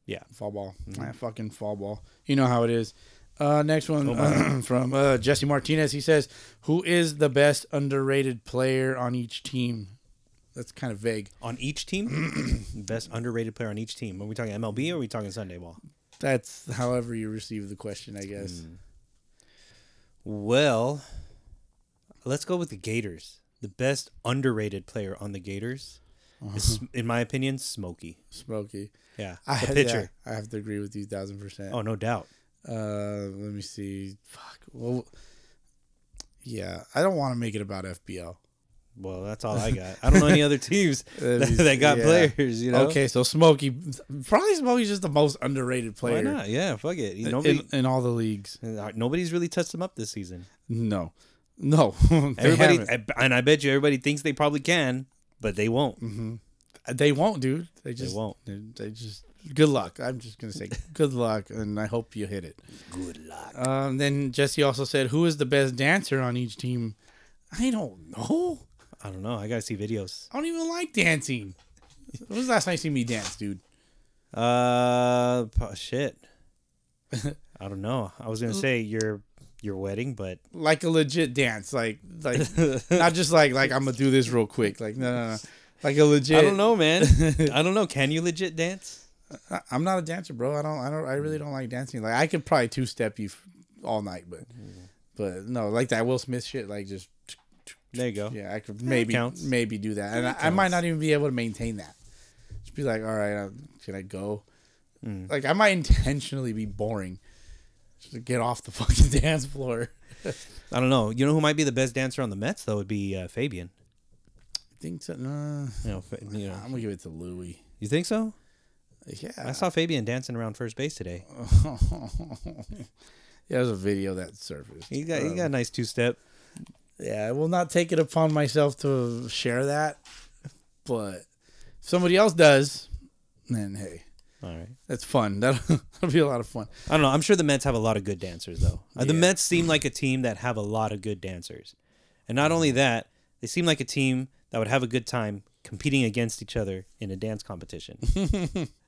S4: Yeah. Mm-hmm.
S3: fall ball. Ah, fucking fall ball. You know how it is. Uh, next one from uh, Jesse Martinez. He says, "Who is the best underrated player on each team?" That's kind of vague.
S4: On each team, best underrated player on each team. Are we talking MLB or are we talking Sunday ball?
S3: That's however you receive the question, I guess.
S4: Mm. Well, let's go with the Gators. The best underrated player on the Gators
S3: Uh-huh.
S4: is, in my opinion, Smokey.
S3: Smokey,
S4: Yeah,
S3: I
S4: the
S3: yeah,
S4: pitcher.
S3: I have to agree with you thousand percent.
S4: Oh, no doubt.
S3: Uh, let me see. Fuck. Well, yeah, I don't want to make it about FBL.
S4: Well, that's all I got. I don't know any other teams
S3: That'd
S4: that,
S3: be-
S4: that got
S3: yeah.
S4: players. You know,
S3: Okay, so Smokey, probably Smokey's just the most underrated player
S4: why not? Yeah, fuck it. You-
S3: in,
S4: Nobody,
S3: in all the leagues.
S4: uh, nobody's really touched them up this season.
S3: No, no. They
S4: Everybody,
S3: haven't.
S4: I- and I bet you everybody thinks they probably can, but they won't.
S3: Mm-hmm. they won't, dude. They just
S4: won't.
S3: They, they just good luck. I'm just gonna say good luck, and I hope you hit it. Good luck. Um, then Jesse also said, "Who is the best dancer on each team?" I don't know.
S4: I don't know. I gotta see videos.
S3: I don't even like dancing. When was the last time you seen me dance, dude?
S4: Uh, p- shit. I don't know. I was gonna say your your wedding, but
S3: Like a legit dance, like like not just like like I'm gonna do this real quick. Like no no no, like a legit.
S4: I don't know, man. I don't know. Can you legit dance?
S3: I- I'm not a dancer, bro. I don't. I don't. I really
S4: Mm.
S3: don't like dancing. Like I could probably two step you f- all night, but
S4: Mm.
S3: but no, like that Will Smith shit. Like just
S4: There you go.
S3: yeah, I could maybe
S4: counts.
S3: maybe do that, and I, I might not even be able to maintain that. Just be like, all right, um, can I go?
S4: Mm.
S3: Like I might intentionally be boring, just to get off the fucking dance floor.
S4: I don't know. You know who might be the best dancer on the Mets? Though would be uh, Fabian.
S3: I think so. Nah,
S4: You know, Fa- you know.
S3: I'm gonna give it to Louis.
S4: You think so?
S3: Yeah,
S4: I saw Fabian dancing around first base today.
S3: yeah, there's a video that surfaced.
S4: He got he got a nice two step.
S3: Yeah, I will not take it upon myself to share that, but if somebody else does, then hey,
S4: All right.
S3: that's fun. That'll, that'll be a lot of fun.
S4: I don't know. I'm sure the Mets have a lot of good dancers, though. Uh, The
S3: Yeah.
S4: Mets seem like a team that have a lot of good dancers, and not only that, they seem like a team that would have a good time competing against each other in a dance competition,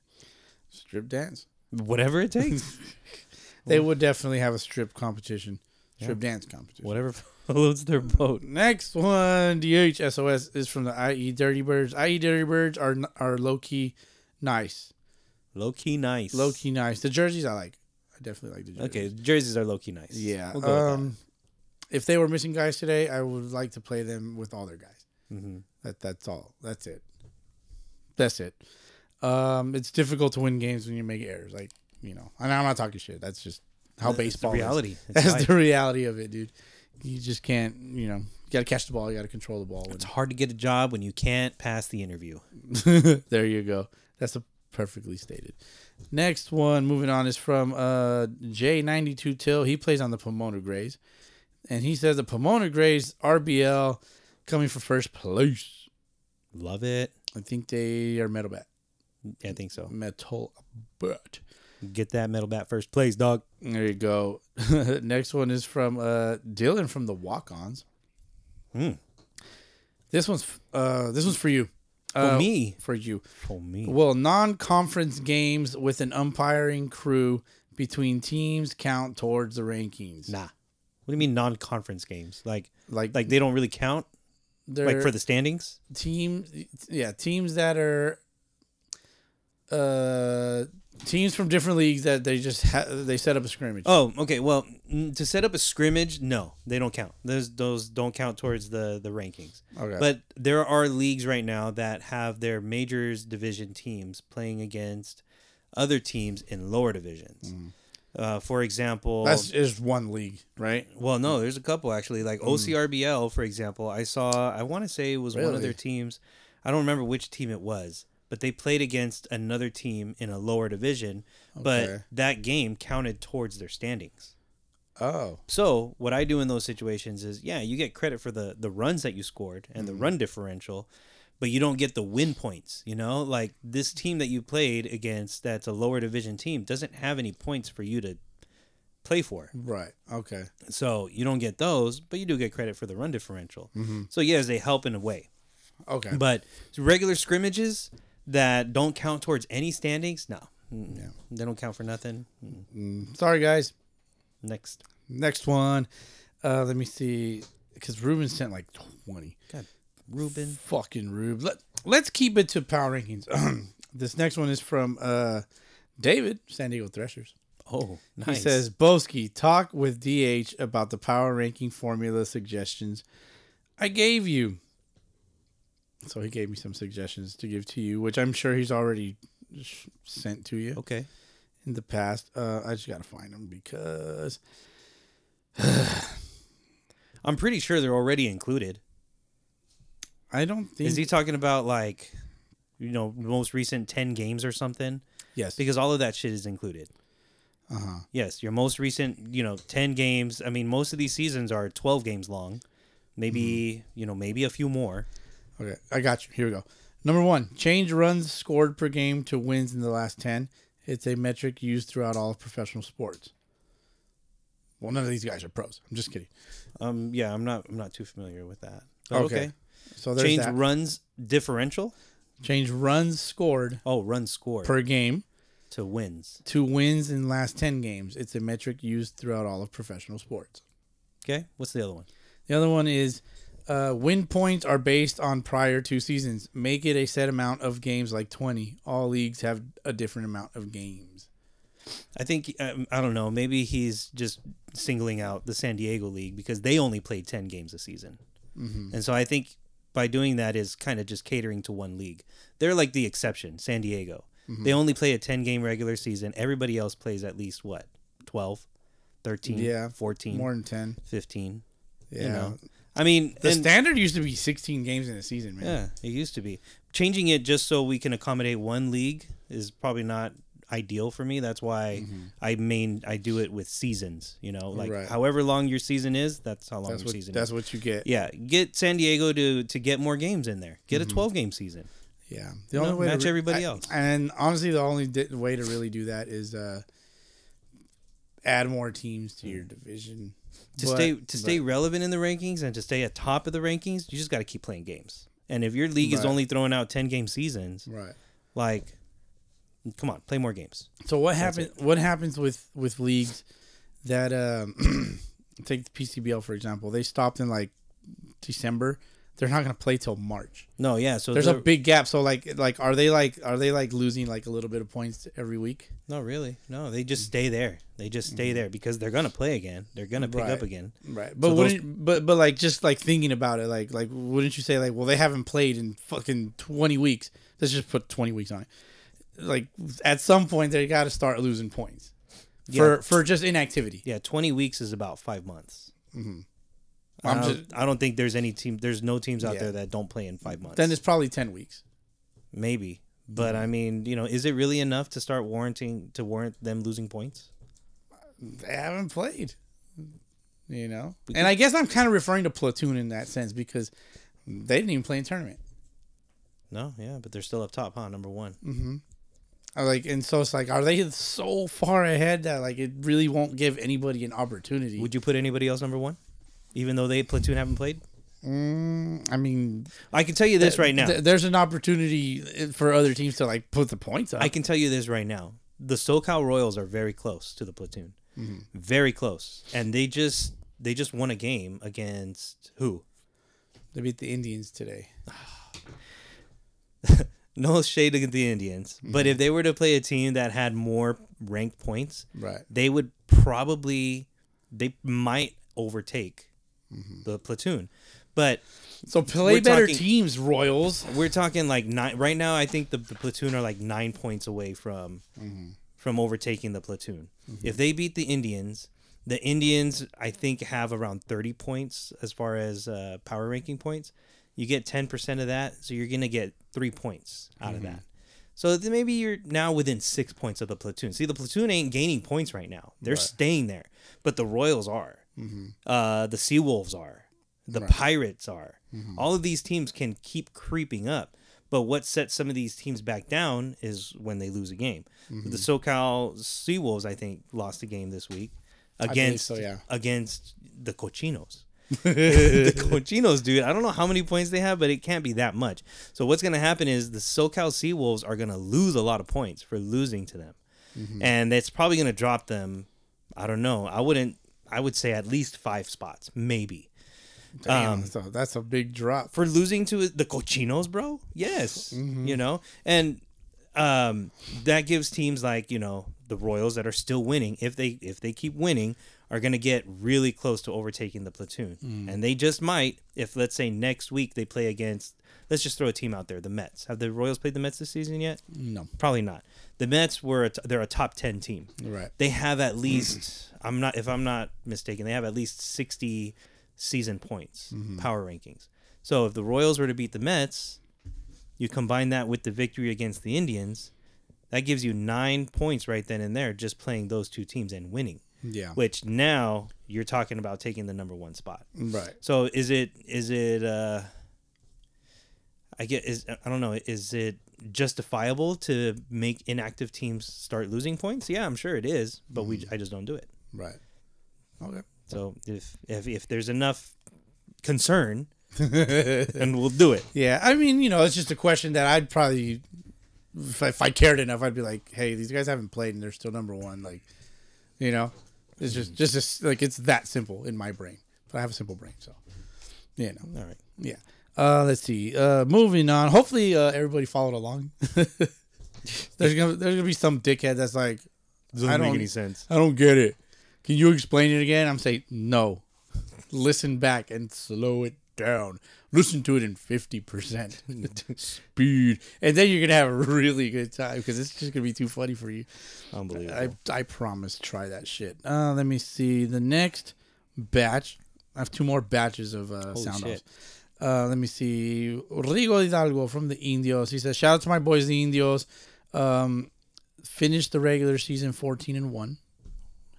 S3: Strip dance.
S4: whatever it takes,
S3: They would definitely have a strip competition, strip dance competition.
S4: whatever floats their boat.
S3: Next one, DHSOS is from the IE Dirty Birds. IE Dirty Birds are n- are low key nice,
S4: Low key nice.
S3: low key nice. The jerseys I like. I definitely like the jerseys.
S4: Okay, jerseys are low key nice.
S3: Yeah.
S4: We'll go with
S3: um, if they were missing guys
S4: Mm-hmm.
S3: today, I would like to play them with all their guys. That that's all. That's it. That's it. Um, it's difficult to win games when you make errors. Like you know, and I'm not talking shit. That's just how baseball is.
S4: reality. It's
S3: That's
S4: life.
S3: the reality of it, dude. You just can't. You know, you gotta catch the ball. You gotta control the ball.
S4: It's hard to get a job when you can't pass the interview.
S3: there you go. That's a perfectly stated. Next one, moving on, is from uh, J92 Till. He plays on the Pomona Grays. And he says the Pomona Grays RBL coming for first place.
S4: Love it.
S3: I think they are metal bat.
S4: Yeah, I think so.
S3: Metal bat.
S4: Get that metal bat first place, dog.
S3: There you go. Next one is from uh, Dylan from the Walk Ons.
S4: Hmm.
S3: This one's f- uh, this one's for you.
S4: For
S3: Uh,
S4: me.
S3: For you.
S4: For me.
S3: Will non conference games with an umpiring crew between teams count towards the rankings?
S4: Nah. What do you mean non-conference games? Like,
S3: Like,
S4: like they don't really count.
S3: they're
S4: Like for the standings.
S3: team, yeah, teams that are uh teams from different leagues that they just ha- they set up a scrimmage.
S4: Oh, okay. Well, mm, to set up a scrimmage, no, they don't count. Those those don't count towards the the rankings.
S3: Okay.
S4: But there are leagues right now that have their majors division teams playing against other teams in lower divisions. Uh, for example,
S3: That's just one league, right?
S4: well, no, there's a couple actually.
S3: Hmm.
S4: Like OCRBL, for example, I saw. I want to say it was one of
S3: Really?
S4: their teams. I don't remember which team it was, but they played against another team in a lower division.
S3: Okay.
S4: But that game counted towards their standings.
S3: Oh,
S4: So what I do in those situations is, yeah, you get credit for the the runs that you scored and
S3: Hmm.
S4: the run differential, but you don't get the win points. You know, like this team that you played against, that's a lower division team, doesn't have any points for you to play for.
S3: right. Okay.
S4: So you don't get those, but you do get credit for the run differential. So yes, they help in a way,
S3: Okay.
S4: but regular scrimmages that don't count towards any standings, no, Mm-mm. they don't count for nothing.
S3: Sorry guys.
S4: Next,
S3: Next one. Uh let me see cuz Ruben sent like 20.
S4: God, Ruben.
S3: fucking Rube. Let, let's keep it to power rankings. this next one is from uh, David, San Diego Threshers.
S4: Oh, nice.
S3: He says, Boski, talk with DH about the power ranking formula suggestions I gave you. So he gave me some suggestions to give to you, which I'm sure he's already sh- sent to you
S4: okay.
S3: in the past. Uh, I just got to find them because
S4: I'm pretty sure they're already included.
S3: I don't think.
S4: Is he talking about like, you know, most recent ten games or something?
S3: Yes.
S4: Because all of that shit is included.
S3: Uh-huh.
S4: Uh huh. Yes, your most recent, you know, ten games. I mean, most of these seasons are twelve games long. Maybe
S3: Mm-hmm.
S4: you know, maybe a few more.
S3: Okay, I got you. Here we go. Number one, change runs scored per game to wins in the last 10. It's a metric used throughout all of professional sports. Well, none of these guys are pros. I'm just kidding.
S4: Um, yeah, I'm not, I'm not too familiar with that. But Oh, okay.
S3: So there's
S4: Change
S3: that.
S4: runs differential.
S3: change runs scored
S4: Oh, runs scored
S3: per game
S4: to wins.
S3: to wins in last 10 games. It's a metric used throughout all of professional sports.
S4: Okay. What's the other one?
S3: The other one is uh, win points are based on prior two seasons. Make it a set amount of games, like 20. All leagues have a different amount of games.
S4: I think um, I don't know. Maybe he's just singling out the San Diego League because they only played ten games a season,
S3: Mm-hmm.
S4: and so I think by doing that is kind of just catering to one league. They're like the exception, San Diego.
S3: Mm-hmm.
S4: They only play a ten game regular season. Everybody else plays at least what 12, 13,
S3: Yeah,
S4: 14,
S3: More than 10.
S4: 15.
S3: Yeah.
S4: You know, I mean,
S3: The
S4: and-
S3: standard used to be 16 games in a season, man.
S4: yeah, it used to be changing it just so we can accommodate one league is probably not ideal for me. That's why I main I do it with seasons. You know, like
S3: Mm-hmm. Right.
S4: however long your season is, that's how long
S3: That's
S4: your
S3: what
S4: season
S3: that's
S4: is.
S3: what you get.
S4: yeah, get San Diego to to get more games in there. Get
S3: Mm-hmm.
S4: a twelve game season.
S3: Yeah. The
S4: know, match
S3: re-
S4: everybody
S3: I-
S4: else.
S3: And honestly, the only di- way to really do that is uh, add more teams to your division.
S4: Hmm. to
S3: But-
S4: stay to stay relevant in the rankings and to stay at top of the rankings. You just got to keep playing games. And if your league is
S3: Right.
S4: only throwing out ten game seasons,
S3: Right.
S4: like, come on, play more games.
S3: So what happens? What happens with with leagues that um, take the PCBL for example? They stopped in like December. They're not going to play till March.
S4: No, yeah. So
S3: There's a
S4: they're-
S3: big gap. So like like are they like are they like losing like a little bit of points every week?
S4: No, really. No, they
S3: Mm.
S4: just stay there. They just stay there because they're gonna play again. They're gonna pick
S3: Mm-hmm. Right.
S4: up again.
S3: Right, but
S4: those-
S3: wouldn't but but like just like thinking about it, like like wouldn't you say like well they haven't played in fucking twenty weeks. Let's just put 20 weeks on it. Like at some point they got to start losing points for for just inactivity.
S4: Yeah, 20 weeks is about five months.
S3: I'm
S4: I don't,
S3: just-
S4: I don't think there's any team. There's no teams out
S3: Yeah.
S4: there that don't play in five months.
S3: Then it's Mm-hmm. probably 10 weeks.
S4: maybe, but I mean, you know, is it really enough to start warranting to warrant them losing points?
S3: They haven't played. You know. And I guess I'm kind of referring to platoon in that sense because they didn't even play in tournament.
S4: No, yeah, but they're still up top, huh? Number one.
S3: Mm-hmm. I Uh, like and so it's like are they so far ahead that like it really won't give anybody an opportunity?
S4: Would you put anybody else number one, even though they platoon haven't played?
S3: I mean,
S4: I can tell you this right now.
S3: th- there's an opportunity eh, for other teams to like put the points up.
S4: I can tell you this right now. The SoCal Royals are very close to the platoon, very close, and they just they just won a game against who?
S3: they beat the Indians today.
S4: No shade against the Indians, but if they were to play a team that had more ranked points,
S3: Right.
S4: they would probably they might overtake the platoon. But
S3: So play
S4: We're
S3: better
S4: talking-
S3: teams, Royals.
S4: we're talking like nine right now. I think the, the platoon are like nine points away from from overtaking the platoon. If they beat the Indians, the Indians I think have around thirty points as far as uh, power ranking points. You get ten percent of that, so you're gonna get three points out of that. So then maybe you're now within six points of the platoon. See, the platoon ain't gaining points right now; they're staying there. But the Royals are, uh, the Seawolves are, the Pirates are.
S3: Mm-hmm.
S4: All of these teams can keep creeping up. But what sets some of these teams back down is when they lose a game.
S3: Mm-hmm.
S4: The SoCal Seawolves, I think, lost a game this week against
S3: so, yeah.
S4: against the Cochinos. the Cochinos, dude. I don't know how many points they have, but it can't be that much. So what's going to happen is the SoCal Seawolves are going to lose a lot of points for losing to them,
S3: Mm-hmm.
S4: and it's probably going to drop them. I don't know. I wouldn't. I would say at least five spots, maybe,
S3: Damn, so that's a big drop.
S4: for losing to the Cochinos, bro. Yes,
S3: Mm-hmm.
S4: you know, and um, that gives teams like you know the Royals that are still winning. If they if they keep winning, are going to get really close to overtaking the platoon,
S3: Mm.
S4: and they just might. If let's say next week they play against, let's just throw a team out there, the Mets. Have the Royals played the Mets this season yet?
S3: No.
S4: probably not. The Mets were a t- they're a top ten team.
S3: Right.
S4: They have at least I'm not if I'm not mistaken, they have at least sixty season points power rankings. So if the Royals were to beat the Mets, you combine that with the victory against the Indians, that gives you nine points right then and there just playing those two teams and winning.
S3: Yeah.
S4: Which now you're talking about taking the number one spot.
S3: Right.
S4: So is it is it uh I get is I don't know is it justifiable to make inactive teams start losing points? Yeah, I'm sure it is, but we
S3: Mm.
S4: I just don't do it.
S3: Right. Okay.
S4: So if if if there's enough concern, and we'll do it.
S3: Yeah, I mean, you know, it's just a question that I'd probably, if I, if I cared enough, I'd be like, hey, these guys haven't played and they're still number one. Like, you know, it's just just as, like it's that simple in my brain. But I have a simple brain, so you know.
S4: All right.
S3: Yeah. Uh, let's see. Uh, moving on. Hopefully, uh, everybody followed along. there's gonna there's gonna be some dickhead that's like, I don't
S4: sense.
S3: I don't get it. Can you explain it again? I'm saying no. Listen back and slow it down. Listen to it in 50% speed. And then you're going to have a really good time because it's just going to be too funny for you.
S4: Unbelievable.
S3: I, I promise, try that shit. Uh, let me see. The next batch. I have two more batches of uh, sound
S4: shit.
S3: offs. Uh, let me see. Rigo Hidalgo from the Indios. He says, Shout out to my boys, the Indios. Um, finished the regular season 14 and 1.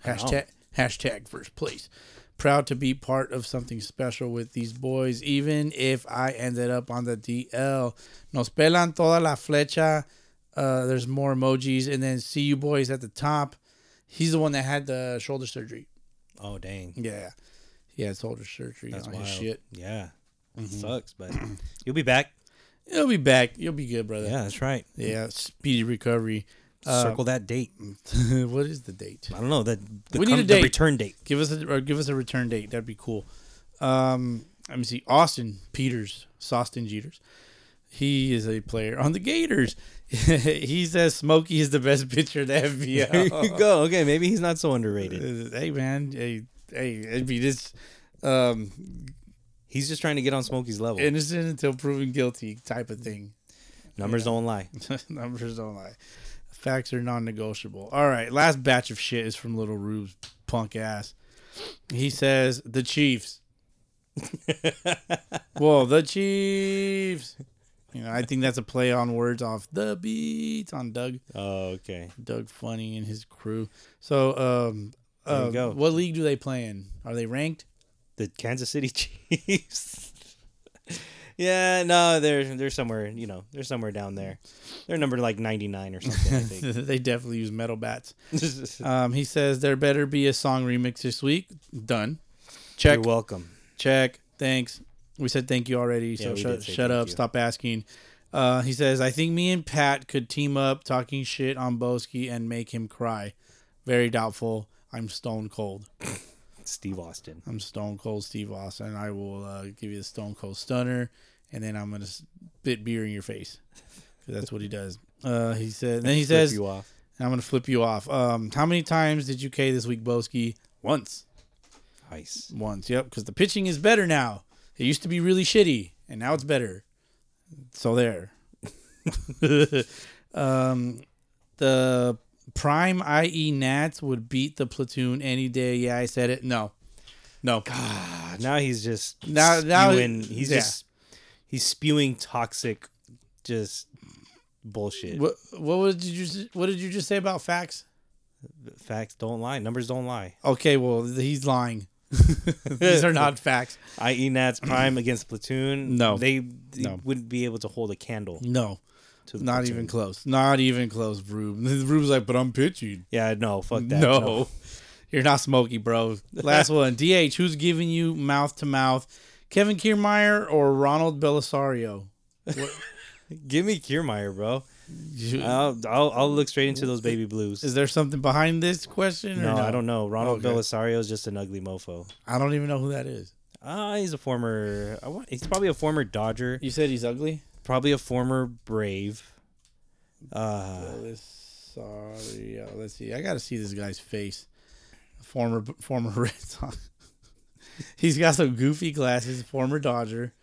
S3: Hashtag, hashtag first place. Proud to be part of something special with these boys, even if I ended up on the DL. Nos pelan toda la flecha. Uh, there's more emojis. And then see you boys at the top. He's the one that had the shoulder surgery.
S4: oh dang.
S3: Yeah. He had shoulder surgery
S4: That's
S3: on
S4: wild.
S3: his shit. Mm-hmm.
S4: Yeah. Sucks, but you'll be back.
S3: You'll be back. You'll be good, brother.
S4: Yeah, that's right.
S3: Yeah. speedy recovery. Uh,
S4: Circle that date.
S3: what is the date?
S4: I don't know that the,
S3: We need
S4: com-
S3: a
S4: the
S3: date.
S4: return date.
S3: Give us a or give us a return date. That'd be cool. Um, let me see. Austin Peters, Sauston Jeters. He is a player on the Gators. he says Smokey is the best pitcher in the
S4: There
S3: FBL.
S4: you go. Okay, maybe he's not so underrated.
S3: hey man, hey, hey, it'd be this um,
S4: He's just trying to get on Smokey's level.
S3: innocent until proven guilty type of thing.
S4: Numbers don't lie.
S3: Numbers don't lie. Facts are non-negotiable. All right, last batch of shit is from Little Rube's punk ass. He says the Chiefs. well, the Chiefs. You know, I think that's a play on words off the beats on Doug,
S4: Oh, okay.
S3: Doug Funny and his crew. So, um,
S4: There you
S3: uh,
S4: go.
S3: what league do they play in? Are they ranked?
S4: The Kansas City Chiefs. yeah, no, they're they're somewhere, you know, they're somewhere down there. They're number like 99 or something, I think.
S3: they definitely use metal bats. Um, he says there better be a song remix this week. Done. Check.
S4: You're welcome.
S3: Check. Thanks. We said thank you already. So
S4: we
S3: shut,
S4: did say
S3: shut
S4: thank
S3: up.
S4: you.
S3: Stop asking. Uh, he says, I think me and Pat could team up talking shit on Boski and make him cry. Very doubtful. I'm stone cold.
S4: Steve Austin.
S3: I'm stone cold Steve Austin. I will uh, give you the stone cold stunner and then I'm going to spit beer in your face. 'Cause That's what he does. Uh, he said, then he
S4: Flip
S3: says,
S4: you off.
S3: I'm going to flip you off. Um, how many times did you K this week, Boski? Once
S4: Nice.
S3: once. Yep, because the pitching is better now. It used to be really shitty, and now it's better. So there. um, the prime IE Nats would beat the platoon any day. Yeah, I said it. No, no.
S4: Ah, Now he's just
S3: Now- now-
S4: spewing, he's
S3: yeah.
S4: just he's spewing toxic just bullshit.
S3: What what was, did you s- what did you just say about facts?
S4: Facts don't lie. Numbers don't lie.
S3: Okay, well he's lying. These are not facts.
S4: IE E Nats Prime against Platoon.
S3: No.
S4: They, they
S3: No.
S4: wouldn't be able to hold a candle
S3: No,
S4: to the
S3: not
S4: platoon.
S3: even close. Not even close, Rube. Rube's like, but I'm pitching.
S4: Yeah, no, fuck that.
S3: no. You're not smoky, bro. Last one. DH, who's giving you mouth to mouth? Kevin Kiermeyer or Ronald Belisario?
S4: Give me Kiermeyer, bro.
S3: You-
S4: I'll, I'll I'll look straight into those baby blues.
S3: Is there something behind this question? or
S4: No, I don't know. Ronald
S3: Okay.
S4: Belisario is just an ugly mofo.
S3: I don't even know who that is.
S4: Ah, he's a former. I want- He's probably a former Dodger.
S3: You said he's ugly?
S4: Probably a former Brave. Uh,
S3: Belisario. Let's see. I got to see this guy's face. Former former Red Sox. he's got some goofy glasses. Former Dodger.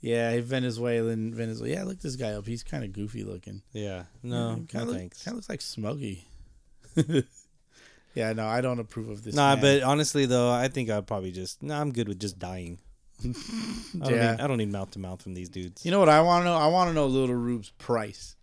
S3: Yeah, Venezuelan. Venezuela. Yeah, look this guy up. He's kind of goofy looking.
S4: yeah, no, no
S3: Kind of
S4: thanks.
S3: looks like Smokey. yeah, no, I don't approve of this.
S4: Nah,
S3: man.
S4: but honestly though, I think I'd probably just. Nah, I'm good with just dying. I don't
S3: Yeah.
S4: need, I don't need mouth to mouth from these dudes.
S3: you know what I want to know? I want to know Little Rube's price.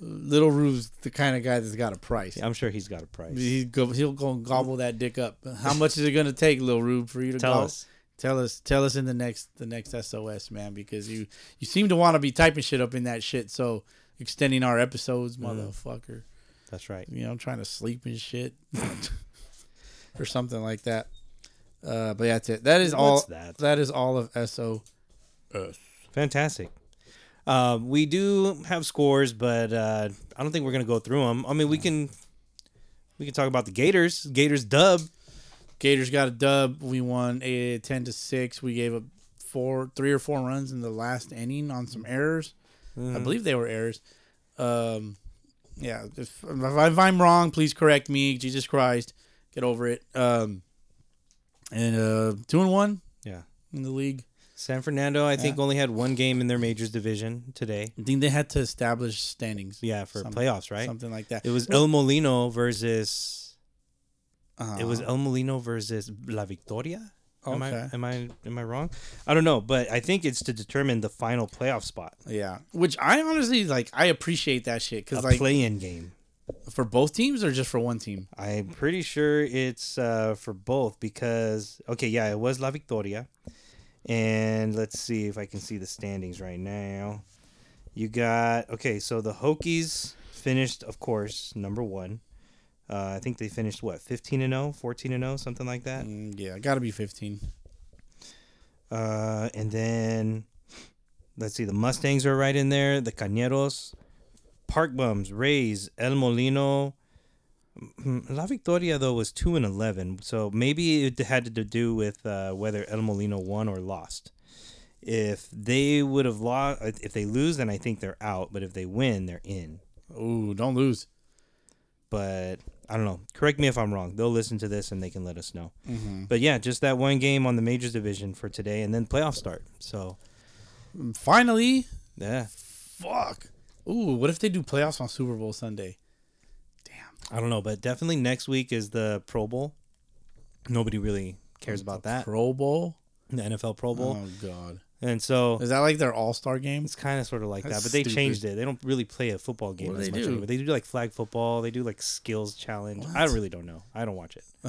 S3: Little Rube's the kind of guy that's got a price.
S4: I'm sure he's got a price.
S3: He go, he'll go and gobble that dick up. How much is it gonna take, Little Rube, for you to
S4: Tell
S3: go-
S4: us.
S3: Tell us, tell us in the next the next SOS, man, because you you seem to want to be typing shit up in that shit. So extending our episodes,
S4: Mm-hmm.
S3: motherfucker.
S4: That's right.
S3: you know, trying to sleep and shit or something like that. Uh, but that's it. That is all.
S4: What's that?
S3: that is all of SO.
S4: Fantastic. Um, we do have scores, but uh, I don't think we're gonna go through them. I mean, we can we can talk about the Gators. Gators dub.
S3: Gators got a dub. We won a ten to six. We gave up four, three or four runs in the last inning on some errors. I
S4: Mm.
S3: believe they were errors. Um, yeah. If, if I'm wrong, please correct me. Jesus Christ, get over it. Um, and uh, two and one
S4: Yeah.
S3: in the league.
S4: San Fernando, I think, only had one game in their majors division today.
S3: I think they had to establish standings.
S4: Yeah, for
S3: Some-
S4: playoffs, right?
S3: Something like that.
S4: It was El Molino versus. It was
S3: Uh,
S4: El Molino versus La Victoria. Am
S3: Okay.
S4: I am I am I wrong? I don't know, but I think it's to determine the final playoff spot,
S3: Yeah, which I honestly like. I appreciate that shit
S4: a
S3: because like
S4: play-in game.
S3: for both teams or just for one team.
S4: I'm pretty sure it's uh, for both because okay, yeah, it was La Victoria, and let's see if I can see the standings right now. You got okay, so the Hokies finished, of course, number one. Uh, I think they finished what 15 and 0, 14 and 0, something like that.
S3: Mm, yeah, got to be fifteen.
S4: Uh, and then let's see, the Mustangs are right in there. The Cañeros, Park Bums, Rays, El Molino. Mm, La Victoria though was two and eleven, so maybe it had to do with uh, whether El Molino won or lost. If they would have lost, if they lose, then I think they're out. But if they win, they're in.
S3: Ooh, don't lose.
S4: But I don't know. Correct me if I'm wrong. They'll listen to this and they can let us know. But yeah, just that one game on the majors division for today, and then playoffs start. So
S3: Finally,
S4: Yeah.
S3: Fuck. Ooh, what if they do playoffs on Super Bowl Sunday?
S4: I don't know, but definitely next week is the Pro Bowl. Nobody really cares about that.
S3: Pro Bowl?
S4: The NFL Pro Bowl.
S3: Oh god.
S4: And so
S3: Is that like their All Star game?
S4: it's kind of sort of like that,
S3: That's
S4: but they
S3: stupid.
S4: changed it. They don't really play a football game
S3: What do
S4: as
S3: they
S4: much
S3: do?
S4: anymore. They do like flag football, they do like skills challenge. I really don't know. I don't watch it.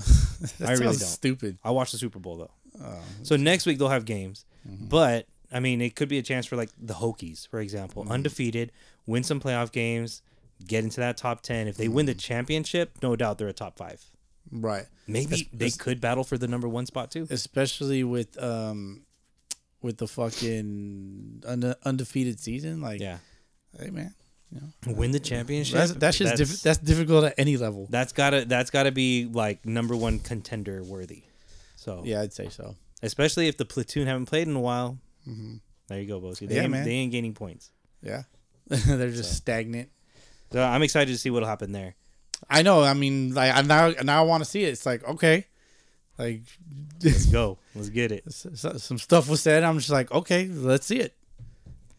S3: That
S4: I really
S3: sounds
S4: don't.
S3: Stupid.
S4: I watch the Super Bowl though.
S3: Oh,
S4: so next week they'll have games,
S3: Mm-hmm.
S4: but I mean it could be a chance for like the Hokies, for example,
S3: Mm-hmm.
S4: undefeated, win some playoff games, get into that top ten. If they win
S3: Mm-hmm.
S4: the championship, no doubt they're a top five.
S3: Right.
S4: Maybe they could battle for the number one spot too.
S3: Especially with um with the fucking unde- undefeated season, like
S4: Yeah,
S3: hey man,
S4: win the championship.
S3: that's that's just that's, that's difficult at any level.
S4: that's gotta that's gotta be like number one contender worthy. So
S3: Yeah, I'd say so.
S4: especially if the platoon haven't played in a while. There you go, Bosie.
S3: Mm-hmm.
S4: They,
S3: Yeah,
S4: ain't,
S3: man.
S4: they ain't gaining points.
S3: Yeah, they're just stagnant.
S4: So I'm excited to see what'll happen there.
S3: I know. I mean, like I now now I want to see it. It's like okay, like
S4: Let's go. Let's get it.
S3: s- s- some stuff was said. I'm just like okay, let's see it.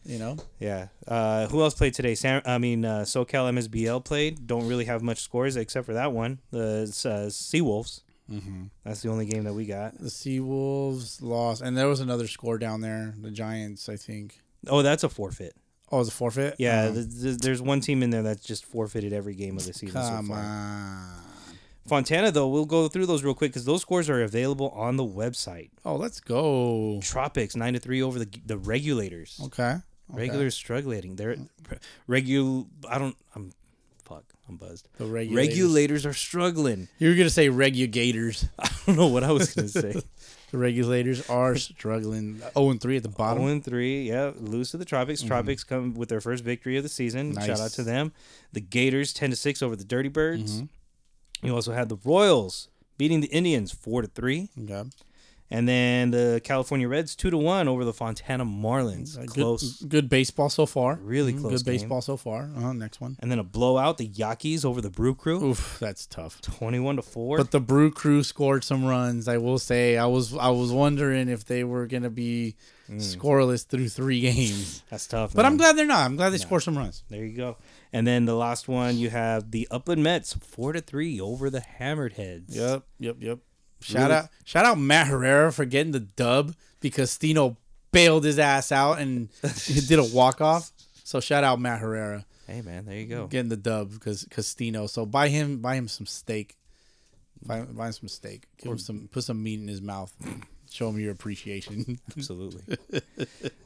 S3: You know,
S4: Yeah. Uh, who else played today? Sam. I mean, uh, SoCal MSBL played. Don't really have much scores except for that one. The uh, Seawolves.
S3: Mm-hmm.
S4: That's the only game that we got.
S3: the Seawolves lost, and there was another score down there. The Giants, I think.
S4: Oh, that's a forfeit.
S3: Oh, it was a forfeit.
S4: Yeah,
S3: Uh,
S4: th th- there's one team in there that's just forfeited every game of the season
S3: come
S4: so far.
S3: on.
S4: Fontana, though, we'll go through those real quick because those scores are available on the website.
S3: Oh, let's go.
S4: Tropics nine to three over the the regulators.
S3: Okay. okay.
S4: Regulars struggling. They're regu. I don't. I'm. Fuck. I'm buzzed.
S3: The regulators.
S4: Regulators are struggling.
S3: You were gonna say regulators.
S4: I don't know what I was gonna say.
S3: The regulators are struggling. Zero and three at the bottom. Mm-hmm.
S4: Zero and three, yeah, lose to the Tropics. Tropics come with their first victory of the season. Shout out
S3: Nice.
S4: to them. The Gators ten to six over the Dirty Birds.
S3: Mm-hmm.
S4: You also had the Royals beating the Indians four to three,
S3: Okay.
S4: and then the California Reds two to one over the Fontana Marlins.
S3: Uh,
S4: Close,
S3: Good, good baseball so far.
S4: Really
S3: Mhm,
S4: close
S3: Good
S4: game.
S3: baseball so far. Uh, next one.
S4: and then a blowout. The Yakis over the Brew Crew
S3: Oof, that's tough.
S4: twenty one to four.
S3: But the Brew Crew scored some runs. I will say, I was I was wondering if they were gonna be scoreless through three games.
S4: That's tough.
S3: But I'm
S4: man.
S3: glad they're not. I'm glad they scored some runs.
S4: There you go. And then the last one, you have the Upland Mets four to three over the Hammered Heads.
S3: Yep, yep, yep. Shout out, shout out Matt Herrera for getting the dub because Stino bailed his ass out and he did a walk off. So shout out Matt Herrera
S4: Hey man, there you go.
S3: getting the dub because Stino. So buy him, buy him some steak. Buy, buy him some steak. Give him some, put some meat in his mouth. Show him your appreciation.
S4: Absolutely.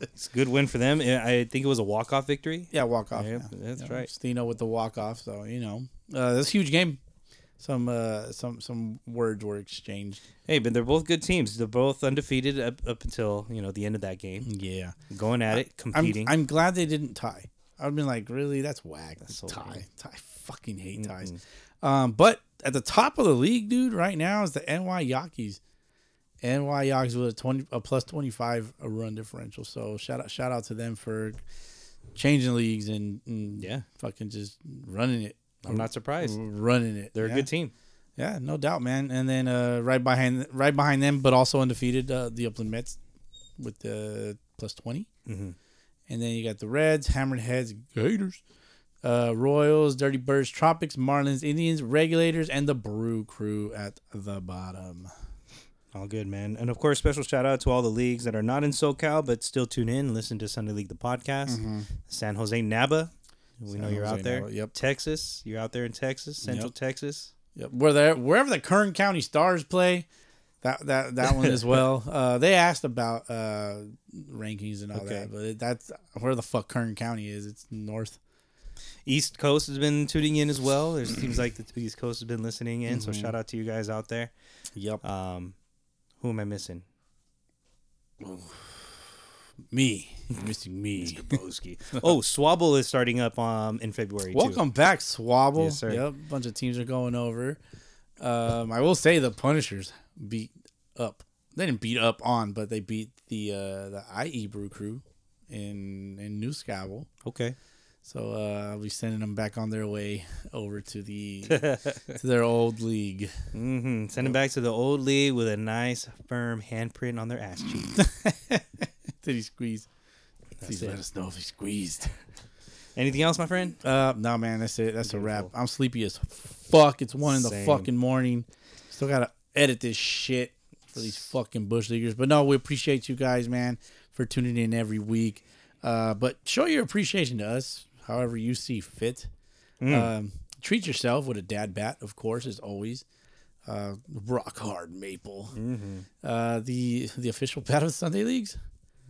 S4: it's a good win for them. I I think it was a walk off victory.
S3: yeah, walk off.
S4: Yep, that's right.
S3: Stino with the walk off. So you know, uh, that's a huge game. Some uh, some some words were exchanged.
S4: Hey, but they're both good teams. They're both undefeated up, up until you know the end of that game.
S3: Yeah.
S4: Going at it,
S3: I'm,
S4: competing.
S3: I'm glad they didn't tie. I've been like, really, that's whack. That's
S4: so
S3: tie.
S4: lame.
S3: Tie. I fucking hate ties. Um, but at the top of the league, dude, right now is the NY Yankees. NY Yankees with a twenty, a plus twenty five a run differential. So shout out, shout out to them for changing leagues and, and
S4: Yeah.
S3: fucking just running it.
S4: I'm not surprised.
S3: running it.
S4: They're
S3: yeah.
S4: a good team.
S3: Yeah, no doubt, man. And then uh, right behind, right behind them, but also undefeated, uh, the Upland Mets with the plus 20 And then you got the Reds, Hammered Heads, Mm-hmm. Gators, uh, Royals, Dirty Birds, Tropics, Marlins, Indians, Regulators, and the Brew Crew at the bottom.
S4: All good, man. And of course, special shout out to all the leagues that are not in SoCal but still tune in, listen to Sunday League the podcast. San Jose Naba, we know you're
S3: Jose
S4: out there.
S3: Naba, yep.
S4: Texas, you're out there in Texas, Central
S3: Yep.
S4: Texas.
S3: Yep, where there, wherever the Kern County Stars play, that that that one as well. Uh, they asked about uh, rankings and all
S4: Okay.
S3: that, but it, that's where the fuck Kern County is. It's north.
S4: East Coast has been tuning in as well. There's teams like the East Coast has been listening in. So shout out to you guys out there.
S3: Yep,
S4: Um, who am I missing?
S3: me You're missing me.
S4: Boski. oh, Swabble is starting up um in February. too.
S3: Welcome back, Swabble.
S4: Yes, sir.
S3: Yep, bunch of teams are going over. Um, I will say the Punishers beat up. They didn't beat up on, but they beat the uh, the IE Brew Crew in in New Scabble.
S4: Okay.
S3: So uh, I'll be sending them back on their way over to the to their old league.
S4: hmm Send them back to the old league with a nice firm handprint on their ass cheek.
S3: Did he squeeze? Please let us know if you squeezed.
S4: Anything else, my friend?
S3: Uh, no, man, that's it. That's a wrap. I'm sleepy as fuck. It's one in the
S4: Same.
S3: fucking morning. Still gotta edit this shit for these fucking bush leaguers. But no, we appreciate you guys, man, for tuning in every week. Uh, but show your appreciation to us, however you see fit. Um, treat yourself with a dad bat, of course, as always. Uh, rock hard maple. Uh, the the official bat of the Sunday leagues.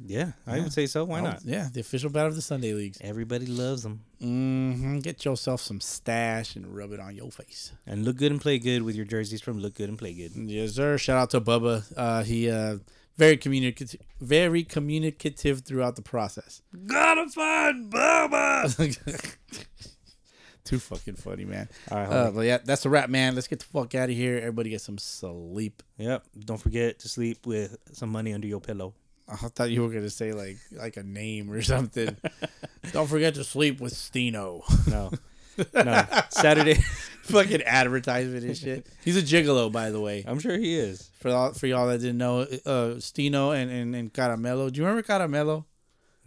S4: Yeah, I would say so. Why not?
S3: Yeah, the official bat of the Sunday leagues.
S4: Everybody loves them.
S3: hmm Get yourself some stash and rub it on your face.
S4: And look good and play good with your jerseys from Look Good and Play Good.
S3: Yes, sir. Shout out to Bubba. Uh, he uh, very communicative, very communicative throughout the process.
S4: Gotta find Bubba!
S3: Too fucking funny, man.
S4: All right,
S3: Uh, but yeah, that's a wrap, man. Let's get the fuck out of here. Everybody get some sleep.
S4: Yep. Don't forget to sleep with some money under your pillow.
S3: I thought you were gonna say like like a name or something. Don't forget to sleep with Steno.
S4: No. no. Saturday.
S3: fucking advertisement and shit. He's a gigolo, by the way.
S4: I'm sure he is.
S3: For all for y'all that didn't know, uh, Steno and, and and Caramelo. Do you remember Caramelo?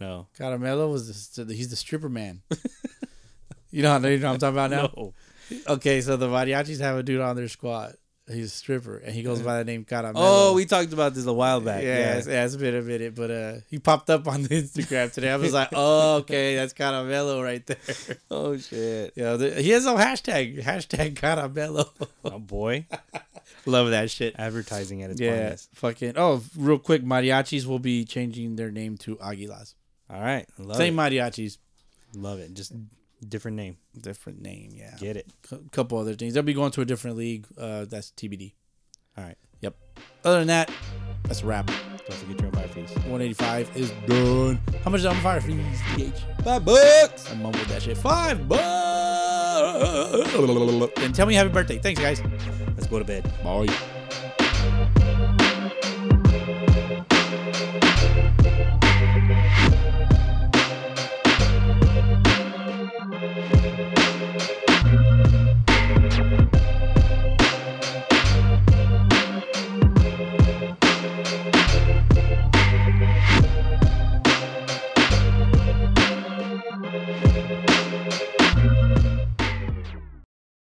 S4: No.
S3: Caramelo was the, he's the stripper man. you know, you know what I'm talking about now.
S4: No.
S3: Okay, so the mariachis have a dude on their squad. He's a stripper, and he goes by the name Caramelo.
S4: Oh, we talked about this a while
S3: yeah,
S4: back.
S3: yeah. It's, yeah, it's been a minute, but uh, he popped up on the Instagram today. I was like, oh, okay, that's Caramelo right there.
S4: Oh, shit.
S3: Yeah, the, he has a hashtag hashtag Caramelo.
S4: Oh, boy.
S3: Love that shit.
S4: Advertising at its
S3: Yeah,
S4: finest.
S3: fucking. Oh, real quick, mariachis will be changing their name to Aguilas.
S4: All right. Love
S3: Same
S4: it.
S3: mariachis,
S4: Love it. Just different name.
S3: different name. Yeah,
S4: Get it.
S3: a couple other things. They'll be going to a different league. Uh, that's TBD.
S4: All right.
S3: Yep. Other than that, that's a wrap.
S4: Don't forget your fire fees.
S3: 185 is done. How much is on fire fees? DH.
S4: Five bucks.
S3: I mumbled that shit. Five bucks. And tell me happy birthday. Thanks, guys.
S4: Let's go to bed.
S3: Bye.